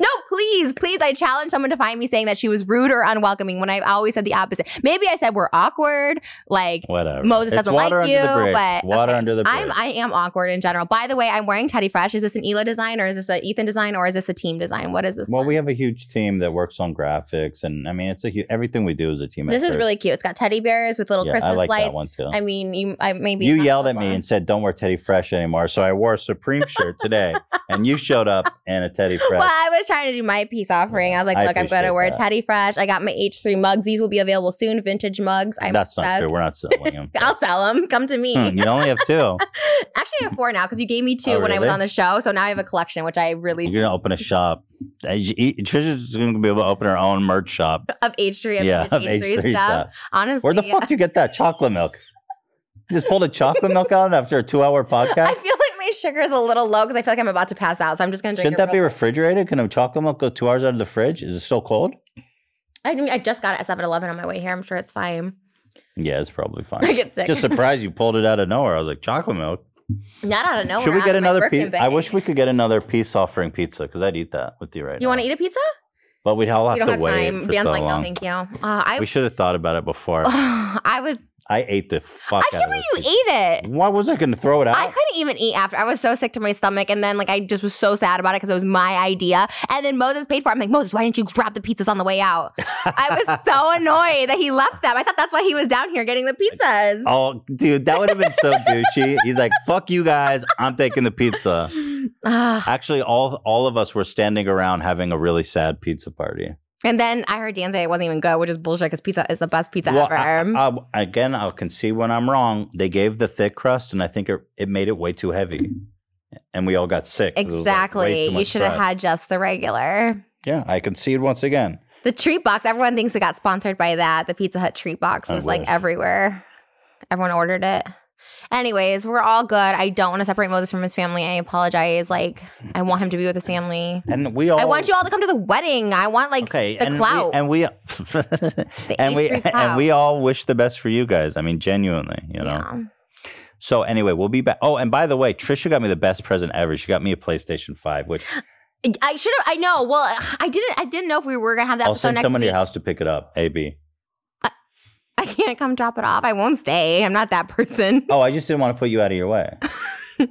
Speaker 2: no, please, please, I challenge someone to find me saying that she was rude or unwelcoming when I've always said the opposite. Maybe I said we're awkward, like
Speaker 1: Whatever.
Speaker 2: Moses
Speaker 1: It's
Speaker 2: doesn't
Speaker 1: water
Speaker 2: like
Speaker 1: under the
Speaker 2: you,
Speaker 1: bridge.
Speaker 2: but
Speaker 1: water
Speaker 2: okay.
Speaker 1: under the bridge.
Speaker 2: I'm I am awkward in general. By the way, I'm wearing Teddy Fresh. Is this an Ela design or is this an Ethan design or is this a team design? What is this?
Speaker 1: Well,
Speaker 2: one?
Speaker 1: we have a huge team that works on graphics, and I mean, it's a hu- everything we do is a team.
Speaker 2: this is
Speaker 1: effort.
Speaker 2: really cute. It's got teddy bears with little
Speaker 1: yeah,
Speaker 2: Christmas
Speaker 1: I like
Speaker 2: lights.
Speaker 1: that one too.
Speaker 2: I mean, you I maybe
Speaker 1: you
Speaker 2: it's not
Speaker 1: yelled
Speaker 2: the
Speaker 1: at me
Speaker 2: one.
Speaker 1: and said, "Don't wear Teddy Fresh anymore," so I wore a Supreme shirt today, and you showed up in a Teddy Fresh.
Speaker 2: Well, I was trying to do my peace offering. I was like,
Speaker 1: I
Speaker 2: look, I'm going
Speaker 1: appreciate
Speaker 2: to wear
Speaker 1: that.
Speaker 2: Teddy Fresh. I got my H3 mugs. These will be available soon. Vintage mugs. I'm
Speaker 1: That's not
Speaker 2: obsessed.
Speaker 1: true. We're not selling them.
Speaker 2: I'll sell them. Come to me.
Speaker 1: Hmm, you only have two.
Speaker 2: Actually, I have four now because you gave me two
Speaker 1: Oh,
Speaker 2: when I was
Speaker 1: really?
Speaker 2: on the show. So now I have a collection, which I
Speaker 1: You're
Speaker 2: really
Speaker 1: gonna open a shop. Uh, you- Trisha's gonna be able to open her own merch shop.
Speaker 2: of H3 of
Speaker 1: yeah,
Speaker 2: vintage
Speaker 1: of
Speaker 2: H3,
Speaker 1: H3
Speaker 2: stuff.
Speaker 1: stuff.
Speaker 2: Honestly,
Speaker 1: Where the fuck do you get that chocolate milk? You just pulled a chocolate milk out after a two-hour
Speaker 2: I
Speaker 1: podcast.
Speaker 2: feel like my sugar is a little low because I feel like I'm about to pass out. So I'm just going to drink
Speaker 1: Shouldn't that
Speaker 2: it.
Speaker 1: be
Speaker 2: real-
Speaker 1: refrigerated? Can a chocolate milk go two hours out of the fridge? Is it still cold?
Speaker 2: I, mean, I just got it at 7 Eleven on my way here. I'm sure it's fine.
Speaker 1: Yeah, it's probably
Speaker 2: I
Speaker 1: fine.
Speaker 2: get sick.
Speaker 1: Just surprised you pulled it out of nowhere. I was like, chocolate milk.
Speaker 2: Not out of nowhere.
Speaker 1: Should we
Speaker 2: out
Speaker 1: get
Speaker 2: of my
Speaker 1: another
Speaker 2: Birkin
Speaker 1: piece? I
Speaker 2: bag.
Speaker 1: wish we could get another peace offering pizza because I'd eat that with you right now.
Speaker 2: You want to eat a pizza?
Speaker 1: But we'd all have
Speaker 2: you don't
Speaker 1: to
Speaker 2: have
Speaker 1: wait
Speaker 2: time.
Speaker 1: for
Speaker 2: Dan's
Speaker 1: so
Speaker 2: like,
Speaker 1: long.
Speaker 2: no, thank you. Uh, I,
Speaker 1: we should have thought about it before.
Speaker 2: I was
Speaker 1: I ate the fuck
Speaker 2: I
Speaker 1: out
Speaker 2: can't
Speaker 1: of
Speaker 2: believe
Speaker 1: this
Speaker 2: you
Speaker 1: pizza.
Speaker 2: ate it.
Speaker 1: Why was I going to throw it out?
Speaker 2: I couldn't even eat after. I was so sick to my stomach, and then like I just was so sad about it because it was my idea. And then Moses paid for. it. I'm like Moses, why didn't you grab the pizzas on the way out? I was so annoyed that he left them. I thought that's why he was down here getting the pizzas.
Speaker 1: Oh, dude, that would have been so douchey. He's like, "Fuck you guys, I'm taking the pizza."
Speaker 2: Ugh.
Speaker 1: Actually, all all of us were standing around having a really sad pizza party.
Speaker 2: and then I heard Dan say it wasn't even good, which is bullshit because pizza is the best pizza
Speaker 1: Well,
Speaker 2: ever.
Speaker 1: I- I- again, I can see when I'm wrong. They gave the thick crust, and I think it, it made it way too heavy, and we all got sick. It was, like, way
Speaker 2: exactly.
Speaker 1: too
Speaker 2: you
Speaker 1: much
Speaker 2: should have
Speaker 1: crust.
Speaker 2: had just the regular.
Speaker 1: Yeah, I concede once again.
Speaker 2: The treat box. Everyone thinks it got sponsored by that. The Pizza Hut treat box
Speaker 1: I
Speaker 2: was like
Speaker 1: wish.
Speaker 2: everywhere. Everyone ordered it. Anyways, we're all good. I don't want to separate Moses from his family. I apologize. Like, I want him to be with his family.
Speaker 1: And we all
Speaker 2: I want you all to come to the wedding. I want like
Speaker 1: okay,
Speaker 2: the
Speaker 1: and
Speaker 2: clout.
Speaker 1: We, and we and we
Speaker 2: age-free
Speaker 1: and
Speaker 2: clout.
Speaker 1: we all wish the best for you guys. I mean, genuinely, you know.
Speaker 2: yeah.
Speaker 1: So anyway, we'll be back. Oh, and by the way, Trisha got me the best present ever. She got me a PlayStation Five, which
Speaker 2: I should have. I know. Well, I didn't. I didn't know if we were gonna have that
Speaker 1: I'll
Speaker 2: episode
Speaker 1: send
Speaker 2: next
Speaker 1: someone
Speaker 2: week.
Speaker 1: to your house to pick it up. AB.
Speaker 2: I can't come drop it off. I won't stay. I'm not that person.
Speaker 1: Oh, I just didn't want to put you out of your way.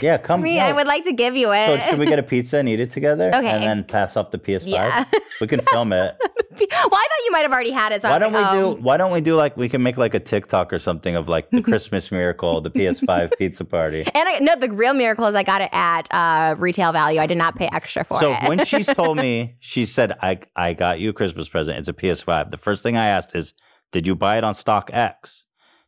Speaker 1: yeah, come.
Speaker 2: I mean,
Speaker 1: no.
Speaker 2: I would like to give you
Speaker 1: so
Speaker 2: it.
Speaker 1: should we get a pizza and eat it together?
Speaker 2: Okay.
Speaker 1: And then pass off the PS5.
Speaker 2: yeah. well,
Speaker 1: We can film it.
Speaker 2: I thought you might have already had it. So
Speaker 1: why
Speaker 2: I was
Speaker 1: don't
Speaker 2: like,
Speaker 1: we
Speaker 2: oh.
Speaker 1: do? Why don't we do like we can make like a TikTok or something of like the Christmas miracle, the PS5 pizza party.
Speaker 2: And I, no, the real miracle is I got it at uh, retail value. I did not pay extra for
Speaker 1: So
Speaker 2: it.
Speaker 1: when she's told me, she said, "I I got you a Christmas present. It's a PS5." The first thing I asked is, "Did you buy it on Stock X?"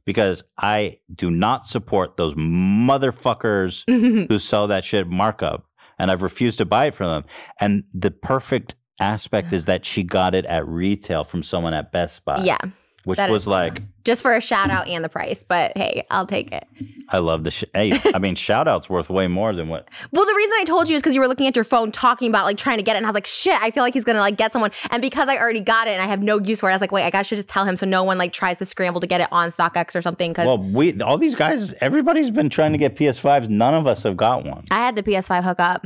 Speaker 1: Because I do not support those motherfuckers who sell that shit markup, and I've refused to buy it from them. And the perfect aspect is that she got it at retail from someone at Best Buy.
Speaker 2: yeah,
Speaker 1: which
Speaker 2: that
Speaker 1: was
Speaker 2: is-
Speaker 1: like,
Speaker 2: just for a shout out and the price. But hey, I'll take it.
Speaker 1: I love the shit. Hey, I mean, shout outs worth way more than what.
Speaker 2: Well, the reason I told you is because you were looking at your phone talking about like trying to get it, and I was like, shit, I feel like he's gonna like get someone. And because I already got it and I have no use for it, I was like, wait, I gotta should just tell him so no one like tries to scramble to get it on StockX or something. Cause
Speaker 1: Well, we all these guys, everybody's been trying to get PS5s. None of us have got one.
Speaker 2: I had the PS5 hookup.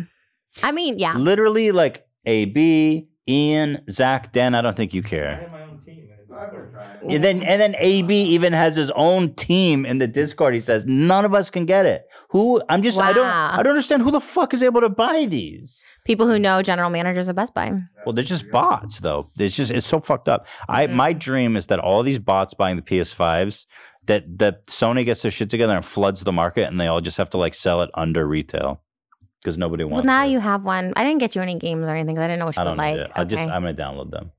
Speaker 2: I mean, yeah.
Speaker 1: Uh, literally like AB, Ian, Zach, Dan. I don't think you care. And then and then AB even has his own team in the Discord. He says none of us can get it. Who I'm just I don't
Speaker 2: Wow.
Speaker 1: I don't understand who the fuck is able to buy these.
Speaker 2: People who know general managers at Best Buy.
Speaker 1: Well, they're just bots though. It's just it's so fucked up. I
Speaker 2: Mm-hmm.
Speaker 1: my dream is that all these bots buying the PS5s that that Sony gets their shit together and floods the market and they all just have to like sell it under retail because nobody
Speaker 2: Well,
Speaker 1: wants.
Speaker 2: now
Speaker 1: it.
Speaker 2: you have one. I didn't get you any games or anything. 'cause I didn't know what you
Speaker 1: I
Speaker 2: would
Speaker 1: don't
Speaker 2: like.
Speaker 1: need it. I just
Speaker 2: okay.
Speaker 1: I'm gonna download them.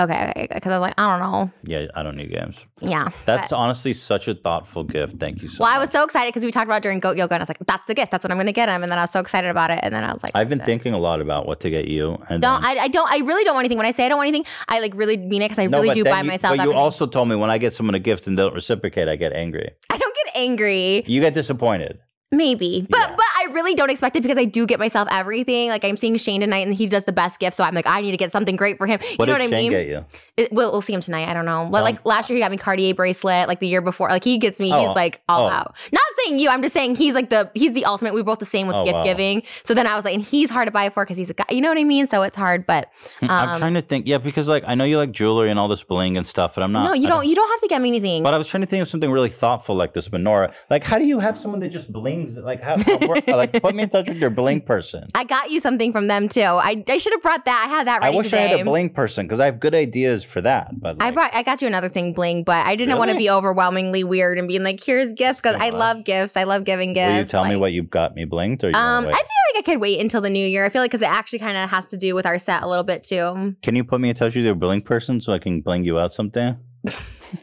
Speaker 2: okay, okay, because I was like, I don't know.
Speaker 1: Yeah, I don't need games.
Speaker 2: Yeah.
Speaker 1: That's honestly such a thoughtful gift. Thank you so
Speaker 2: Well,
Speaker 1: much.
Speaker 2: I was so excited because we talked about it during goat yoga, and I was like, "That's the gift. That's what I'm going to get him." And then I was so excited about it, and then I was like,
Speaker 1: I've been
Speaker 2: "Shit."
Speaker 1: thinking a lot about what to get you. And
Speaker 2: Don't
Speaker 1: then-
Speaker 2: I, I don't I really don't want anything. When I say I don't want anything, I like really mean it because I really
Speaker 1: but
Speaker 2: do
Speaker 1: then
Speaker 2: buy
Speaker 1: you-
Speaker 2: myself.
Speaker 1: But you
Speaker 2: everything.
Speaker 1: also told me when I get someone a gift and don't reciprocate, I get angry.
Speaker 2: I don't get angry,
Speaker 1: You get disappointed.
Speaker 2: maybe, but
Speaker 1: Yeah.
Speaker 2: but I really don't expect it because I do get myself everything. Like I'm seeing Shane tonight, and he does the best gift, so I'm like I need to get something great for him. You
Speaker 1: What
Speaker 2: know
Speaker 1: did
Speaker 2: what I
Speaker 1: Shane
Speaker 2: mean?
Speaker 1: get you?
Speaker 2: It- we'll, we'll see him tonight. I don't know. Well,
Speaker 1: Um,
Speaker 2: like last year he got me Cartier bracelet. Like the year before, like he gets me.
Speaker 1: Oh,
Speaker 2: he's like all
Speaker 1: oh.
Speaker 2: out. Not saying you. I'm just saying he's like the he's the ultimate. We are both the same with
Speaker 1: Oh,
Speaker 2: gift
Speaker 1: wow.
Speaker 2: giving. So then I was like, and he's hard to buy for because he's a guy. You know what I mean? So it's hard, but
Speaker 1: I'm
Speaker 2: um,
Speaker 1: trying to think. Yeah, because like I know you like jewelry and all this bling and stuff, and I'm not.
Speaker 2: no, you
Speaker 1: I
Speaker 2: don't, You don't have to get me anything.
Speaker 1: But I was trying to think of something really thoughtful like this menorah. Like, how do you have someone that just blings? Like, how, how work- like put me in touch with your bling person.
Speaker 2: I got you something from them too. I, I should have brought that. I had that
Speaker 1: I
Speaker 2: ready
Speaker 1: wish
Speaker 2: today.
Speaker 1: I had a bling person because I have good ideas for that. But
Speaker 2: I
Speaker 1: like,
Speaker 2: brought I got you another thing, bling, but I didn't want to
Speaker 1: Really?
Speaker 2: be overwhelmingly weird and being like, here's gifts because I
Speaker 1: gosh.
Speaker 2: love gifts. I love giving gifts.
Speaker 1: will you tell me
Speaker 2: like-
Speaker 1: what you got me blinged? Or you wanna
Speaker 2: Um, I
Speaker 1: wait?
Speaker 2: feel like I could wait until the new year. I feel like because it actually kind of has to do with our set a little bit too.
Speaker 1: Can you put me in touch with your bling person so I can bling you out something?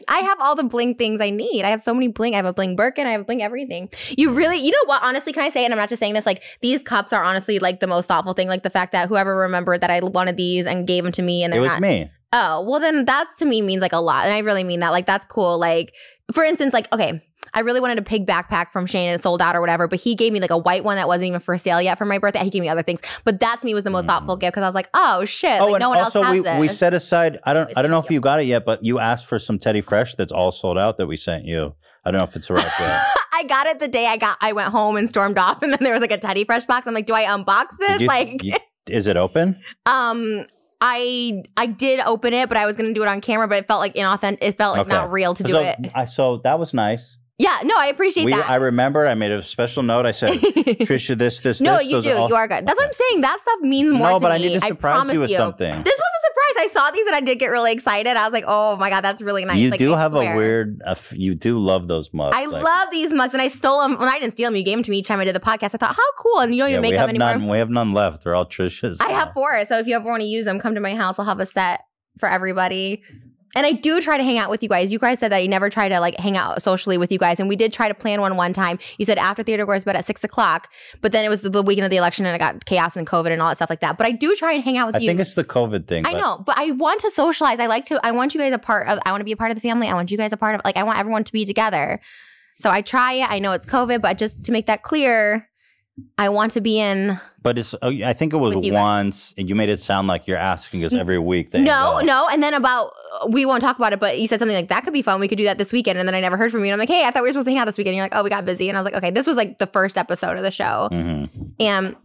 Speaker 2: I have all the bling things I need. I have so many bling. I have a bling Birkin. I have a bling everything. You really, you know what? Honestly, can I say? And I'm not just saying this. Like these cups are honestly like the most thoughtful thing. Like the fact that whoever remembered that I wanted these and gave them to me, and
Speaker 1: It
Speaker 2: they're
Speaker 1: was
Speaker 2: not
Speaker 1: me.
Speaker 2: Oh, well, then that's to me means like a lot. And I really mean that. Like, that's cool. Like, for instance, like, okay, I really wanted a pig backpack from Shane and it sold out or whatever, but he gave me like a white one that wasn't even for sale yet for my birthday. He gave me other things, but that to me was the most thoughtful gift because I was like, oh shit,
Speaker 1: Mm. oh,
Speaker 2: like
Speaker 1: and
Speaker 2: no one
Speaker 1: also
Speaker 2: else has
Speaker 1: we,
Speaker 2: this.
Speaker 1: we set aside. I don't
Speaker 2: It's
Speaker 1: I don't know if
Speaker 2: easier.
Speaker 1: you got it yet, but you asked for some Teddy Fresh that's all sold out that we sent you. I don't know if it's arrived yet.
Speaker 2: I got it the day I got, I went home and stormed off, and then there was like a Teddy Fresh box. I'm like, do I unbox this?
Speaker 1: Did you-
Speaker 2: like,
Speaker 1: you- is it open?
Speaker 2: um. I I did open it, but I was gonna do it on camera, but it felt like inauthentic. It felt like
Speaker 1: Okay.
Speaker 2: not real to do
Speaker 1: so,
Speaker 2: it.
Speaker 1: I, so that was nice.
Speaker 2: Yeah, no, I appreciate
Speaker 1: We, I
Speaker 2: that.
Speaker 1: remembered I made a special note. I said, Trisha, this, this,
Speaker 2: No,
Speaker 1: this.
Speaker 2: you
Speaker 1: those
Speaker 2: do.
Speaker 1: Are all,
Speaker 2: you are good. That's what I'm saying. That stuff means more
Speaker 1: No,
Speaker 2: to
Speaker 1: but
Speaker 2: me.
Speaker 1: I need to surprise
Speaker 2: promise
Speaker 1: you with something.
Speaker 2: This was a surprise. I saw these and I did get really excited. I was like, oh my God, that's really nice.
Speaker 1: you
Speaker 2: Like,
Speaker 1: do
Speaker 2: I
Speaker 1: have
Speaker 2: swear.
Speaker 1: a weird. Uh, you do love those mugs.
Speaker 2: I
Speaker 1: Like,
Speaker 2: love these mugs and I stole them. Well, I didn't steal them. You gave them to me each time I did the podcast. I thought, how cool. And you don't
Speaker 1: Yeah,
Speaker 2: even make
Speaker 1: we have
Speaker 2: them anymore.
Speaker 1: none. We have none left. They're all Trisha's.
Speaker 2: I
Speaker 1: now.
Speaker 2: have four. So if you ever want to use them, come to my house. I'll have a set for everybody. And I do try to hang out with you guys. You guys said that you never try to like hang out socially with you guys, and we did try to plan one one time. You said after theater goes to bed at six o'clock, but then it was the- the weekend of the election, and it got chaos and COVID and all that stuff like that. But I do try and hang out with
Speaker 1: I
Speaker 2: you.
Speaker 1: think it's the COVID thing.
Speaker 2: I
Speaker 1: but-
Speaker 2: know, but I want to socialize. I like to. I want you guys a part of. I want to be a part of the family. I want you guys a part of. Like I want everyone to be together. So I try it. I know it's COVID, but just to make that clear, I want to be in.
Speaker 1: But it's, oh, I think it was
Speaker 2: With you guys.
Speaker 1: once, and you made it sound like you're asking us every week. That
Speaker 2: No, no. And then about, uh, we won't talk about it, but you said something like, that could be fun. We could do that this weekend. And then I never heard from you. And I'm like, hey, I thought we were supposed to hang out this weekend. And you're like, oh, we got busy. And I was like, okay, this was like the first episode of the show.
Speaker 1: hmm
Speaker 2: And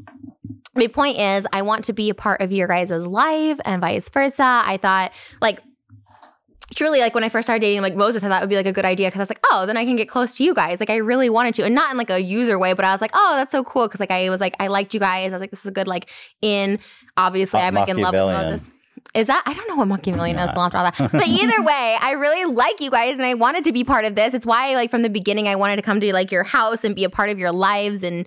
Speaker 2: my point is, I want to be a part of your guys' life and vice versa. I thought, like, truly, like when I first started dating, like Moses, I thought would be like a good idea because I was like, oh, then I can get close to you guys. Like, I really wanted to, and not in like a user way, but I was like, oh, that's so cool because like I was like, I liked you guys. I was like, this is a good like in. Obviously,
Speaker 1: Ma-
Speaker 2: I'm like in love with
Speaker 1: Machiavellian.
Speaker 2: Moses. Is that I don't know what monkey million is
Speaker 1: Nah.
Speaker 2: launched all that. But either way, I really like you guys and I wanted to be part of this. It's why like from the beginning I wanted to come to like your house and be a part of your lives and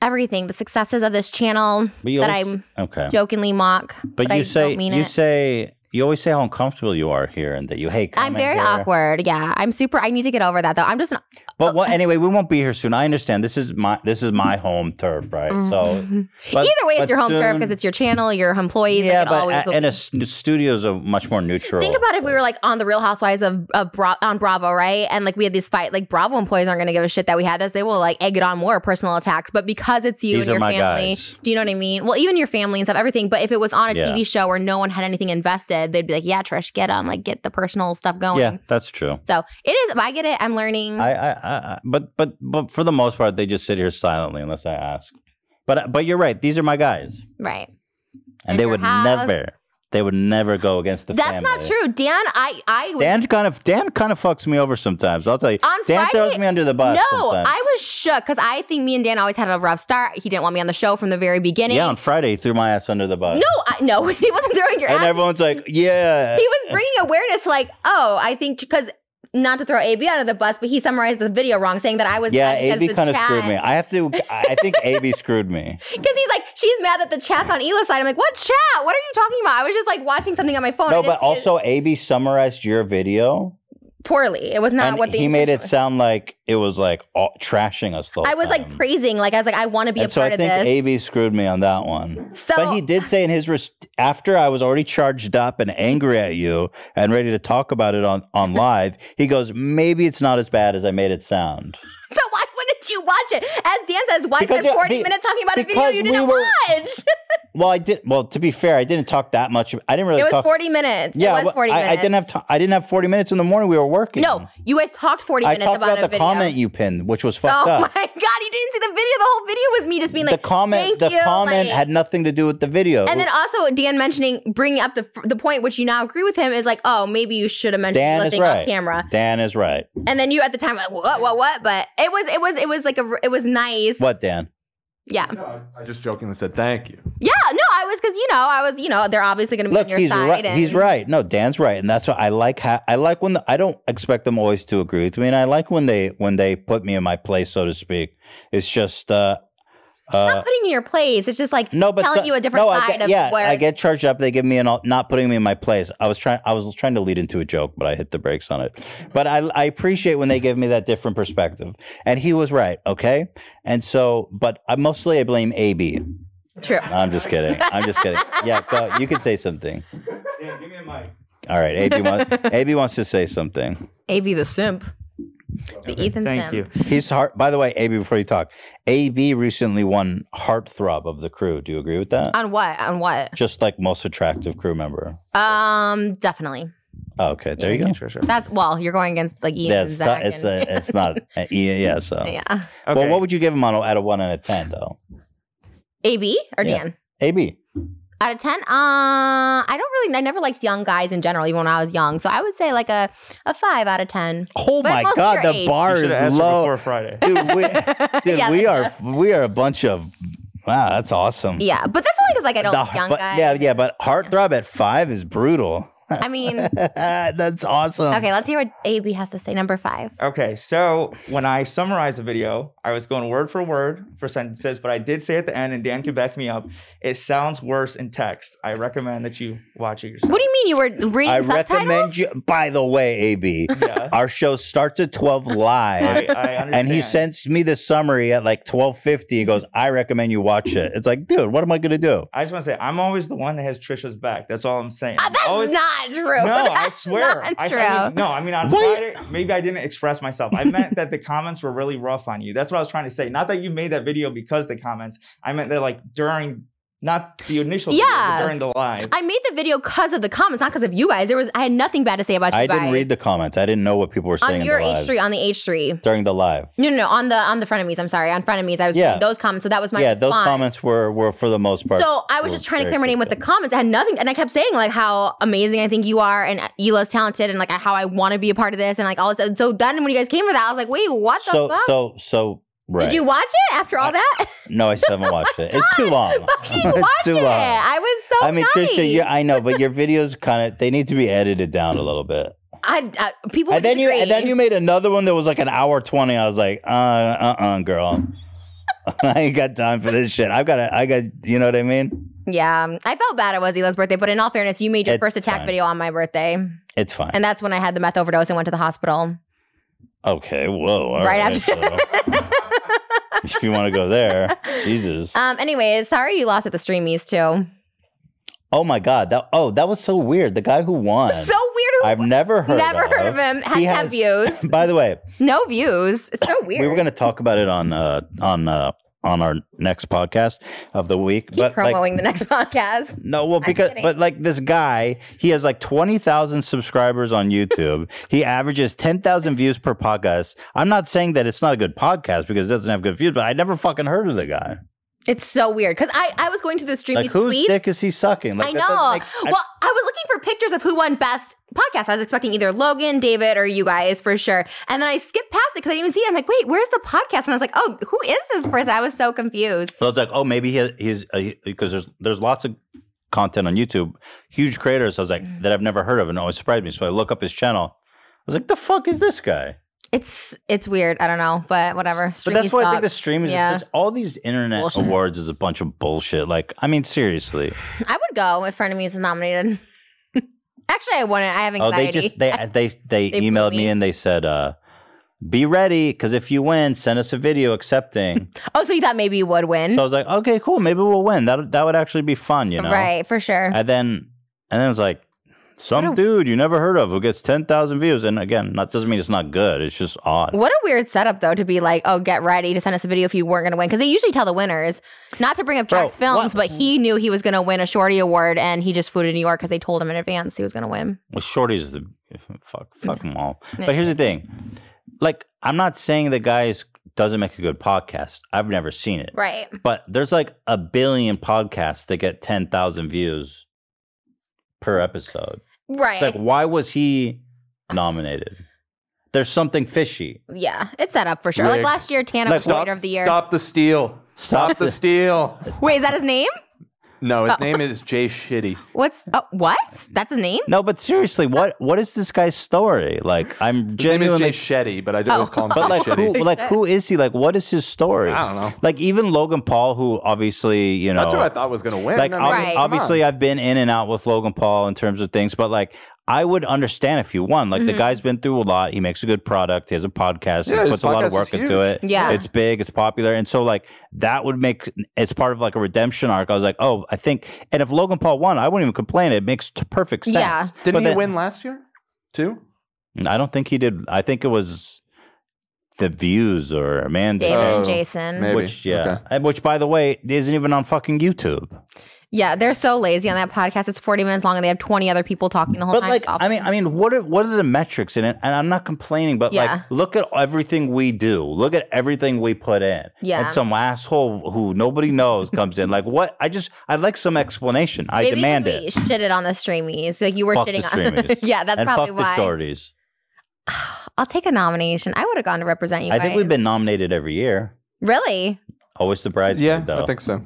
Speaker 2: everything. The successes of this channel
Speaker 1: But you
Speaker 2: that
Speaker 1: always-
Speaker 2: I'm
Speaker 1: Okay.
Speaker 2: jokingly mock.
Speaker 1: But you
Speaker 2: I
Speaker 1: say
Speaker 2: don't mean
Speaker 1: you
Speaker 2: it.
Speaker 1: say you always say how uncomfortable you are here and that you hate.
Speaker 2: I'm
Speaker 1: coming
Speaker 2: very
Speaker 1: here.
Speaker 2: awkward. Yeah. I'm super I need to get over that though. I'm just an,
Speaker 1: But well, anyway, we won't be here soon. I understand. This is my this is my home turf, right?
Speaker 2: Mm-hmm.
Speaker 1: So but-
Speaker 2: either way
Speaker 1: but
Speaker 2: it's your home turf
Speaker 1: soon-
Speaker 2: because it's your channel, your employees.
Speaker 1: yeah,
Speaker 2: like, it
Speaker 1: but
Speaker 2: always
Speaker 1: a-
Speaker 2: will
Speaker 1: and
Speaker 2: be-
Speaker 1: a s- studio's a much more neutral.
Speaker 2: Think about if we were like on the Real Housewives of, of Bra- on Bravo, right? And like we had this fight. Like Bravo employees aren't going to give a shit that we had this. They will like egg it on more personal attacks. But because it's you
Speaker 1: These
Speaker 2: and
Speaker 1: are
Speaker 2: your
Speaker 1: my
Speaker 2: family,
Speaker 1: guys.
Speaker 2: do you know what I mean? Well, even your family and stuff, everything. But if it was on a
Speaker 1: Yeah.
Speaker 2: TV show where no one had anything invested, they'd be like, "Yeah, Trish, get them. Like get the personal stuff going."
Speaker 1: yeah, that's true.
Speaker 2: So it is. I get it. I'm learning.
Speaker 1: I, I, I, I- but, but, but for the most part, they just sit here silently unless I ask. But, but you're right. These are my guys,
Speaker 2: right.
Speaker 1: and
Speaker 2: And
Speaker 1: they
Speaker 2: your
Speaker 1: would
Speaker 2: house.
Speaker 1: never, they would never go against the
Speaker 2: That's
Speaker 1: family.
Speaker 2: not true, Dan. I I was
Speaker 1: Dan kind of, Dan kind of fucks me over sometimes. I'll tell you.
Speaker 2: On
Speaker 1: Dan throws
Speaker 2: Friday-
Speaker 1: me under the bus.
Speaker 2: No,
Speaker 1: sometimes.
Speaker 2: I was shook because I think me and Dan always had a rough start. He didn't want me on the show from the very beginning.
Speaker 1: yeah, on Friday he threw my ass under the bus.
Speaker 2: No, I, no, he wasn't throwing your
Speaker 1: and
Speaker 2: ass.
Speaker 1: everyone's like, yeah.
Speaker 2: he was bringing awareness, like, oh, I think because not to throw AB under the bus, but he summarized the video wrong, saying that I was
Speaker 1: yeah,
Speaker 2: mad because
Speaker 1: AB
Speaker 2: the
Speaker 1: kind of
Speaker 2: chat-
Speaker 1: screwed me. I have to. I I think AB screwed me.
Speaker 2: because he's like, she's mad that the chat's on Ela's side. I'm like, what chat? What are you talking about? I was just like watching something on my phone. I
Speaker 1: No,
Speaker 2: didn't
Speaker 1: but
Speaker 2: see it
Speaker 1: also AB summarized your video,
Speaker 2: poorly. It was not
Speaker 1: and
Speaker 2: what the
Speaker 1: he made it
Speaker 2: intention
Speaker 1: sound like it was like all, trashing us. The whole
Speaker 2: was. I was
Speaker 1: time.
Speaker 2: like praising, like I was like, I want to be
Speaker 1: and
Speaker 2: a
Speaker 1: so
Speaker 2: part
Speaker 1: I think
Speaker 2: of this.
Speaker 1: AB screwed me on that one.
Speaker 2: so
Speaker 1: but he did say in his res- after I was already charged up and angry at you and ready to talk about it on on live, he goes, maybe it's not as bad as I made it sound
Speaker 2: so why wouldn't you watch it? As Dan says, why
Speaker 1: Because
Speaker 2: spend
Speaker 1: it-
Speaker 2: 40
Speaker 1: be-
Speaker 2: minutes talking about a video
Speaker 1: because
Speaker 2: you
Speaker 1: we
Speaker 2: didn't
Speaker 1: were-
Speaker 2: watch?
Speaker 1: Well, I did. Well, to be fair, I didn't talk that much. I didn't really
Speaker 2: it was
Speaker 1: talk.
Speaker 2: 40 minutes.
Speaker 1: yeah,
Speaker 2: it was
Speaker 1: well,
Speaker 2: 40 minutes.
Speaker 1: I, I didn't have. To, I didn't have forty minutes in the morning. We were working.
Speaker 2: No, you guys talked 40
Speaker 1: I
Speaker 2: minutes
Speaker 1: talked about,
Speaker 2: a
Speaker 1: the
Speaker 2: video.
Speaker 1: comment you pinned, which was fucked
Speaker 2: oh
Speaker 1: up.
Speaker 2: my god, you didn't see the video. The whole video was me just being like
Speaker 1: the comment,
Speaker 2: Thank
Speaker 1: the
Speaker 2: you,
Speaker 1: comment
Speaker 2: like-
Speaker 1: had nothing to do with the video.
Speaker 2: And then also Dan mentioning bringing up the the point which you now agree with him is like, oh, maybe you should have mentioned
Speaker 1: Dan
Speaker 2: the
Speaker 1: is
Speaker 2: thing
Speaker 1: right.
Speaker 2: off camera.
Speaker 1: Dan is right.
Speaker 2: And then you at the time were like what what what? But it was it was it was like a it was nice.
Speaker 1: What Dan?
Speaker 2: Yeah,
Speaker 6: No, I, I just jokingly said thank you.
Speaker 2: yeah. No, I was because you know I was you know they're obviously going to be
Speaker 1: Look,
Speaker 2: on your
Speaker 1: he's
Speaker 2: side.
Speaker 1: right.
Speaker 2: and-
Speaker 1: He's right. No, Dan's right, and that's why I like. Ha- I like when the, I don't expect them always to agree with me, and I like when they when they put me in my place, so to speak. It's just. uh uh,
Speaker 2: Not putting you in your place. It's just like
Speaker 1: No, but
Speaker 2: telling
Speaker 1: the-
Speaker 2: you a different
Speaker 1: no, I
Speaker 2: side
Speaker 1: get,
Speaker 2: of
Speaker 1: yeah,
Speaker 2: where
Speaker 1: I get charged up. They give me an al- not putting me in my place. I was trying. I was trying to lead into a joke, but I hit the brakes on it. But I, I appreciate when they give me that different perspective. And he was right. Okay. And so, but I mostly I blame AB.
Speaker 2: true.
Speaker 1: No, I'm just kidding. I'm just kidding. Yeah, go. You can say something.
Speaker 3: Yeah, give me a mic.
Speaker 1: All right. AB wants. AB wants to say something.
Speaker 2: Av the simp. The Ethan
Speaker 8: Thank
Speaker 2: simp.
Speaker 8: you.
Speaker 1: He's heart. By the way, AB, before you talk, AB recently won heartthrob of the crew. Do you agree with that?
Speaker 2: On what? On what?
Speaker 1: Just like most attractive crew member.
Speaker 2: Um, definitely.
Speaker 1: Oh, okay. There you go.
Speaker 6: Thank you, Trisha.
Speaker 2: That's well, you're going against like Ian and
Speaker 1: That's
Speaker 2: Zach.
Speaker 1: not, it's,
Speaker 2: and,
Speaker 1: a, it's not. uh, yeah, yeah. So,
Speaker 2: yeah.
Speaker 8: Okay.
Speaker 1: well, what would you give him on a, out of one out of ten though?
Speaker 2: AB or
Speaker 1: Yeah.
Speaker 2: Dan?
Speaker 1: AB.
Speaker 2: Out of ten, uh, I don't really. I never liked young guys in general, even when I was young. So I would say like a a five out of ten.
Speaker 1: Oh
Speaker 2: But
Speaker 1: my
Speaker 2: mostly
Speaker 1: God,
Speaker 2: your
Speaker 1: the
Speaker 2: age.
Speaker 1: bar
Speaker 8: You should've
Speaker 1: is
Speaker 8: asked her
Speaker 1: low,
Speaker 8: before Friday.
Speaker 1: dude. We, dude,
Speaker 2: Yeah,
Speaker 1: we
Speaker 2: that's
Speaker 1: are we are a bunch of wow. That's awesome.
Speaker 2: Yeah, but that's only because like I don't
Speaker 1: The-
Speaker 2: like young
Speaker 1: but-
Speaker 2: guys.
Speaker 1: yeah, yeah, but heartthrob at five is brutal.
Speaker 2: I mean,
Speaker 1: that's awesome.
Speaker 2: okay, let's hear what AB has to say. Number five.
Speaker 8: Okay, so when I summarized the video, I was going word for word for sentences, but I did say at the end, and Dan can back me up, it sounds worse in text. I recommend that you watch it yourself.
Speaker 2: What do you mean you were reading
Speaker 1: I
Speaker 2: subtitles?
Speaker 1: recommend you. By the way, AB,
Speaker 8: Yeah.
Speaker 1: our show starts at twelve live.
Speaker 8: I, I understand.
Speaker 1: and he sends me the summary at like 1250 and goes i recommend you watch it it's like dude what am i gonna do
Speaker 8: I just want to say, I'm always the one that has Trisha's back. That's all I'm saying.
Speaker 2: Ah,
Speaker 8: I'm
Speaker 2: that's
Speaker 8: always,
Speaker 2: not not true.
Speaker 8: Oh, No, I
Speaker 2: That's
Speaker 8: swear.
Speaker 2: not
Speaker 8: I,
Speaker 2: true.
Speaker 8: I mean, no, I mean on
Speaker 2: What?
Speaker 8: Friday, maybe I didn't express myself. I meant that the comments were really rough on you. That's what I was trying to say. Not that you made that video because the comments. I meant that like during, not the initial, video, but
Speaker 2: Yeah.
Speaker 8: during the live.
Speaker 2: I made the video because of the comments, not because of you guys. There was I had nothing bad to say about you
Speaker 1: I
Speaker 2: guys.
Speaker 1: didn't read the comments. I didn't know what people were saying
Speaker 2: on your
Speaker 1: in the
Speaker 2: H
Speaker 1: live.
Speaker 2: three on the H three.
Speaker 1: during the live.
Speaker 2: No, no, no, on the on the frenemies. I'm sorry, on frenemies. I was
Speaker 1: Yeah.
Speaker 2: reading those comments, so that was my
Speaker 1: yeah, those
Speaker 2: response.
Speaker 1: comments were were for the most part.
Speaker 2: So I was
Speaker 1: were
Speaker 2: just trying to
Speaker 1: very
Speaker 2: clear my name with the
Speaker 1: good.
Speaker 2: comments. I had nothing, and I kept saying like how amazing I think you are, and Ela's talented, and like how I want to be a part of this, and like all this. And so then when you guys came for that, I was like, wait, what the
Speaker 1: so
Speaker 2: fuck?
Speaker 1: so so right.
Speaker 2: Did you watch it after all
Speaker 1: I-
Speaker 2: that?
Speaker 1: No, I still haven't watched it. It's too long.
Speaker 2: Fucking watch
Speaker 1: it's too
Speaker 2: it.
Speaker 1: long.
Speaker 2: I was so.
Speaker 1: I mean,
Speaker 2: nice.
Speaker 1: Trisha, you I know, but your videos kind of they need to be edited down a little bit.
Speaker 2: I, I- people. would
Speaker 1: And then you and
Speaker 2: disagree.
Speaker 1: then you made another one that was like an hour twenty. I was like, uh uh uh, girl. I ain't got time for this shit. I've got to, I got, you know what I mean?
Speaker 2: Yeah, I felt bad it was Ela's birthday, but in all fairness, you made your
Speaker 1: It's
Speaker 2: first attack
Speaker 1: fine.
Speaker 2: video on my birthday, and
Speaker 1: It's fine.
Speaker 2: that's when I had the meth overdose and went to the hospital.
Speaker 1: okay, whoa. all
Speaker 2: Right
Speaker 1: right
Speaker 2: after-
Speaker 1: so if you want to go there, Jesus.
Speaker 2: Um. Anyways, sorry you lost at the streamies too.
Speaker 1: Oh my God. That, oh, that was so weird. The guy who won.
Speaker 2: So weird. Who
Speaker 1: I've never heard
Speaker 2: Never
Speaker 1: of.
Speaker 2: heard of him. Had
Speaker 1: He
Speaker 2: to have
Speaker 1: has-
Speaker 2: views.
Speaker 1: By the way,
Speaker 2: No views. It's so weird.
Speaker 1: we were going to talk about it on uh, on uh, on our next podcast of the week,
Speaker 2: keep
Speaker 1: but
Speaker 2: promoting
Speaker 1: like
Speaker 2: the next podcast.
Speaker 1: no, well because
Speaker 2: kidding.
Speaker 1: but like this guy, he has like 20,000 subscribers on YouTube. he averages 10,000 views per podcast. I'm not saying that it's not a good podcast because it doesn't have good views, but I never fucking heard of the guy.
Speaker 2: It's so weird because I I was going to the streamies
Speaker 1: Like whose
Speaker 2: tweets.
Speaker 1: dick is he sucking? Like,
Speaker 2: I
Speaker 1: that doesn't
Speaker 2: know.
Speaker 1: make- I-
Speaker 2: well, I was looking for pictures of who won best podcast. I was expecting either Logan, David, or you guys for sure. And then I skipped past it because I didn't even see it. I'm like, wait, where's the podcast? And I was like, oh, who is this person? I was so confused.
Speaker 1: So I was like, oh, maybe he, he's because there's there's lots of content on YouTube, huge creators. I was like
Speaker 2: Mm.
Speaker 1: that I've never heard of, and it always surprised me. So I look up his channel. I was like, the fuck is this guy?
Speaker 2: It's it's weird. I don't know, but whatever.
Speaker 1: But that's
Speaker 2: Streamies
Speaker 1: why I
Speaker 2: suck.
Speaker 1: think the stream is
Speaker 2: Yeah.
Speaker 1: just such- all these internet
Speaker 2: Bullshit.
Speaker 1: awards is a bunch of bullshit. Like, I mean, seriously.
Speaker 2: I would go if Frenemies was nominated. Actually, I wouldn't. I have
Speaker 1: Oh,
Speaker 2: anxiety.
Speaker 1: they just they they they,
Speaker 2: They blew
Speaker 1: emailed me
Speaker 2: me.
Speaker 1: and they said, uh, "Be ready, because if you win, send us a video accepting."
Speaker 2: oh, so you thought maybe you would win?
Speaker 1: so I was like, "Okay, cool, maybe we'll win. That that would actually be fun, you know?"
Speaker 2: Right, for sure.
Speaker 1: And then and then it was like some dude you never heard of who gets ten thousand views. And again, that doesn't mean it's not good. It's just odd.
Speaker 2: What a weird setup, though, to be like, oh, get ready to send us a video if you weren't going to win. Because they usually tell the winners not to bring up
Speaker 1: Bro,
Speaker 2: Jack's films,
Speaker 1: what-
Speaker 2: but he knew he was going to win a Shorty Award and he just flew to New York because they told him in advance he was going to win.
Speaker 1: Well, shorty's the fuck fuck them all.
Speaker 2: Yeah.
Speaker 1: But here's the thing. Like, I'm not saying the guy is- doesn't make a good podcast. I've never seen it.
Speaker 2: Right.
Speaker 1: But there's like a billion podcasts that get ten thousand views per episode.
Speaker 2: Right.
Speaker 1: It's like, why was he nominated? There's something fishy.
Speaker 2: yeah. It's set up for sure. Like
Speaker 6: Rigged.
Speaker 2: last year, Tana
Speaker 1: Like,
Speaker 2: was
Speaker 1: stop-
Speaker 2: Creator of the Year.
Speaker 6: Stop the steal. Stop the steal.
Speaker 2: Wait, is that his name? Oh.
Speaker 6: No, his name is Jay Shitty.
Speaker 2: What's oh, what? That's his name?
Speaker 1: No, but seriously, what what is this guy's story? Like, I'm
Speaker 6: His name is Jay
Speaker 1: genuinely
Speaker 6: Shetty, but I do
Speaker 2: Oh.
Speaker 6: always call him
Speaker 1: But
Speaker 6: Jay
Speaker 1: like who,
Speaker 6: Shetty.
Speaker 1: like who is he? Like what is his story?
Speaker 6: I don't know.
Speaker 1: Like even Logan Paul, who obviously you know,
Speaker 6: That's what I thought was going to win.
Speaker 1: like
Speaker 6: I
Speaker 1: ob-
Speaker 6: mean,
Speaker 2: Right.
Speaker 6: come on.
Speaker 1: obviously I've been in and out with Logan Paul in terms of things, but like I would understand if you won. Like the guy's been through a lot. He makes a good product. He has a podcast.
Speaker 6: Mm-hmm. Yeah,
Speaker 1: he
Speaker 6: his
Speaker 1: puts a lot of
Speaker 6: podcast
Speaker 1: work
Speaker 6: is
Speaker 1: into
Speaker 6: huge.
Speaker 1: it.
Speaker 2: Yeah.
Speaker 1: it's big. It's popular, and so like that would make it's part of like a redemption arc. I was like, oh, I think. And if Logan Paul won, I wouldn't even complain. It makes t- perfect sense.
Speaker 2: Yeah.
Speaker 1: But
Speaker 6: Didn't he
Speaker 1: then-
Speaker 6: win last year too?
Speaker 1: I don't think he did. I think it was the views or Amanda.
Speaker 2: David
Speaker 6: Oh,
Speaker 2: and Jason.
Speaker 6: maybe.
Speaker 1: Which yeah,
Speaker 6: Okay.
Speaker 1: And which by the way isn't even on fucking YouTube.
Speaker 2: Yeah, they're so lazy on that podcast. It's 40 minutes long and they have 20 other people talking the whole
Speaker 1: But
Speaker 2: time.
Speaker 1: like,
Speaker 2: It's awful.
Speaker 1: I mean, I mean, what are what are the metrics in it? And I'm not complaining, but
Speaker 2: Yeah.
Speaker 1: like, look at everything we do. Look at everything we put in.
Speaker 2: Yeah.
Speaker 1: And some asshole who nobody knows comes in. Like, what? I just I'd like some explanation. I
Speaker 2: Maybe 'cause
Speaker 1: demand
Speaker 2: we
Speaker 1: it.
Speaker 2: shitted on the streamies. Like you were
Speaker 1: Fuck the
Speaker 2: shitting on
Speaker 1: streamies.
Speaker 2: Yeah, that's
Speaker 1: and fuck
Speaker 2: probably
Speaker 1: the
Speaker 2: why.
Speaker 1: shorties.
Speaker 2: I'll take a nomination. I would have gone to represent you.
Speaker 1: I think
Speaker 2: guys.
Speaker 1: we've been nominated every year.
Speaker 2: really.
Speaker 1: Always the prize.
Speaker 6: Yeah,
Speaker 1: though.
Speaker 6: I think so.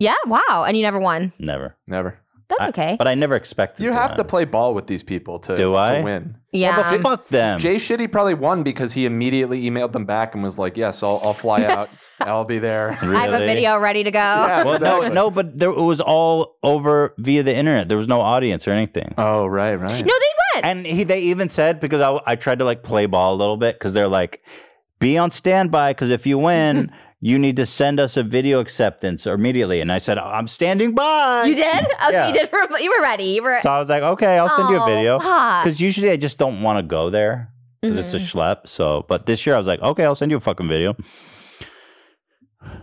Speaker 2: Yeah. Wow. And you never won.
Speaker 1: never.
Speaker 6: Never.
Speaker 2: That's
Speaker 1: I-
Speaker 2: okay.
Speaker 1: But I never expected.
Speaker 6: You have to
Speaker 1: win.
Speaker 6: play ball with these people to,
Speaker 1: Do
Speaker 6: to
Speaker 1: I?
Speaker 6: win.
Speaker 2: yeah.
Speaker 1: Well, but fuck them.
Speaker 6: Jay Shitty probably won because he immediately emailed them back and was like, "Yes, I'll, I'll fly out. I'll be there."
Speaker 1: Really?
Speaker 2: I have a video ready to go.
Speaker 6: Yeah,
Speaker 1: Well, no,
Speaker 6: exactly.
Speaker 1: no, but there, it was all over via the internet. There was no audience or anything.
Speaker 6: Oh, right, right.
Speaker 2: No, they went.
Speaker 1: And he, they even said because I, I tried to like play ball a little bit because they're like be on standby because if you win, you need to send us a video acceptance immediately. And I said, I'm standing by.
Speaker 2: You did? Oh, so
Speaker 1: Yeah.
Speaker 2: you did. you were ready. You were.
Speaker 1: So I was like, okay, I'll send you
Speaker 2: Oh,
Speaker 1: a video.
Speaker 2: fuck. Mm-hmm.
Speaker 1: Because usually I just don't want to go there 'cause it's a schlep. So, but this year I was like, okay, I'll send you a fucking video.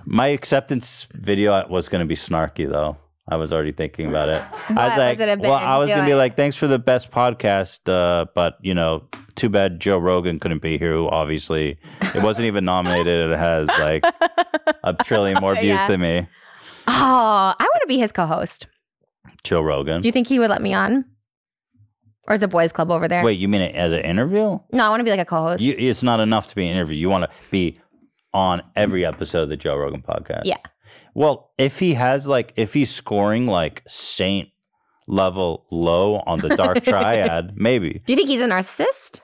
Speaker 1: My acceptance video uh, was going to be snarky though. I was already thinking about it. I
Speaker 2: What
Speaker 1: was like,
Speaker 2: would it have
Speaker 1: well,
Speaker 2: been?
Speaker 1: I was
Speaker 2: Do
Speaker 1: going to be
Speaker 2: it.
Speaker 1: like, thanks for the best podcast. Uh, but, you know, too bad Joe Rogan couldn't be here, who obviously it wasn't even nominated. and It has like a trillion more views
Speaker 2: Yeah.
Speaker 1: than me.
Speaker 2: Oh, I want to be his co-host.
Speaker 1: Joe Rogan.
Speaker 2: Do you think he would let me on? Or is a boys' club over there?
Speaker 1: Wait, you mean it as an interview?
Speaker 2: No, I want to be like a co-host.
Speaker 1: You, it's not enough to be an interview. You want to be on every episode of the Joe Rogan podcast.
Speaker 2: Yeah.
Speaker 1: Well, if he has like, if he's scoring like Saint level low on the dark triad, maybe
Speaker 2: Do you think he's a narcissist?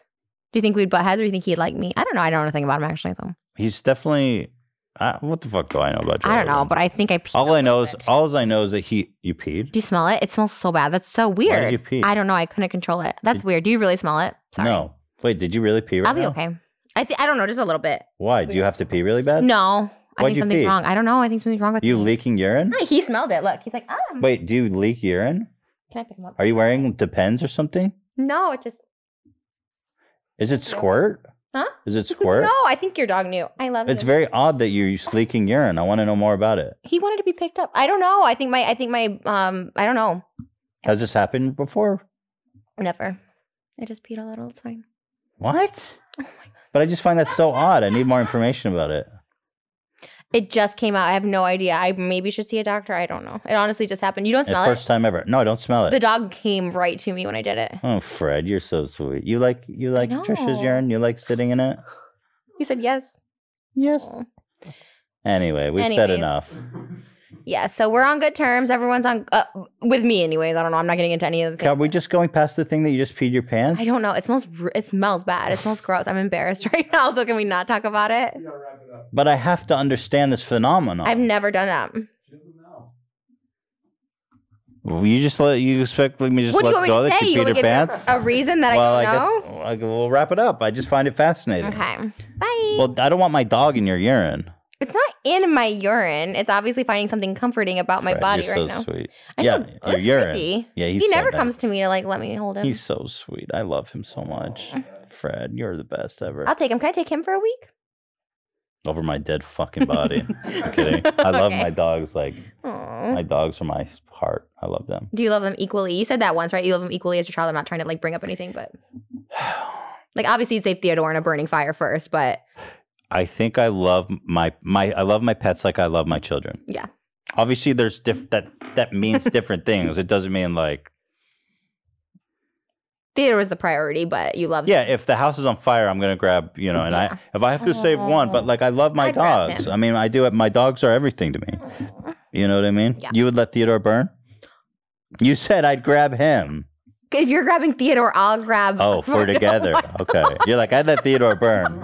Speaker 2: Do you think we'd butt heads, or do you think he'd like me? I don't know. I don't know anything about him actually. So
Speaker 1: he's definitely. I, what the fuck do I know about Joe?
Speaker 2: I don't know,
Speaker 1: Rogan?
Speaker 2: but I think I peed.
Speaker 1: all
Speaker 2: a
Speaker 1: I know is
Speaker 2: little bit.
Speaker 1: all I know is that he you peed.
Speaker 2: Do you smell it? It smells so bad. That's so weird.
Speaker 1: did you pee?
Speaker 2: I don't know. I couldn't control it. That's
Speaker 1: Did-
Speaker 2: weird. Do you really smell it? Sorry.
Speaker 1: No, wait, did you really pee? Right
Speaker 2: I'll be
Speaker 1: now?
Speaker 2: okay. I th- I don't know. Just a little bit.
Speaker 1: Why do you have to pee really bad?
Speaker 2: No, I
Speaker 1: Why'd
Speaker 2: think
Speaker 1: you
Speaker 2: something's
Speaker 1: pee?
Speaker 2: wrong. I don't know. I think something's wrong with
Speaker 1: you
Speaker 2: me.
Speaker 1: leaking urine.
Speaker 2: No, He smelled it. Look, he's like, ah.
Speaker 1: Wait, do you leak urine?
Speaker 2: Can I pick him up?
Speaker 1: Are you wearing Depends or something?
Speaker 2: No, it just.
Speaker 1: Is it squirt?
Speaker 2: Huh?
Speaker 1: Is it squirt?
Speaker 2: No, I think your dog knew. I love
Speaker 1: It's
Speaker 2: you.
Speaker 1: very odd that you're leaking urine. I want to know more about it.
Speaker 2: he wanted to be picked up. I don't know. I think my. I think my. Um. I don't know.
Speaker 1: Has this happened before?
Speaker 2: Never. I just peed a little. It's fine.
Speaker 1: What?
Speaker 2: Oh
Speaker 1: But I just find that so odd. I need more information about it.
Speaker 2: It just came out. I have no idea. I maybe should see a doctor. I don't know. It honestly just happened. You don't smell
Speaker 1: The first time ever. No, I don't smell
Speaker 2: it. The
Speaker 1: it.
Speaker 2: dog came right to me when I did it.
Speaker 1: Oh, Fred, you're so sweet. You like you like Trisha's
Speaker 2: know.
Speaker 1: urine. You like sitting in it.
Speaker 2: He said yes.
Speaker 1: Yes.
Speaker 2: Aw.
Speaker 1: Anyway, we've said
Speaker 2: Anyways.
Speaker 1: enough.
Speaker 2: Yeah. So we're on good terms. Everyone's on uh, with me, anyways. I don't know. I'm not getting into any of the
Speaker 1: God,
Speaker 2: things.
Speaker 1: are we just going past the thing that you just peed your pants?
Speaker 2: I don't know. It smells. r- It smells bad. It smells gross. I'm embarrassed right now. So can we not talk about it?
Speaker 1: But I have to understand this phenomenon.
Speaker 2: I've never done that.
Speaker 1: you just let you expect me to just
Speaker 2: What do
Speaker 1: let
Speaker 2: you
Speaker 1: go
Speaker 2: want me to
Speaker 1: that
Speaker 2: say?
Speaker 1: you
Speaker 2: You
Speaker 1: peed
Speaker 2: want
Speaker 1: your
Speaker 2: to give me
Speaker 1: pants.
Speaker 2: a reason that
Speaker 1: well,
Speaker 2: uh, I don't
Speaker 1: guess I, we'll wrap it up. I just find it fascinating.
Speaker 2: know? Okay. Bye.
Speaker 1: Well, I don't want my dog in your urine.
Speaker 2: it's not in my urine. It's obviously finding something comforting about my
Speaker 1: Fred,
Speaker 2: body
Speaker 1: you're
Speaker 2: right
Speaker 1: so
Speaker 2: now.
Speaker 1: Sweet.
Speaker 2: I
Speaker 1: yeah,
Speaker 2: know,
Speaker 1: your
Speaker 2: that's
Speaker 1: urine.
Speaker 2: crazy.
Speaker 1: Yeah, he's
Speaker 2: he
Speaker 1: so
Speaker 2: never
Speaker 1: nice.
Speaker 2: comes to me to like let me hold him.
Speaker 1: He's so sweet. I love him so much. Fred, you're the best ever.
Speaker 2: I'll take him. Can I take him for a week?
Speaker 1: Over my dead fucking body. I'm kidding. I love
Speaker 2: Okay.
Speaker 1: my dogs. Like
Speaker 2: Aw.
Speaker 1: my dogs are my heart. I love them.
Speaker 2: Do you love them equally? You said that once, right? You love them equally as your child. I'm not trying to like bring up anything, but like obviously you'd say Theodore in a burning fire first, but
Speaker 1: I think I love my my I love my pets like I love my children.
Speaker 2: Yeah.
Speaker 1: Obviously, there's diff- that that means different things. It doesn't mean like
Speaker 2: Theodore was the priority. But you love
Speaker 1: yeah. If the house is on fire, I'm gonna grab you know, and I if I have to save one, but like I love my
Speaker 2: I'd grab
Speaker 1: dogs.
Speaker 2: him.
Speaker 1: I mean, I do. My dogs are everything to me. You know what I mean?
Speaker 2: Yeah.
Speaker 1: You would let Theodore burn? You said I'd grab him.
Speaker 2: If you're grabbing Theodore, I'll grab.
Speaker 1: Oh, if we're together. Okay. You're like, I'd let Theodore burn.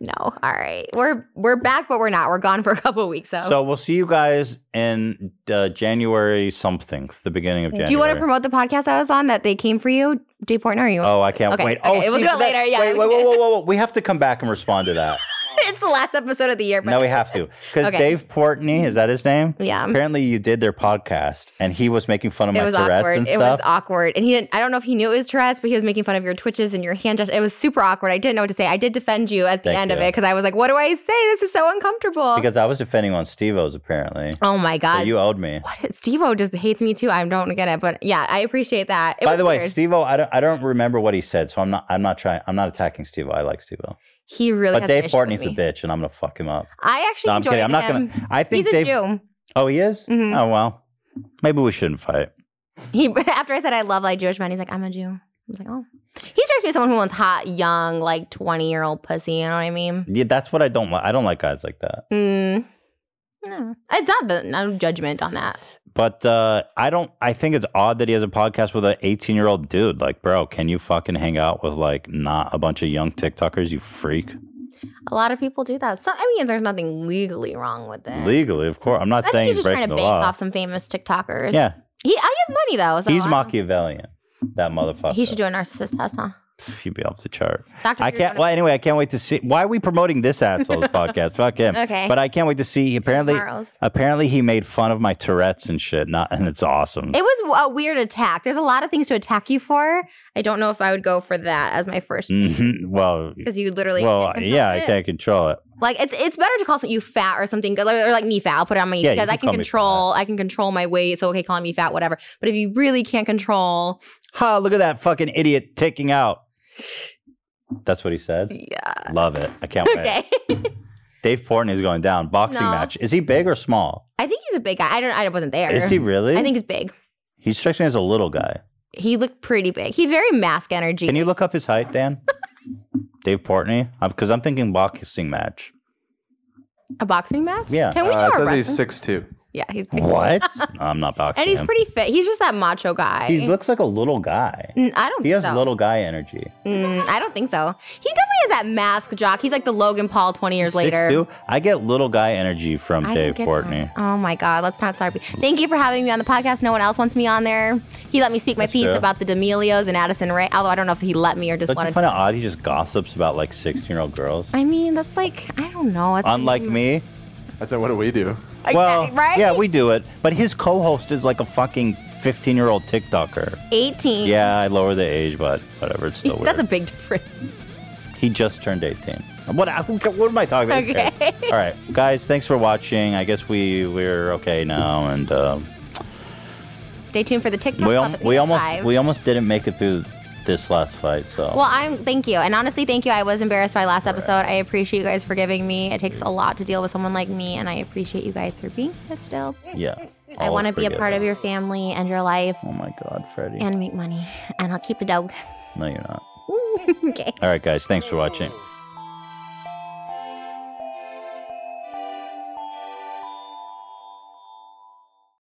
Speaker 2: No, all right, we're we're back, but we're not. We're gone for a couple weeks. So,
Speaker 1: So we'll see you guys in uh, January something, the beginning of January.
Speaker 2: do you want to promote the podcast I was on that they came for you, Jay Portner? Are you?
Speaker 1: Oh, I can't
Speaker 2: Okay,
Speaker 1: wait.
Speaker 2: okay,
Speaker 1: oh,
Speaker 2: we'll do it
Speaker 1: that-
Speaker 2: later. Yeah,
Speaker 1: Wait,
Speaker 2: we
Speaker 1: wait,
Speaker 2: can-
Speaker 1: whoa, whoa, whoa, whoa. We have to come back and respond to that.
Speaker 2: it's the last episode of the year. But
Speaker 1: No, we have to. Because
Speaker 2: Okay.
Speaker 1: Dave Portney, is that his name?
Speaker 2: Yeah.
Speaker 1: Apparently, you did their podcast and he was making fun of
Speaker 2: It
Speaker 1: my
Speaker 2: was
Speaker 1: Tourette's
Speaker 2: awkward.
Speaker 1: and
Speaker 2: It was
Speaker 1: stuff.
Speaker 2: awkward. And he didn't, I don't know if he knew it was Tourette's, but he was making fun of your twitches and your hand gestures. It was super awkward. I didn't know what to say. I did defend you at the
Speaker 1: Thank
Speaker 2: end of
Speaker 1: you.
Speaker 2: it because I was like, what do I say? This is so uncomfortable.
Speaker 1: because I was defending on Steve O's, apparently.
Speaker 2: oh my
Speaker 1: So
Speaker 2: God.
Speaker 1: you owed me.
Speaker 2: What? Steve O just hates me too. I don't get it. But yeah, I appreciate that. It
Speaker 1: By
Speaker 2: was
Speaker 1: the way,
Speaker 2: weird.
Speaker 1: Steve I don't I don't remember what he said, so I'm not I'm not trying I'm not attacking Steve I like Steve
Speaker 2: he really
Speaker 1: But
Speaker 2: has an
Speaker 1: Dave
Speaker 2: issue with
Speaker 1: Portney's a
Speaker 2: me.
Speaker 1: bitch and I'm gonna fuck him up.
Speaker 2: I actually
Speaker 1: No, I'm
Speaker 2: enjoyed
Speaker 1: kidding. I'm not
Speaker 2: him.
Speaker 1: gonna I think
Speaker 2: He's a
Speaker 1: Dave
Speaker 2: Jew.
Speaker 1: Oh he is?
Speaker 2: Mhm.
Speaker 1: Oh well. Maybe we shouldn't fight.
Speaker 2: He after I said I love like Jewish men, he's like, I'm a Jew. I was like, oh. He strikes me as someone who wants hot, young, like 20 year old pussy. You know what I mean?
Speaker 1: Yeah, that's what I don't like. I don't like guys like that.
Speaker 2: Mm. No. It's not the no judgment on that.
Speaker 1: But uh, I don't I think it's odd that he has a podcast with an 18 year old dude. Like, bro, can you fucking hang out with like not a bunch of young TikTokers, you freak?
Speaker 2: A lot of people do that. So I mean, there's nothing legally wrong with it.
Speaker 1: Legally, of course. I'm not
Speaker 2: I think
Speaker 1: saying
Speaker 2: he's
Speaker 1: he's
Speaker 2: just
Speaker 1: breaking
Speaker 2: trying
Speaker 1: the
Speaker 2: to bank
Speaker 1: law.
Speaker 2: off some famous TikTokers.
Speaker 1: yeah.
Speaker 2: He, I, he has money though. So
Speaker 1: he's
Speaker 2: I-
Speaker 1: Machiavellian, that motherfucker.
Speaker 2: He should do a narcissist test, huh?
Speaker 1: He'd be off the chart.
Speaker 2: Dr.
Speaker 1: I
Speaker 2: Drew,
Speaker 1: can't.
Speaker 2: wanna-
Speaker 1: Well, anyway, I can't wait to see. Why are we promoting this asshole's podcast? Fuck him.
Speaker 2: Okay.
Speaker 1: But I can't wait to see. Apparently,
Speaker 2: Tomorrow's.
Speaker 1: apparently he made fun of my Tourette's and shit. Not, and it's awesome.
Speaker 2: It was a weird attack. There's a lot of things to attack you for. I don't know if I would go for that as my first
Speaker 1: Mhm. Well,
Speaker 2: because you literally
Speaker 1: well, uh,
Speaker 2: can't control
Speaker 1: yeah,
Speaker 2: it.
Speaker 1: I can't control it.
Speaker 2: Like it's it's better to call something you fat or something or, or like me fat. I'll put it on my
Speaker 1: Yeah, you
Speaker 2: because
Speaker 1: can
Speaker 2: I can
Speaker 1: call me
Speaker 2: control. I can control my weight. So okay, calling me fat, whatever. But if you really can't control,
Speaker 1: Ha! Look at that fucking idiot ticking out. That's what he said.
Speaker 2: yeah,
Speaker 1: Love it. I can't wait.
Speaker 2: okay.
Speaker 1: Dave Portnoy's going down. Boxing
Speaker 2: No.
Speaker 1: match. Is he big or small?
Speaker 2: I think he's a big guy. I don't. I wasn't there.
Speaker 1: Is he really?
Speaker 2: I think he's big.
Speaker 1: he strikes me as a little guy.
Speaker 2: He looked pretty big. He very mask energy.
Speaker 1: Can you look up his height, Dan? Dave Portnoy? Because I'm thinking boxing match.
Speaker 2: a boxing match?
Speaker 1: Yeah.
Speaker 2: Can we
Speaker 6: Uh,
Speaker 2: do
Speaker 6: it
Speaker 2: a
Speaker 6: says
Speaker 2: wrestling?
Speaker 6: he's six two.
Speaker 2: yeah, he's big.
Speaker 1: What? No, I'm not boxing.
Speaker 2: And he's
Speaker 1: him.
Speaker 2: pretty fit. He's just that macho guy.
Speaker 1: He looks like a little guy.
Speaker 2: Mm, I don't.
Speaker 1: He has
Speaker 2: think so.
Speaker 1: little guy energy.
Speaker 2: Mm, I don't think so. He definitely has that mask jock. He's like the Logan Paul 20 years later.
Speaker 1: 6'2"? I get little guy energy from
Speaker 2: I
Speaker 1: Dave
Speaker 2: don't get
Speaker 1: Portnoy.
Speaker 2: that. Oh my God, let's not start. Thank you for having me on the podcast. No one else wants me on there. He let me speak my
Speaker 1: That's
Speaker 2: piece
Speaker 1: true.
Speaker 2: about the D'Amelios and Addison Ray, although I don't know if he let me or just
Speaker 1: Don't you
Speaker 2: wanted
Speaker 1: find it odd he just gossips about like 16 year old girls?
Speaker 2: I mean, that's like, I don't know. It's
Speaker 1: Unlike me.
Speaker 6: I said, what do we do?
Speaker 2: Like,
Speaker 1: Well,
Speaker 2: right?
Speaker 1: yeah, we do it. But his co host is like a fucking 15 year old TikToker.
Speaker 2: 18.
Speaker 1: Yeah, I lower the age, but whatever. It's still weird.
Speaker 2: That's a big difference.
Speaker 1: He just turned 18. What, who ca- what am I talking about? Who
Speaker 2: Okay.
Speaker 1: cares? All right, guys, thanks for watching. I guess we, we're okay now. And uh,
Speaker 2: Stay tuned for the TikTok.
Speaker 1: we,
Speaker 2: about
Speaker 1: al-
Speaker 2: the
Speaker 1: we, almost,
Speaker 2: PS5.
Speaker 1: we almost didn't make it through this last fight. So
Speaker 2: well, I'm thank you, and honestly, thank you. I was embarrassed by last episode. I appreciate you guys forgiving me. It takes a lot to deal with someone like me, and I appreciate you guys for being here still.
Speaker 1: yeah.
Speaker 2: I want to be a part of
Speaker 1: you.
Speaker 2: your family and your life,
Speaker 1: Oh my God, Freddie.
Speaker 2: and make money, and I'll keep a dog.
Speaker 1: no, you're not.
Speaker 2: okay.
Speaker 1: All right, guys, thanks for watching.